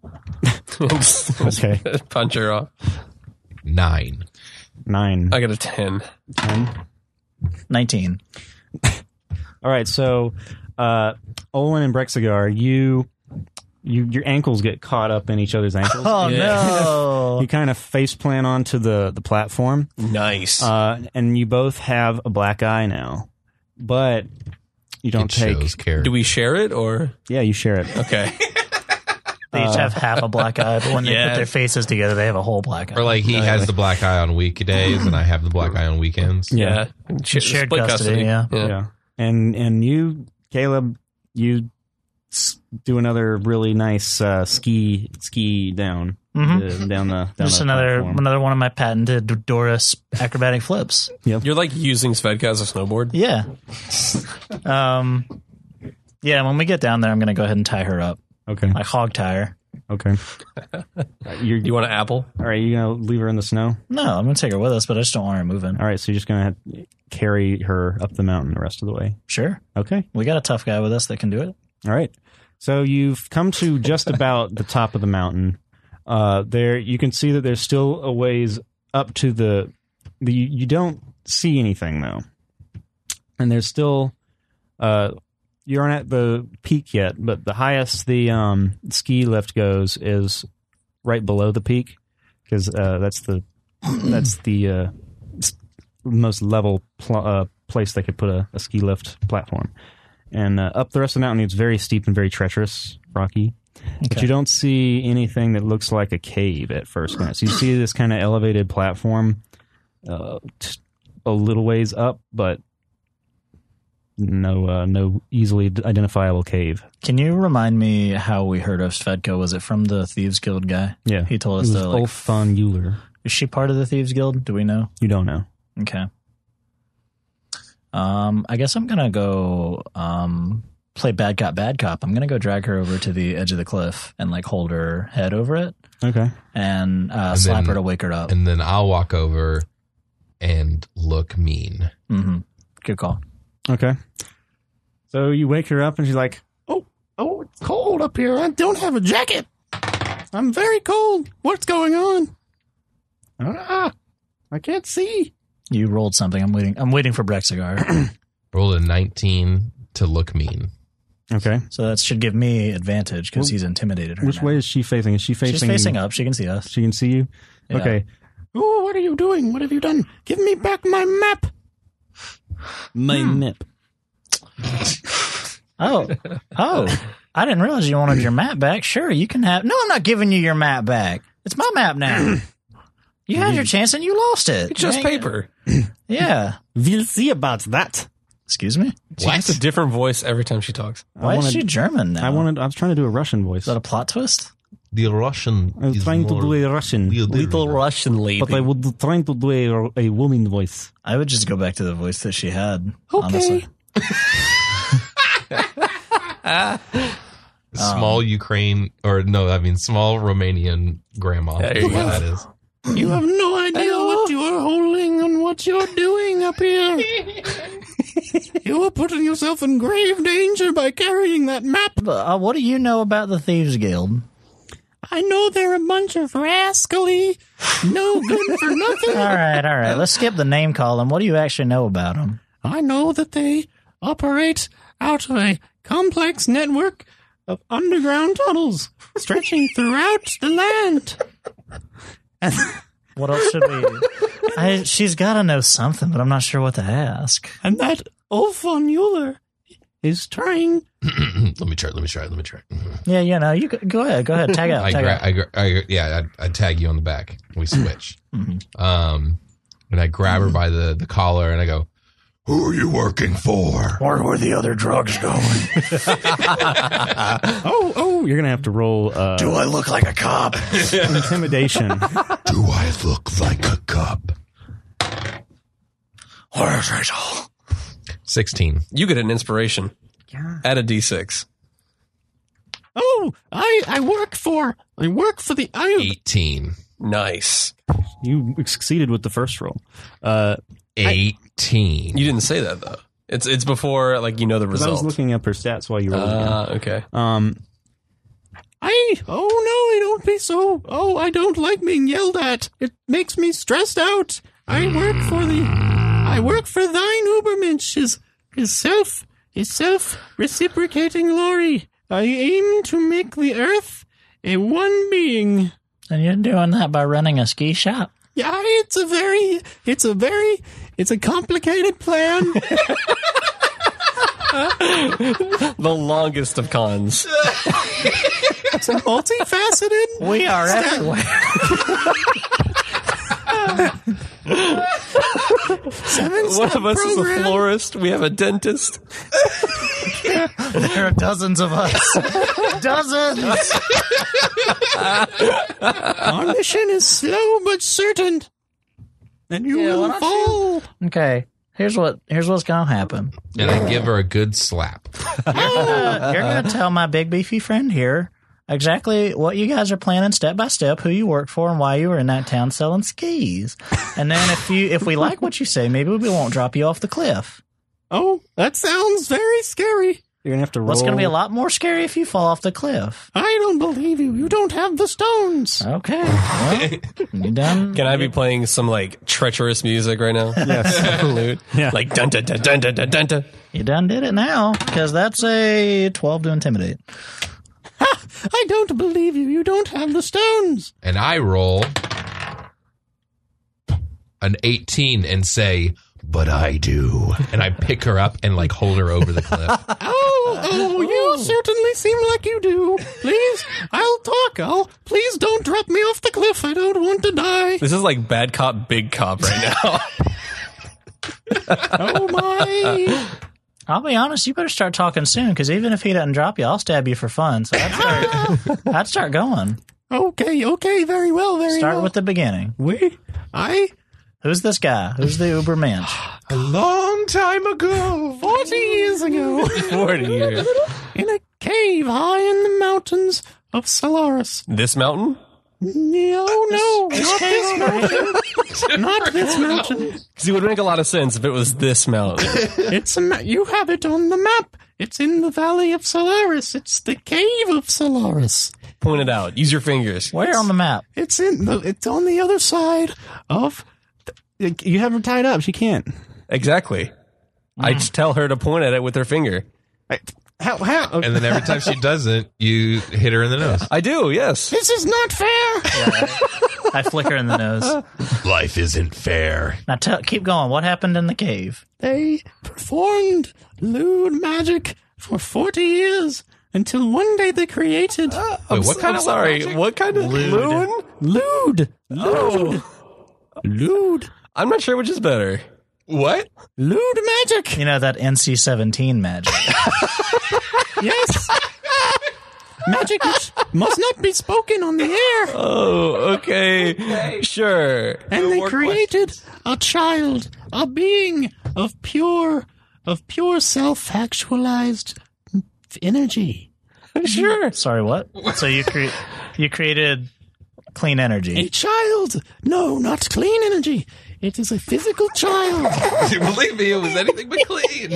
Speaker 2: Okay,
Speaker 7: Punch her off.
Speaker 11: Nine.
Speaker 2: nine.
Speaker 7: I got a 10.
Speaker 3: Nineteen.
Speaker 2: All right, so uh, Olin and Brexigar, you, you, your ankles get caught up in each other's ankles.
Speaker 3: Oh
Speaker 7: Yeah.
Speaker 3: no!
Speaker 2: You kind of face plant onto the the platform,
Speaker 7: Nice.
Speaker 2: uh, and you both have a black eye now, but you don't
Speaker 11: It
Speaker 2: take.
Speaker 11: shows character.
Speaker 7: Do we share it or?
Speaker 2: Yeah, you share it.
Speaker 7: Okay.
Speaker 3: they
Speaker 2: Uh,
Speaker 3: each have half a black eye, but when they
Speaker 7: Yeah.
Speaker 3: put their faces together, they have a whole black eye.
Speaker 11: or like he has the black eye on weekdays, and I have the black eye on weekends.
Speaker 7: Yeah. Share-
Speaker 3: Shared custody, yeah.
Speaker 2: Yeah, and and you, Caleb, you s- do another really nice uh, ski ski down
Speaker 3: Mhm.
Speaker 2: uh, down the down
Speaker 3: Just
Speaker 2: the
Speaker 3: another
Speaker 2: platform.
Speaker 3: another one of my patented Doris acrobatic flips.
Speaker 7: You're like using Svedka as a snowboard.
Speaker 3: Yeah. um. Yeah. When we get down there, I'm gonna go ahead and tie her up.
Speaker 2: Okay.
Speaker 3: Like hog tie her.
Speaker 2: Okay. you're,
Speaker 7: You want an apple?
Speaker 2: all right. You gonna leave her in the snow?
Speaker 3: No, I'm gonna take her with us, but I just don't want her moving.
Speaker 2: All right. So you're just gonna have, carry her up the mountain the rest of the way.
Speaker 3: Sure.
Speaker 2: Okay.
Speaker 3: We got a tough guy with us that can do it.
Speaker 2: All right. So you've come to just about the top of the mountain. Uh, there, you can see that there's still a ways up to the. the you, you don't see anything though, and there's still. Uh, you aren't at the peak yet, but the highest the um, ski lift goes is right below the peak because uh, that's the that's the uh, s- most level pl- uh, place they could put a, a ski lift platform and uh, up the rest of the mountain it's very steep and very treacherous rocky but
Speaker 3: Okay.
Speaker 2: you don't see anything that looks like a cave at first glance you see this kind of elevated platform uh, t- a little ways up but no uh, no easily identifiable cave.
Speaker 3: Can you remind me how we heard of Svedko? Was it from the Thieves Guild guy?
Speaker 2: Yeah,
Speaker 3: He told
Speaker 2: it
Speaker 3: us
Speaker 2: was
Speaker 3: to, like-
Speaker 2: Ulf von Euler.
Speaker 3: Is she part of the Thieves Guild? Do we know?
Speaker 2: You don't know.
Speaker 3: Okay. Um, I guess I'm gonna go um play bad cop, bad cop. I'm gonna go drag her over to the edge of the cliff and like hold her head over it
Speaker 2: Okay.
Speaker 3: and uh,
Speaker 11: And
Speaker 3: slap
Speaker 11: then-
Speaker 3: her to wake her up.
Speaker 11: and then I'll walk over and look mean.
Speaker 3: hmm Good call.
Speaker 2: Okay. So you wake her up and she's like,
Speaker 8: Oh, oh, it's cold up here. I don't have a jacket. I'm very cold. What's going on? Ah, I can't see.
Speaker 3: You rolled something. I'm waiting. I'm waiting for Brexigar,
Speaker 11: Roll a 19 to look mean.
Speaker 2: "Okay,
Speaker 3: so that should give me advantage because he's intimidated her.
Speaker 2: which
Speaker 3: now.
Speaker 2: way is she facing? Is she facing?
Speaker 3: She's facing up. She can see us.
Speaker 2: She can see you.
Speaker 3: Yeah.
Speaker 2: Okay.
Speaker 8: Oh, what are you doing? What have you done? Give me back my map.
Speaker 2: My mip.
Speaker 3: Oh, oh! I didn't realize you wanted your map back. Sure, you can have. No, I'm not giving you your map back. It's my map now. you had your chance and you lost it.
Speaker 7: It's just
Speaker 3: Dang it.
Speaker 7: paper.
Speaker 3: Yeah.
Speaker 2: We'll see about that.
Speaker 3: Excuse me.
Speaker 7: She has a different voice every time she talks.
Speaker 3: Why
Speaker 2: wanted-
Speaker 3: is she German now?
Speaker 2: I wanted. I was trying to do a Russian voice.
Speaker 3: Is that a plot twist?
Speaker 11: The Russian
Speaker 2: I was
Speaker 11: is
Speaker 2: trying to
Speaker 11: more-
Speaker 2: do a Russian,
Speaker 11: We'll do
Speaker 7: Little Russian lady.
Speaker 2: but I was trying to do a, a woman voice.
Speaker 3: I would just go back to the voice that she had.
Speaker 8: Okay.
Speaker 3: Honestly.
Speaker 11: small
Speaker 2: Um,
Speaker 11: Ukraine or no, I mean small Romanian grandma.
Speaker 7: There you
Speaker 11: Yeah,
Speaker 7: go.
Speaker 11: that is.
Speaker 8: You have no idea what you are holding and what you're doing up here. you are putting yourself in grave danger by carrying that map.
Speaker 3: But, uh, what do you know about the Thieves Guild?
Speaker 8: I know they're a bunch of rascally, no good for nothing.
Speaker 3: All right, all right. Let's skip the name column. What do you actually know about them?
Speaker 8: I know that they operate out of a complex network of underground tunnels stretching throughout the land.
Speaker 3: What else should we? I, she's got to know something, but I'm not sure what to ask.
Speaker 8: And that Ulf von Euler is trying.
Speaker 11: let me try. Let me try. Let me try.
Speaker 3: Yeah, you know, you go, go ahead, go ahead, tag out,
Speaker 11: I,
Speaker 3: tag
Speaker 11: gra-
Speaker 3: out.
Speaker 11: I, gra- I yeah, I, I tag you on the back. We switch. um, and I grab her by the the collar and I go, "Who are you working for?"
Speaker 3: Where were the other drugs going?
Speaker 2: Oh, oh! You're gonna have to roll uh,
Speaker 3: I look like a cop?
Speaker 2: intimidation.
Speaker 11: Do I look like a cop?
Speaker 3: Where's Rachel?
Speaker 11: Sixteen.
Speaker 7: You get an inspiration. Add a d6.
Speaker 8: Oh, I I work for I work for the I.
Speaker 11: Eighteen.
Speaker 7: Nice.
Speaker 2: you succeeded with the first roll. Uh,
Speaker 11: Eighteen.
Speaker 7: You didn't say that though. It's it's before like you know the
Speaker 2: 'cause I was
Speaker 7: result.
Speaker 2: looking up her stats while you rolled.
Speaker 3: Uh,
Speaker 2: again.
Speaker 7: Ah, okay.
Speaker 2: Um,
Speaker 8: I oh no! I don't be so. Oh, I don't like being yelled at. It makes me stressed out. I work for the. I work for thine Ubermensch. His his self his self reciprocating glory. I aim to make the earth a one being.
Speaker 3: And you're doing that by running a ski shop.
Speaker 8: Yeah, it's a very, it's a very, it's a complicated plan.
Speaker 7: The longest of cons.
Speaker 8: It's a multifaceted.
Speaker 3: We are everywhere.
Speaker 7: One of us is a
Speaker 8: program.
Speaker 7: florist. We have a dentist.
Speaker 3: There are dozens of us. dozens.
Speaker 8: Our mission is slow but certain, and you will fall.
Speaker 3: Okay. Here's what here's what's gonna happen.
Speaker 11: and I give her a good slap.
Speaker 3: You're gonna tell my big beefy friend here exactly what you guys are planning step by step, who you work for and why you were in that town selling skis. And then if you if we like what you say, maybe we won't drop you off the cliff.
Speaker 8: Oh, that sounds very scary.
Speaker 2: you're gonna have to roll.
Speaker 3: Well, it's gonna be a lot more scary if you fall off the cliff.
Speaker 8: I don't believe you. You don't have the stones.
Speaker 3: Okay. Well, you done?
Speaker 7: Can I be playing some like treacherous music right now? Yes. Lute.
Speaker 2: Yeah.
Speaker 7: Like dun dun dun dun dun dun dun. dun.
Speaker 3: You done did it now, because that's a 12 to intimidate.
Speaker 8: I don't believe you. You don't have the stones.
Speaker 11: and I roll an 18 and say, but I do. And I pick her up and like hold her over the cliff.
Speaker 8: Oh, oh, you certainly seem like you do. Please, I'll talk. I'll. Please don't drop me off the cliff. I don't want to die.
Speaker 7: This is like bad cop, big cop right now.
Speaker 8: Oh my!
Speaker 3: I'll be honest, you better start talking soon because even if he doesn't drop you, I'll stab you for fun. So I'd start, I'd start going.
Speaker 8: Okay, okay, very well, very
Speaker 3: Start
Speaker 8: well.
Speaker 3: with the beginning.
Speaker 8: we. I
Speaker 3: Who's this guy? Who's the Uber mensch?
Speaker 11: A long time ago.
Speaker 8: forty years ago
Speaker 7: 40 years.
Speaker 8: in a cave high in the mountains of Solaris.
Speaker 7: This mountain?
Speaker 8: No, no, not this mountain. not this mountain.
Speaker 7: Because it would make a lot of sense if it was this mountain.
Speaker 8: It's a ma- you have it on the map. It's in the valley of Solaris. It's the cave of Solaris.
Speaker 7: Point it out. Use your fingers.
Speaker 3: Where on the map?
Speaker 8: It's in the. It's on the other side of.
Speaker 2: You have her tied up. She can't.
Speaker 7: Exactly. I just tell her to point at it with her finger.
Speaker 8: How? How?
Speaker 11: And then every time she doesn't, you hit her in the nose.
Speaker 7: I do, yes.
Speaker 8: this is not fair.
Speaker 3: I flicker in the nose.
Speaker 11: Life isn't fair.
Speaker 3: Now tell, keep going. What happened in the cave?
Speaker 8: They performed lewd magic for 40 years until one day they created
Speaker 3: Uh,
Speaker 11: Wait, what kind
Speaker 7: I'm
Speaker 11: of
Speaker 7: sorry. What kind of loon?
Speaker 8: lewd,
Speaker 7: Oh.
Speaker 8: lewd,
Speaker 7: I'm not sure which is better.
Speaker 11: what?
Speaker 8: lewd magic.
Speaker 3: You know that NC-17 magic.
Speaker 8: Yes. magic which must not be spoken on the air.
Speaker 7: Oh, okay. Sure.
Speaker 8: And they created a child, a being of pure, of pure self-actualized energy.
Speaker 7: Sure.
Speaker 3: Sorry, what? So you cre- you created clean
Speaker 8: A
Speaker 3: energy.
Speaker 8: child. No, not clean energy. It is a physical child.
Speaker 11: Believe me, it was anything but clean.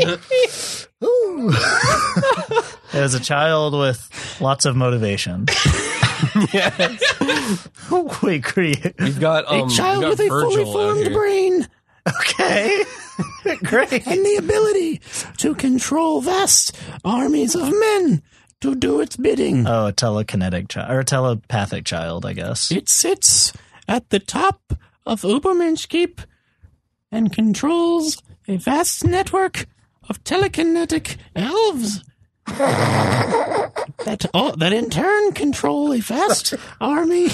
Speaker 3: It was a child with lots of motivation. yes. we create.
Speaker 7: We've got um,
Speaker 8: a child
Speaker 7: we've got
Speaker 8: with a
Speaker 7: Virgil
Speaker 8: fully
Speaker 7: out
Speaker 8: formed
Speaker 7: here.
Speaker 8: brain
Speaker 3: Okay. Great.
Speaker 8: and the ability to control vast armies of men to do its bidding.
Speaker 3: Oh, a telekinetic child or a telepathic child, I guess.
Speaker 8: It sits at the top of Ubermensch Keep and controls a vast network of telekinetic elves. that oh, that in turn control a vast army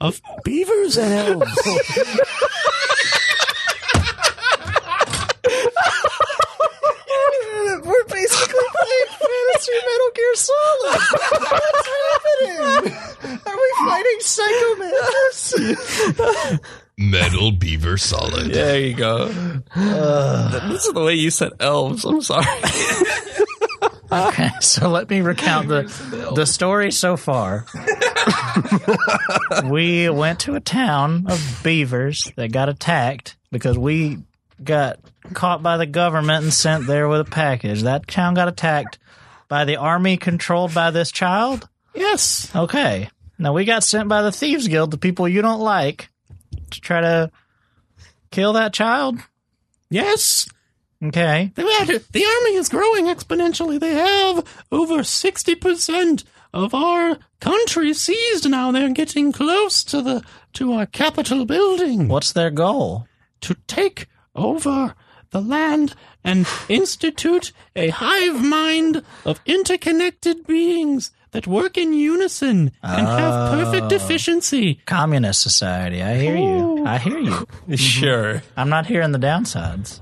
Speaker 8: of beavers and elves.
Speaker 3: We're basically playing fantasy Metal Gear Solid. What's happening? Are we fighting psychomantis?
Speaker 11: Metal beaver solid.
Speaker 7: There you go. this is the way you said elves. I'm sorry.
Speaker 3: Okay, so let me recount the the story so far. we went to a town of beavers that got attacked because we got caught by the government and sent there with a package. That town got attacked by the army controlled by this child.
Speaker 8: yes.
Speaker 3: Okay. Now we got sent by the Thieves Guild, the people you don't like, to try to kill that child.
Speaker 8: Yes.
Speaker 3: Okay.
Speaker 8: The, the army is growing exponentially. They have over 60% of our country seized now. They're getting close to the to our capital building
Speaker 3: What's their goal?
Speaker 8: to take over the land and institute a hive mind of interconnected beings that work in unison and have perfect efficiency.
Speaker 3: Communist society. I hear you. I hear you.
Speaker 7: Sure.
Speaker 3: I'm not hearing the downsides.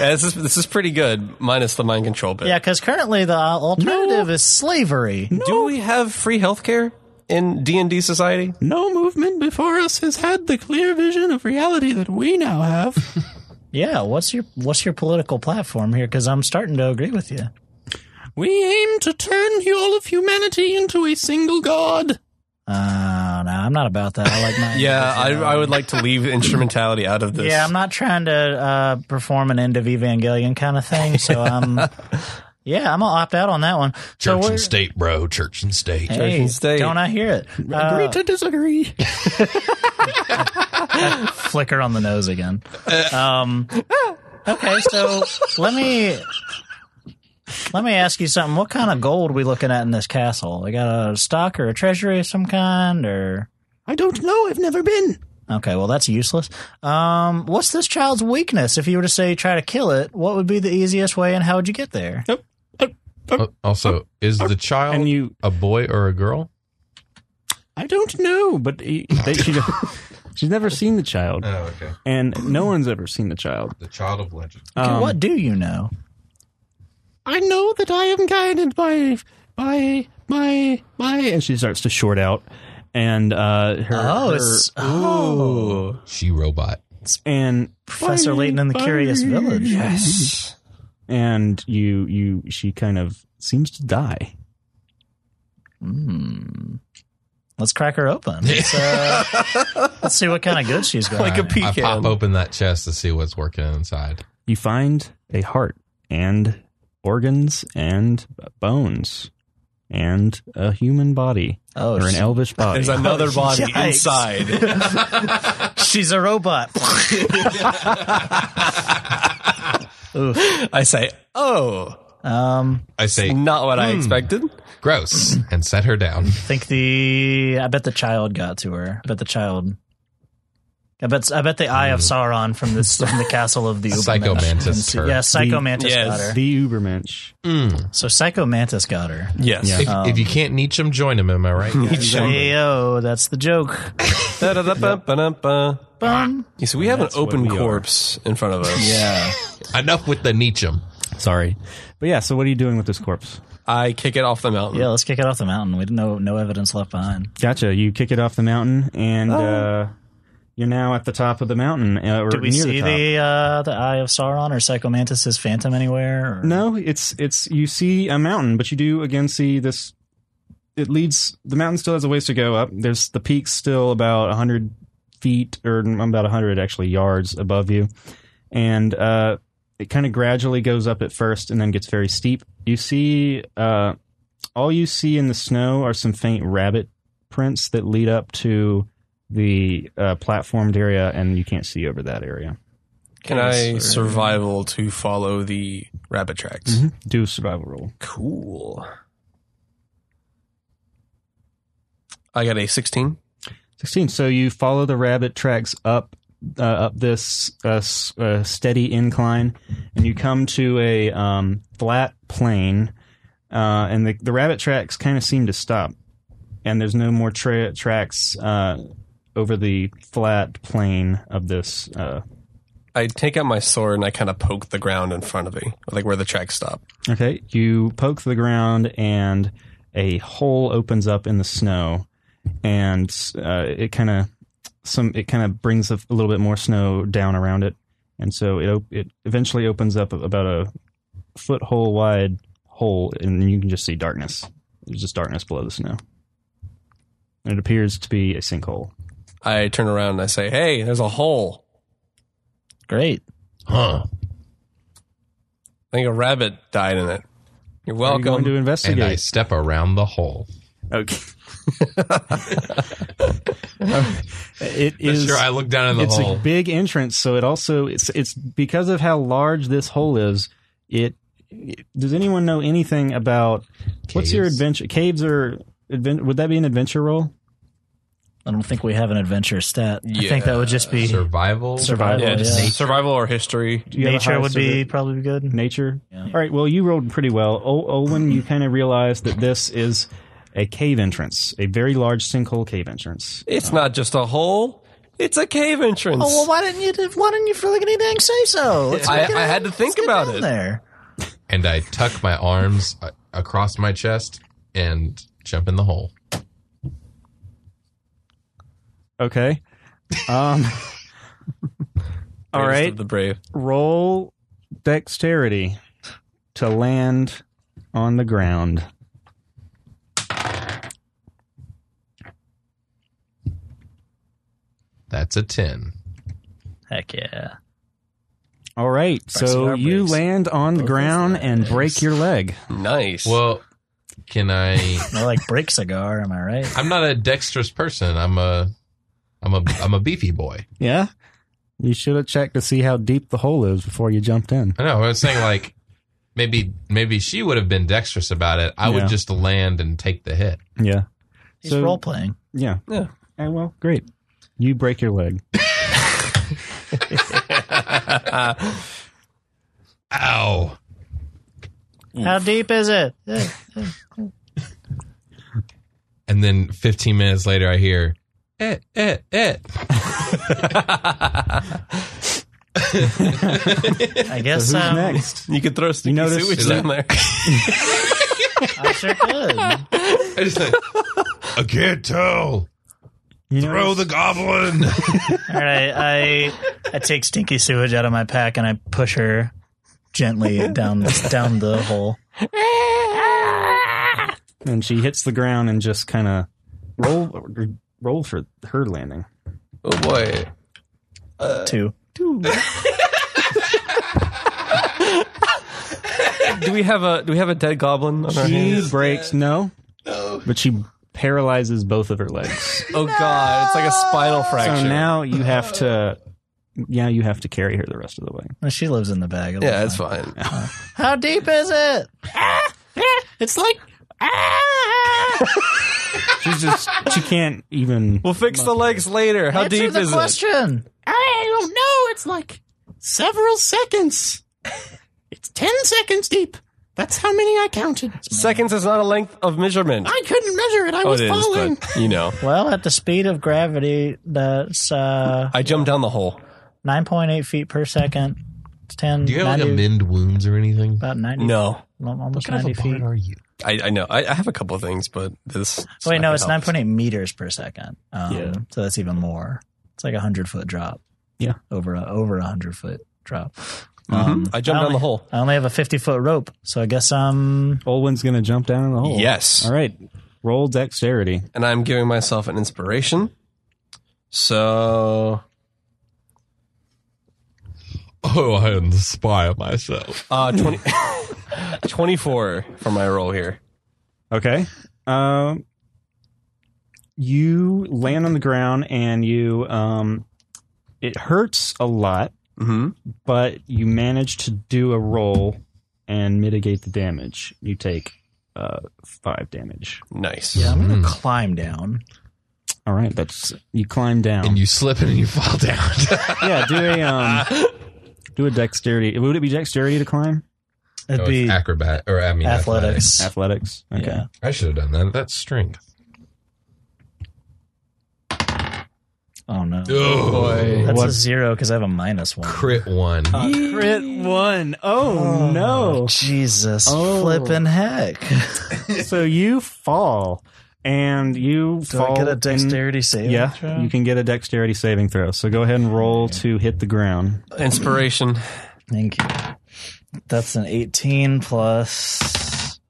Speaker 7: Yeah, this is this is pretty good, minus the mind control bit.
Speaker 3: Yeah, because currently the alternative is slavery.
Speaker 7: Do we have free healthcare in D and D society?
Speaker 8: No movement before us has had the clear vision of reality that we now have.
Speaker 3: Yeah, what's your what's your political platform here? Because I'm starting to agree with you.
Speaker 8: We aim to turn hu- all of humanity into a single god.
Speaker 3: Uh, no, I'm not about that. I like my
Speaker 7: Yeah, I, I
Speaker 2: um,
Speaker 7: would like to leave instrumentality out of this.
Speaker 3: yeah. I'm not trying to uh, perform an end of Evangelion kind of thing. So I'm yeah, I'm gonna opt out on that one. so
Speaker 11: Church
Speaker 3: we're,
Speaker 11: and state, bro. Church and state.
Speaker 3: Hey,
Speaker 7: and state.
Speaker 3: don't I hear it?
Speaker 8: Agree
Speaker 3: Uh,
Speaker 8: to disagree.
Speaker 3: flicker on the nose again. Um, okay, so let me let me ask you something. What kind of gold we looking at in this castle? We got a stock or a treasury of some kind, or
Speaker 8: I don't know. I've never been.
Speaker 3: okay, well that's useless. Um, what's this child's weakness? If you were to say try to kill it, what would be the easiest way, and how would you get there?
Speaker 11: Uh, Also, is the child
Speaker 2: And you,
Speaker 11: a boy or a girl?
Speaker 8: I don't know, but he-
Speaker 2: they, she, She's never seen the child,
Speaker 6: Oh, okay.
Speaker 2: and no one's ever seen the child.
Speaker 6: The child of legend.
Speaker 2: Um,
Speaker 3: what do you know?
Speaker 8: I know that I am guided by by my my
Speaker 2: And she starts to short out, and uh, her,
Speaker 3: Oh,
Speaker 2: her-
Speaker 3: it's, oh,
Speaker 11: She robot.
Speaker 2: and
Speaker 3: Professor Layton and the Curious Village.
Speaker 7: Yes.
Speaker 2: and you you she kind of seems to die.
Speaker 3: Hmm. Let's crack her open. Let's, uh, let's see what kind of good she's got.
Speaker 7: Like a
Speaker 11: I
Speaker 7: pecan.
Speaker 11: pop open that chest to see what's working inside.
Speaker 2: You find a heart and organs and bones and a human body
Speaker 3: oh,
Speaker 2: or an
Speaker 3: she-
Speaker 2: elvish body.
Speaker 7: There's another body
Speaker 3: Yikes.
Speaker 7: inside.
Speaker 3: she's a robot.
Speaker 7: I say, oh,
Speaker 3: um,
Speaker 11: I say,
Speaker 7: not what
Speaker 2: Hmm.
Speaker 7: I expected.
Speaker 11: gross,
Speaker 2: Mm-hmm.
Speaker 11: and set her down.
Speaker 3: I think the I bet the child got to her. I bet the child. I bet I bet the Eye of Sauron from this from the castle of the Ubermensch.
Speaker 11: Psychomantis her.
Speaker 3: Yeah, Psychomantis
Speaker 7: Yes.
Speaker 3: got her.
Speaker 2: the Ubermensch.
Speaker 3: So Psychomantis got her.
Speaker 7: Yes.
Speaker 2: Yeah.
Speaker 11: If, if you can't niche him, join him. Am I right? guys?
Speaker 3: Yo, that's the joke.
Speaker 7: Da-da-da-ba-ba-da-ba.
Speaker 3: Bum.
Speaker 7: You see, we have an
Speaker 2: what
Speaker 7: open
Speaker 2: we are.
Speaker 7: corpse in front of us.
Speaker 3: Yeah.
Speaker 11: Enough with the niche him.
Speaker 2: Sorry. But yeah, so what are you doing with this corpse?
Speaker 7: I kick it off the mountain.
Speaker 3: Yeah, let's kick it off the mountain. We didn't know no evidence left behind.
Speaker 2: Gotcha. You kick it off the mountain and uh, you're now at the top of the mountain. Uh, or
Speaker 3: Did we
Speaker 2: near
Speaker 3: see
Speaker 2: the, top.
Speaker 3: the uh, the Eye of Sauron or Psychomantis's phantom anywhere? Or?
Speaker 2: No, it's it's you see a mountain, but you do again see this. It leads the mountain still has a ways to go up. There's the peak still about hundred feet or about hundred actually yards above you, and uh, it kind of gradually goes up at first and then gets very steep. You see, uh, all you see in the snow are some faint rabbit prints that lead up to the uh, platformed area, and you can't see over that area.
Speaker 7: Can I survival to follow the rabbit tracks?
Speaker 2: Do a survival roll.
Speaker 7: Cool. I got a 16.
Speaker 2: 16 so you follow the rabbit tracks up uh, up this uh, s- uh, steady incline and you come to a um, flat plain uh, and the, the rabbit tracks kind of seem to stop and there's no more tra- tracks uh, over the flat plain of this uh,
Speaker 7: I take out my sword and I kind of poke the ground in front of me, like where the tracks stop.
Speaker 2: Okay, you poke the ground, and a hole opens up in the snow, and uh, it kind of some it kind of brings a little bit more snow down around it, and so it op- it eventually opens up about a foot hole wide hole, and you can just see darkness. There's just darkness below the snow. And it appears to be a sinkhole.
Speaker 7: I turn around and I say, "Hey, there's a hole.
Speaker 3: Great.
Speaker 11: Huh.
Speaker 7: I think a rabbit died in it. You're
Speaker 2: Are you
Speaker 7: welcome."
Speaker 2: going to
Speaker 11: And
Speaker 2: investigate?
Speaker 11: I step around the hole.
Speaker 2: okay. Um, it is.
Speaker 11: Sure, I look down in the
Speaker 2: it's
Speaker 11: hole.
Speaker 2: a big entrance so it also it's it's because of how large this hole is it, it- does anyone know anything about what's your
Speaker 11: Caves.
Speaker 2: adventure caves or advent, would that be an adventure roll
Speaker 3: I don't think we have an adventure stat. I think that would just be
Speaker 11: Survival.
Speaker 3: survival.
Speaker 7: yeah, just
Speaker 3: yeah.
Speaker 7: survival or history.
Speaker 2: Do you have a high
Speaker 3: Nature would be
Speaker 2: survi-
Speaker 3: probably good.
Speaker 2: nature all right well you rolled pretty well o- owen you kind of realize that this is a cave entrance a very large sinkhole cave entrance
Speaker 7: It's not just a hole; it's a cave entrance.
Speaker 3: Oh well, why didn't you? do- Why didn't you freaking dang say so? Let's
Speaker 7: I-
Speaker 3: look at
Speaker 7: I
Speaker 3: it.
Speaker 7: had to
Speaker 3: Let's
Speaker 7: think
Speaker 3: get
Speaker 7: about
Speaker 3: down
Speaker 7: it.
Speaker 3: There,
Speaker 11: And I tuck my arms uh, across my chest and jump in the hole.
Speaker 2: okay um all
Speaker 7: Bravest
Speaker 2: right
Speaker 7: of the brave.
Speaker 2: roll dexterity to land on the ground.
Speaker 11: That's a 10.
Speaker 3: heck yeah!
Speaker 2: All right, so
Speaker 7: our
Speaker 2: you
Speaker 7: brakes.
Speaker 2: land on the ground and break your leg.
Speaker 7: Nice.
Speaker 11: Well, can I?
Speaker 3: I like break cigar. Am I right?
Speaker 11: I'm not a dexterous person. I'm a, I'm a, I'm a beefy boy.
Speaker 2: Yeah, you should have checked to see how deep the hole is before you jumped in.
Speaker 11: I know. I was saying like, maybe, maybe she would have been dexterous about it. I
Speaker 2: Yeah.
Speaker 11: would just land and take the hit.
Speaker 2: Yeah,
Speaker 3: He's
Speaker 2: So-
Speaker 3: role playing.
Speaker 2: yeah,
Speaker 7: Yeah.
Speaker 2: And well, great. You break your leg.
Speaker 11: Ow!
Speaker 3: How deep is it? Yeah.
Speaker 11: eh, And then 15 minutes later, I hear it, it, it.
Speaker 3: I guess
Speaker 2: Who's
Speaker 3: um,
Speaker 2: next?
Speaker 7: You could throw sticky
Speaker 2: notice-
Speaker 7: sewage down there.
Speaker 3: I sure could.
Speaker 5: I just like,
Speaker 11: I can't tell.
Speaker 2: You
Speaker 11: Throw
Speaker 2: notice-
Speaker 11: the goblin.
Speaker 3: All right, I I take stinky sewage out of my pack and I push her gently down down the hole.
Speaker 2: and she hits the ground and just kind of roll roll for her landing.
Speaker 7: Oh boy.
Speaker 3: Two.
Speaker 7: Do we have a do we have a dead goblin on our
Speaker 2: She
Speaker 7: hands?
Speaker 2: breaks no, but she paralyzes both of her legs.
Speaker 7: Oh god, it's like a spinal fracture.
Speaker 2: so now you have to now you have to carry her the rest of the way.
Speaker 3: Well, She lives in the bag.
Speaker 7: yeah, it's fine.
Speaker 3: How deep is it?
Speaker 8: It's like
Speaker 2: She's just she can't even.
Speaker 7: We'll fix the legs later. How
Speaker 3: Answer
Speaker 7: deep
Speaker 3: the
Speaker 7: is
Speaker 3: question.
Speaker 8: I don't know. It's like several seconds. It's ten seconds deep. That's how many I counted.
Speaker 7: it? Seconds is not a length of measurement.
Speaker 8: I couldn't measure it. I
Speaker 7: oh,
Speaker 8: was
Speaker 7: it is,
Speaker 8: falling.
Speaker 7: but you know,
Speaker 3: Well, at the speed of gravity, that's uh,
Speaker 7: I jumped down the hole.
Speaker 3: nine point eight feet per second. It's ten.
Speaker 11: Do you have like
Speaker 3: 90
Speaker 11: a mend wounds or anything?
Speaker 3: about ninety.
Speaker 7: No,
Speaker 3: al-
Speaker 11: What
Speaker 3: almost
Speaker 11: kind of
Speaker 3: ninety
Speaker 11: a bard
Speaker 3: feet.
Speaker 11: are you?
Speaker 7: I, I know. I, I have a couple of things, but this.
Speaker 3: Wait, no, it's nine
Speaker 7: not
Speaker 3: point eight meters per second. Um,
Speaker 2: Yeah.
Speaker 3: So that's even more. It's like a hundred foot drop.
Speaker 2: Yeah.
Speaker 3: Over a, over a hundred foot drop.
Speaker 7: Mhm. I jumped down
Speaker 3: only-
Speaker 7: the hole.
Speaker 3: I only have a fifty foot rope, so I guess um
Speaker 2: Olwen's gonna jump down in the hole.
Speaker 7: Yes.
Speaker 2: Oh, All right. Roll dexterity.
Speaker 7: and I'm giving myself an inspiration. So,
Speaker 11: Oh, I inspire myself.
Speaker 7: uh, 20, 24 for my roll here.
Speaker 2: Okay. Um, you land on the ground and you um, it hurts a lot,
Speaker 7: Mm-hmm.
Speaker 2: but you manage to do a roll and mitigate the damage. You take uh, five damage.
Speaker 7: Nice.
Speaker 3: yeah, I'm
Speaker 11: Hmm.
Speaker 3: gonna climb down.
Speaker 2: All right, that's you climb down.
Speaker 11: And you slip and you fall down.
Speaker 2: yeah, do a um, do a dexterity. Would it be dexterity to climb?
Speaker 3: It'd
Speaker 11: Oh, it's
Speaker 3: be
Speaker 11: acrobat or I mean athletics.
Speaker 3: athletics.
Speaker 2: Athletics. Okay.
Speaker 3: Yeah.
Speaker 11: I should have done that. That's strength.
Speaker 3: Oh no.
Speaker 11: Oh boy.
Speaker 3: That's
Speaker 2: What-
Speaker 3: a Uh, zero because I have a minus one.
Speaker 11: Crit one.
Speaker 2: Crit one. Oh, no.
Speaker 3: Jesus
Speaker 2: Oh.
Speaker 3: flipping heck.
Speaker 2: So you fall and you
Speaker 3: Do
Speaker 2: fall
Speaker 3: I get a
Speaker 2: in-
Speaker 3: dexterity save?
Speaker 2: yeah,
Speaker 3: throw?
Speaker 2: you can get a dexterity saving throw. So go ahead and roll to hit the ground.
Speaker 7: Inspiration.
Speaker 3: Thank you. That's an 18 plus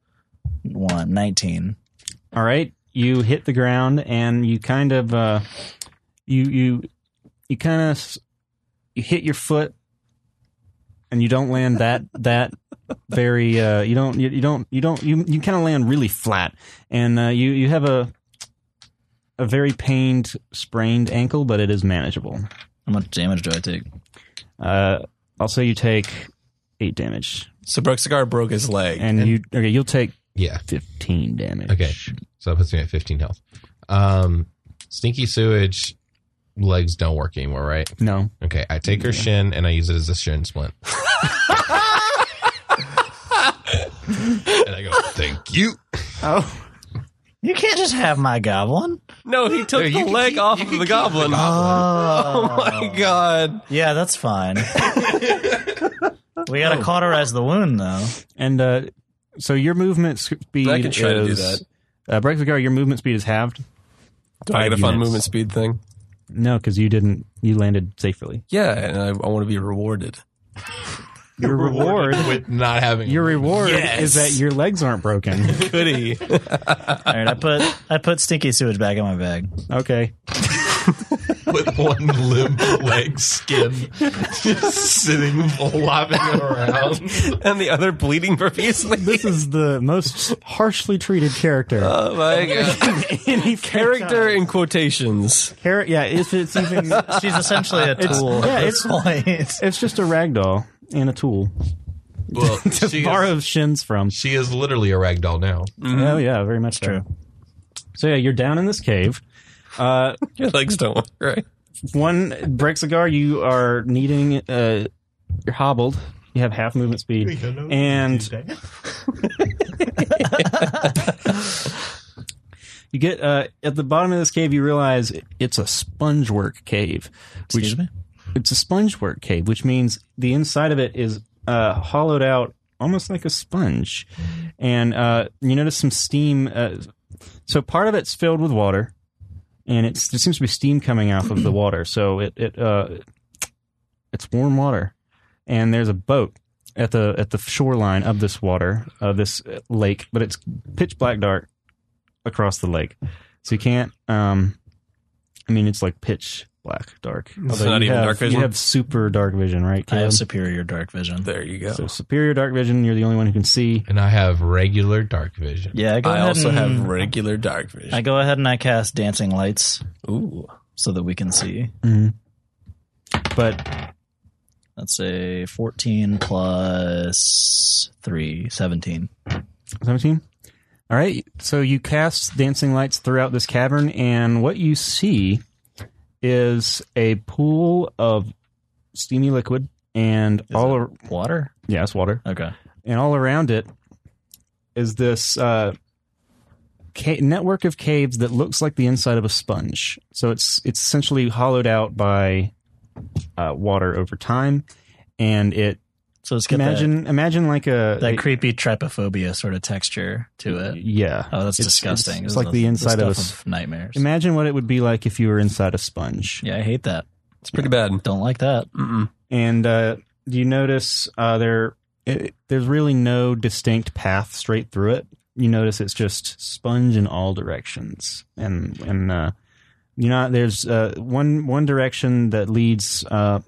Speaker 3: 1, 19.
Speaker 2: All right, you hit the ground and you kind of uh, you you you kind of s- you hit your foot and you don't land that that very uh, you don't you, you don't you don't you you kind of land really flat and uh, you you have a a very pained sprained ankle, but it is manageable.
Speaker 3: How much damage do I take?
Speaker 2: Uh, I'll say you take eight damage,
Speaker 7: So, Bruxigar broke his leg.
Speaker 2: and, you okay. You'll take
Speaker 11: Yeah.
Speaker 2: fifteen damage.
Speaker 11: Okay. So that puts me at fifteen health. Um stinky sewage legs don't work anymore, right?
Speaker 2: No,
Speaker 11: Okay. I take her shin and I use it as a shin splint. and I go, Thank you.
Speaker 3: You can't just have my goblin.
Speaker 7: no, he took the leg off of the goblin.
Speaker 3: Oh,
Speaker 7: Oh my god.
Speaker 3: yeah, that's fine. we gotta cauterize the wound though.
Speaker 2: and uh, so your movement speed.
Speaker 7: I can try to do
Speaker 2: is- Uh, Brexigar, your movement speed is halved.
Speaker 7: Do I get a
Speaker 2: Five
Speaker 7: fun
Speaker 2: units.
Speaker 7: movement speed thing?
Speaker 2: No, because you didn't. You landed safely.
Speaker 7: Yeah, and I, I want to be rewarded.
Speaker 2: Your reward.
Speaker 11: With not having
Speaker 2: Your reward
Speaker 7: Yes.
Speaker 2: is that your legs aren't broken.
Speaker 7: Goody.
Speaker 3: All right, I put I put stinky sewage back in my bag.
Speaker 2: okay.
Speaker 11: with one limp leg skin just sitting flopping around.
Speaker 7: and the other bleeding profusely.
Speaker 2: This is the most harshly treated character.
Speaker 7: Oh my god.
Speaker 2: Any
Speaker 7: Character in quotations.
Speaker 2: Char- yeah, if it's even.
Speaker 3: She's essentially a tool
Speaker 2: yeah,
Speaker 3: at this point.
Speaker 2: It's just a ragdoll and a tool.
Speaker 11: Well,
Speaker 2: To
Speaker 11: she is,
Speaker 2: borrow shins from.
Speaker 11: she is literally a ragdoll now.
Speaker 7: Mm-hmm.
Speaker 2: Oh, yeah, very much true. So, yeah, you're down in this cave. Uh,
Speaker 7: Your legs don't work, right?
Speaker 2: one Brexigar, you are needing. Uh, you're hobbled. You have half movement speed, and You get uh, at the bottom of this cave. You realize it's a spongework cave.
Speaker 3: Excuse me?
Speaker 2: It's a spongework cave, which means the inside of it is uh, hollowed out, almost like a sponge. And uh, you notice some steam. Uh, so part of it's filled with water, and it's, there seems to be steam coming off of the water. So it it uh, it's warm water, and there's a boat at the at the shoreline of this water of this uh, lake, but it's pitch black dark across the lake, so you can't. Um, I mean, it's like pitch black dark. Although
Speaker 7: not
Speaker 2: you
Speaker 7: even
Speaker 2: have,
Speaker 7: dark vision?
Speaker 2: You have super dark vision, right?
Speaker 3: I
Speaker 2: Caleb?
Speaker 3: have superior dark vision.
Speaker 7: There you go.
Speaker 2: so superior dark vision. You're the only one who can see.
Speaker 11: And I have regular dark vision.
Speaker 3: Yeah, go
Speaker 7: I
Speaker 3: ahead
Speaker 7: also
Speaker 3: and,
Speaker 7: have regular dark vision.
Speaker 3: I go ahead and I cast dancing lights. Ooh, so that we can see.
Speaker 2: But
Speaker 3: That's a 14 plus 3, 17.
Speaker 2: seventeen. All right. So you cast dancing lights throughout this cavern, and what you see is a pool of steamy liquid, and all ar-
Speaker 3: Water?
Speaker 2: yeah, it's water.
Speaker 3: Okay.
Speaker 2: and all around it is this uh, ca- network of caves that looks like the inside of a sponge. So it's it's essentially hollowed out by uh, water over time, and it
Speaker 3: So let's get
Speaker 2: imagine imagine like a
Speaker 3: that, that creepy trypophobia sort of texture to it.
Speaker 2: yeah.
Speaker 3: Oh, that's
Speaker 2: It's- It's,
Speaker 3: disgusting.
Speaker 2: it's
Speaker 3: This
Speaker 2: like
Speaker 3: is
Speaker 2: the inside of a.
Speaker 3: stuff
Speaker 2: s-
Speaker 3: of nightmares.
Speaker 2: Imagine what it would be like if you were inside a sponge.
Speaker 3: yeah, I hate that.
Speaker 7: it's pretty bad.
Speaker 3: Don't like that.
Speaker 7: Mm-mm.
Speaker 2: And uh, do you notice uh, there? It, there's really no distinct path straight through it. You notice it's just sponge in all directions, and and uh, you know there's uh, one one direction that leads uh,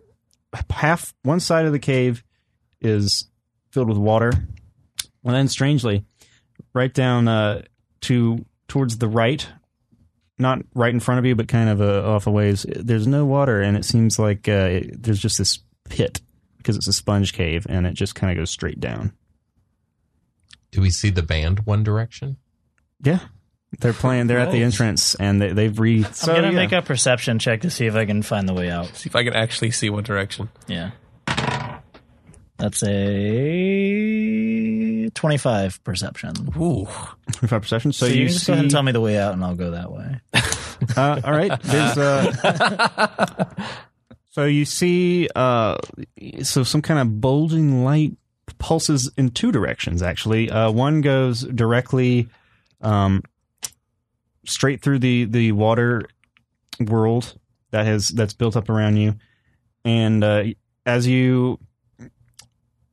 Speaker 2: half one side of the cave is filled with water, and then strangely, right down uh, to towards the right, not right in front of you, but kind of uh, off a ways. There's no water, and it seems like uh, it, there's just this pit because it's a sponge cave, and it just kind of goes straight down.
Speaker 11: Do we see the band One Direction?
Speaker 2: Yeah, they're playing. They're at the entrance, and they, they've re. So,
Speaker 3: I'm going to
Speaker 2: yeah.
Speaker 3: make a perception check to see if I can find the way out.
Speaker 7: See if I can actually see what direction.
Speaker 3: Yeah. That's a 25 perception.
Speaker 7: Ooh.
Speaker 2: 25 perception. So,
Speaker 3: So, you,
Speaker 2: you,
Speaker 3: can just
Speaker 2: see.
Speaker 3: go ahead and tell me the way out, and I'll go that way.
Speaker 2: uh, all right. There's. Uh, so you see. Uh, so some kind of bulging light pulses in two directions. Actually, uh, one goes directly. Um, straight through the the water world that has that's built up around you and uh, as you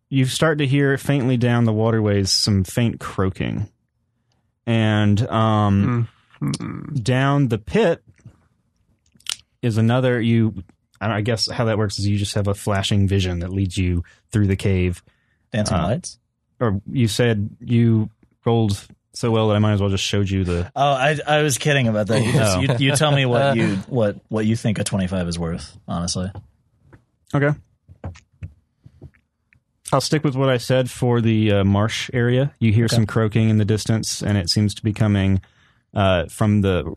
Speaker 2: you start to hear faintly down the waterways some faint croaking and um down the pit is another you I don't- I guess how that works is you just have a flashing vision that leads you through the cave
Speaker 3: Dancing
Speaker 2: Uh,
Speaker 3: lights?
Speaker 2: or you said you rolled so well that I might as well just showed you the
Speaker 3: Oh, I, I was kidding about that. You, just, you, you tell me what you what what you think a 25 is worth, honestly.
Speaker 2: Okay. I'll stick with what I said for the uh, marsh area. You hear some croaking in the distance, and it seems to be coming uh, from the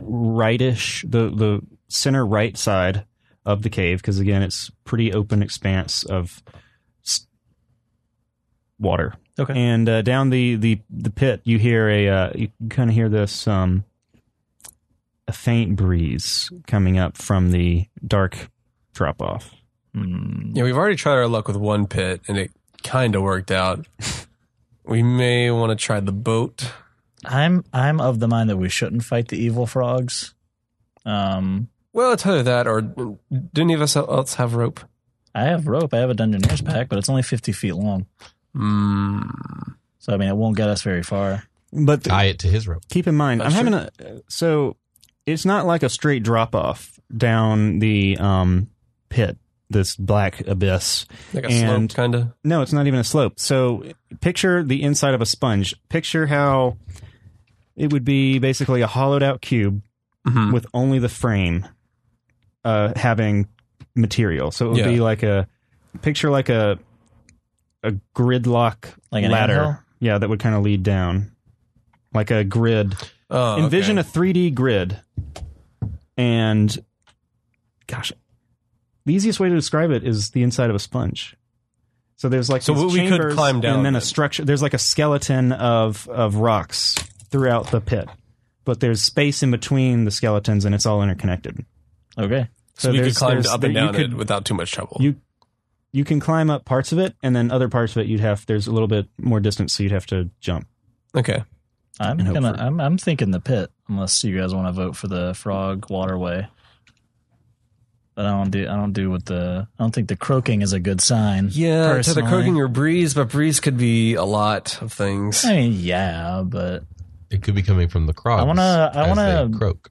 Speaker 2: rightish, the the center right side of the cave, because again, it's pretty open expanse of s- water.
Speaker 3: Okay.
Speaker 2: And uh, down the, the the pit, you hear a uh, you kind of hear this um, a faint breeze coming up from the dark drop off.
Speaker 3: Hmm.
Speaker 7: Yeah, we've already tried our luck with one pit and it kind of worked out. we may want to try the boat.
Speaker 3: I'm I'm of the mind that we shouldn't fight the evil frogs. Um,
Speaker 7: Well, it's either that or do any of us else have rope?
Speaker 3: I have rope. I have a dungeoneer's pack, but it's only 50 feet long,
Speaker 7: Mm.
Speaker 3: so I mean it won't get us very far.
Speaker 2: But
Speaker 11: Tie it to his rope.
Speaker 2: keep in mind, I'm
Speaker 7: Ah, That's
Speaker 2: having a so it's not like a straight drop off down the um, pit, this black abyss.
Speaker 7: Like a
Speaker 2: And-
Speaker 7: slope, kind of.
Speaker 2: No, it's not even a slope. So picture the inside of a sponge. Picture how it would be basically a hollowed out cube
Speaker 7: Mhm.
Speaker 2: with only the frame uh, having material. So it would
Speaker 7: Yeah.
Speaker 2: be like a picture like a a gridlock
Speaker 3: Like an
Speaker 2: ladder.
Speaker 3: anthill?
Speaker 2: Yeah, that would kind of lead down. Like a grid.
Speaker 7: Oh, okay.
Speaker 2: Envision a 3D grid. And gosh, the easiest way to describe it is the inside of a sponge. So there's like
Speaker 7: So
Speaker 2: these
Speaker 7: we could
Speaker 2: chambers
Speaker 7: climb down
Speaker 2: and then a
Speaker 7: it.
Speaker 2: structure. There's like a skeleton of of rocks throughout the pit, but there's space in between the skeletons and it's all interconnected.
Speaker 3: Okay.
Speaker 2: So,
Speaker 7: we could
Speaker 2: there's-
Speaker 7: climb
Speaker 2: there's-
Speaker 7: up and down
Speaker 2: you could,
Speaker 7: it without too much trouble.
Speaker 2: you you can climb up parts of it, and then other parts of it you'd have there's a little bit more distance, so you'd have to jump.
Speaker 7: okay.
Speaker 3: I'm
Speaker 2: And hope
Speaker 3: gonna.
Speaker 2: for-
Speaker 3: I'm, I'm thinking the pit, unless you guys want to vote for the frog waterway. But I don't do. I don't do with the. I don't think the croaking is a good sign.
Speaker 7: Yeah,
Speaker 3: personally.
Speaker 7: to the croaking or breeze, but breeze could be a lot of things.
Speaker 3: I mean, yeah, but
Speaker 11: It could be coming from the cross.
Speaker 3: wanna- I wanna-
Speaker 11: croak.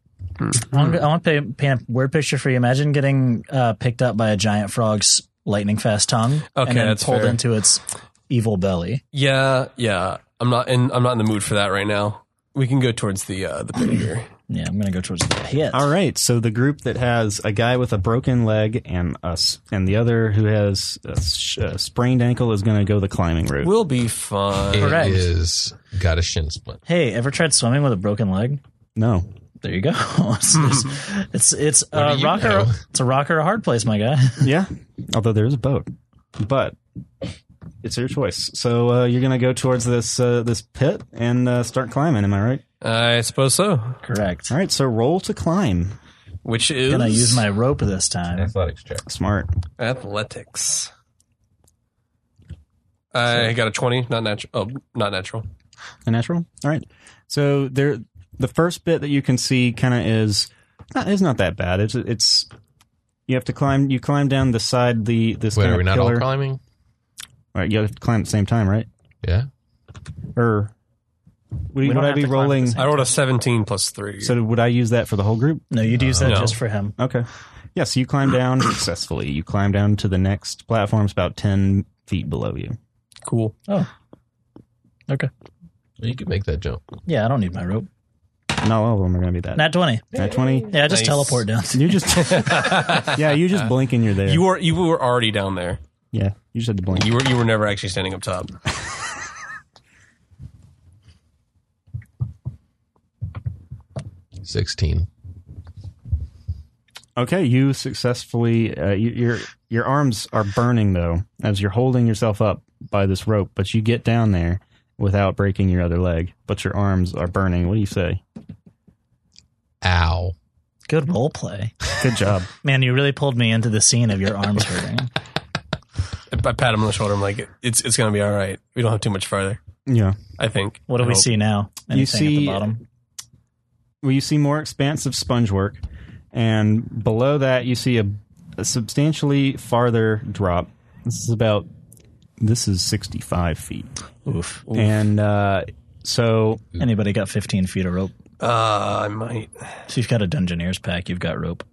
Speaker 3: I'm, I want to paint a word picture for you. Imagine getting uh, picked up by a giant frog's lightning fast tongue,
Speaker 7: Okay,
Speaker 3: and then
Speaker 7: that's
Speaker 3: pulled
Speaker 7: fair.
Speaker 3: into its evil belly.
Speaker 7: Yeah, yeah. I'm not in. I'm not in the mood for that right now. We can go towards the uh, the pit here.
Speaker 3: Yeah, I'm gonna go towards the pit.
Speaker 2: All right, so the group that has a guy with a broken leg and us, and the other who has a, sh- a sprained ankle is going to go the climbing route.
Speaker 7: We'll be fine.
Speaker 3: Correct.
Speaker 11: It is got a shin splint.
Speaker 3: Hey, ever tried swimming with a broken leg?
Speaker 2: no,
Speaker 3: There you go. it's it's, it's a
Speaker 11: do you
Speaker 3: rocker.
Speaker 11: know?
Speaker 3: It's a rocker, a hard place, my guy.
Speaker 2: yeah, although there is a boat, but it's your choice. So uh, you're going to go towards this uh, this pit and uh, start climbing. Am I right?
Speaker 7: I suppose so.
Speaker 3: Correct.
Speaker 2: All right, so roll to climb.
Speaker 7: Which is
Speaker 3: Gonna use my rope this time.
Speaker 6: Athletics check.
Speaker 2: Smart.
Speaker 7: athletics. I got a twenty. Not natural. Oh, not natural.
Speaker 2: A natural. All right. So there, the first bit that you can see kind of is not is not that bad. It's it's you have to climb. You climb down the side the this
Speaker 11: Wait,
Speaker 2: kind
Speaker 11: are
Speaker 2: of
Speaker 11: we not
Speaker 2: pillar.
Speaker 11: all climbing?
Speaker 2: Right. You have to climb at the same time, right?
Speaker 11: Yeah.
Speaker 2: Or would,
Speaker 3: don't
Speaker 2: would I
Speaker 3: have
Speaker 2: be
Speaker 3: to climb at the
Speaker 2: rolling?
Speaker 3: same-
Speaker 7: I rolled a seventeen plus three.
Speaker 2: So would I use that for the whole group?
Speaker 3: No, you'd use that
Speaker 7: No.
Speaker 3: just for him.
Speaker 2: Okay. Yeah. So you climb down successfully. You climb down to the next platform. It's about ten feet below you.
Speaker 7: cool.
Speaker 3: Oh,
Speaker 11: You could make that jump.
Speaker 3: Yeah, I don't need my rope.
Speaker 2: Not all of them are going to be that.
Speaker 3: Nat twenty.
Speaker 2: Nat twenty.
Speaker 3: Yeah, just
Speaker 7: Nice.
Speaker 3: teleport down.
Speaker 2: You just yeah. You just blink and you're there.
Speaker 7: You were you were already down there.
Speaker 2: yeah. You just had to blink.
Speaker 7: You were you were never actually standing up top.
Speaker 11: Sixteen.
Speaker 2: Okay, you successfully. Uh, you, your your arms are burning though, as you're holding yourself up by this rope. But you get down there without breaking your other leg. But your arms are burning. What do you say?
Speaker 11: Ow.
Speaker 3: Good role play,
Speaker 2: Good job.
Speaker 3: man. You really pulled me into the scene of your arms hurting.
Speaker 7: I pat him on the shoulder. I'm like, it's it's gonna be all right. We don't have too much farther.
Speaker 2: yeah.
Speaker 7: I think.
Speaker 3: What do
Speaker 7: I
Speaker 3: we
Speaker 7: hope.
Speaker 3: see now? Anything
Speaker 2: You
Speaker 3: at the
Speaker 2: see-
Speaker 3: bottom?
Speaker 2: Well, you see more expansive sponge work, and below that you see a, a substantially farther drop. This is about. This is sixty five feet,
Speaker 3: Oof.
Speaker 2: and uh, so
Speaker 3: Anybody got 15 feet of rope?
Speaker 7: Uh, I might.
Speaker 3: So you've got a Dungeoneer's pack, you've got rope,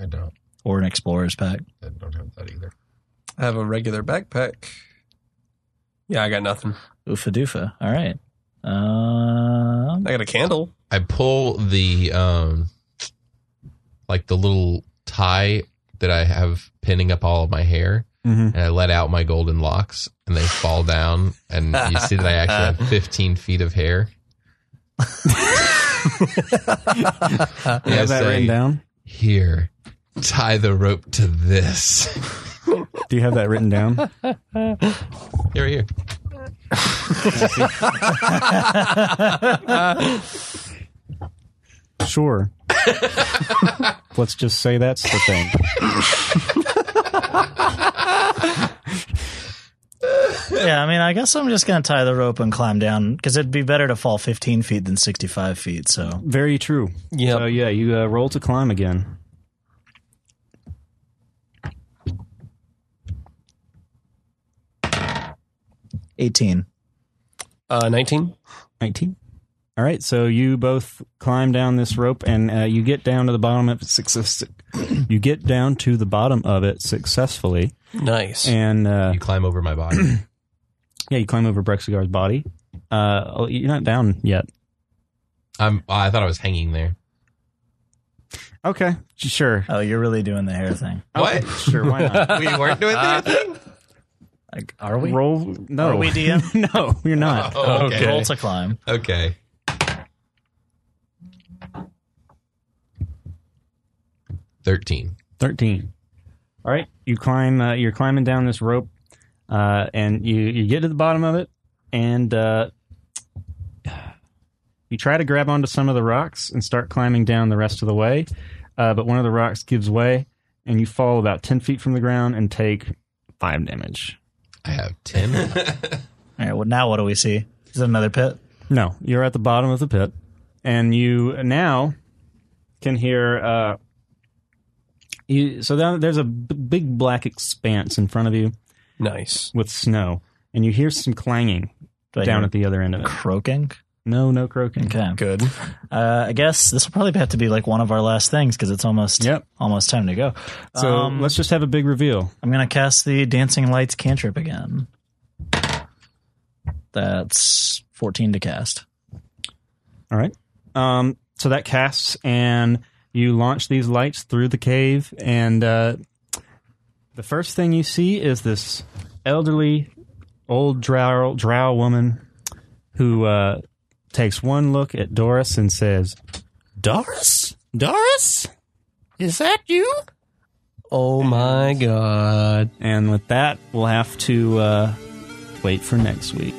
Speaker 11: I don't.
Speaker 3: or an Explorer's pack.
Speaker 11: I don't have that either.
Speaker 7: I have a regular backpack. Yeah, I got nothing.
Speaker 3: Oofa doofa. All right. Um,
Speaker 7: I got a candle.
Speaker 11: I pull the um, like the little tie that I have pinning up all of my hair,
Speaker 2: Mhm.
Speaker 11: and I let out my golden locks, and they fall down, and you see that I actually have 15 feet of hair.
Speaker 2: you have that written down.
Speaker 11: Here, tie the rope to this.
Speaker 2: Do you have that written down?
Speaker 11: Here, here.
Speaker 2: Sure. Let's just say that's the thing.
Speaker 3: yeah, I mean, I guess I'm just going to tie the rope and climb down because it'd be better to fall 15 feet than 65 feet. So
Speaker 2: Very true.
Speaker 7: Yeah.
Speaker 2: So yeah, you uh, roll to climb again.
Speaker 3: eighteen.
Speaker 7: Uh, nineteen.
Speaker 2: Nineteen. All right. So you both climb down this rope, and uh, you get down to the bottom of it success. You get down to the bottom of it successfully,
Speaker 7: Nice.
Speaker 2: and uh,
Speaker 11: You climb over my body.
Speaker 2: yeah, you climb over Brexigar's body. Uh, oh, you're not down yet.
Speaker 11: I'm. I thought I was hanging there.
Speaker 2: Okay. Sure.
Speaker 3: Oh, you're really doing the hair thing.
Speaker 11: What?
Speaker 2: Sure. Why not?
Speaker 11: we weren't doing that.
Speaker 3: Like, are we?
Speaker 2: roll. No.
Speaker 3: Are we DM?
Speaker 2: no, you're not.
Speaker 11: Oh,
Speaker 3: Roll
Speaker 11: okay.
Speaker 3: to climb.
Speaker 11: Okay. Thirteen.
Speaker 2: 13 all right you climb uh, you're climbing down this rope uh, and you you get to the bottom of it and uh, You try to grab onto some of the rocks and start climbing down the rest of the way, uh, but one of the rocks gives way, and you fall about ten feet from the ground and take five damage.
Speaker 11: I have 10.
Speaker 3: All right. Well, now what do we see? Is it another pit?
Speaker 2: No, you're at the bottom of the pit, and you now can hear. Uh, you, so down, there's a b- big black expanse in front of you
Speaker 7: Nice.
Speaker 2: with snow, and you hear some clanging
Speaker 3: Do I
Speaker 2: down
Speaker 3: hear
Speaker 2: at the other end of it.
Speaker 3: croaking.
Speaker 2: No, no croaking.
Speaker 3: Okay.
Speaker 7: Good.
Speaker 3: Uh, I guess this will probably have to be like one of our last things because it's almost
Speaker 2: Yep.
Speaker 3: almost time to go.
Speaker 2: So
Speaker 3: Um,
Speaker 2: let's just have a big reveal.
Speaker 3: I'm gonna cast the dancing lights cantrip again. That's 14 to cast.
Speaker 2: All right. Um, so that casts, and you launch these lights through the cave, and uh, the first thing you see is this elderly, old drow, drow woman who uh, takes one look at Doris and says,
Speaker 8: Doris? Doris? Is that you?
Speaker 7: Oh my god.
Speaker 2: and with that, we'll have to uh, wait for next week.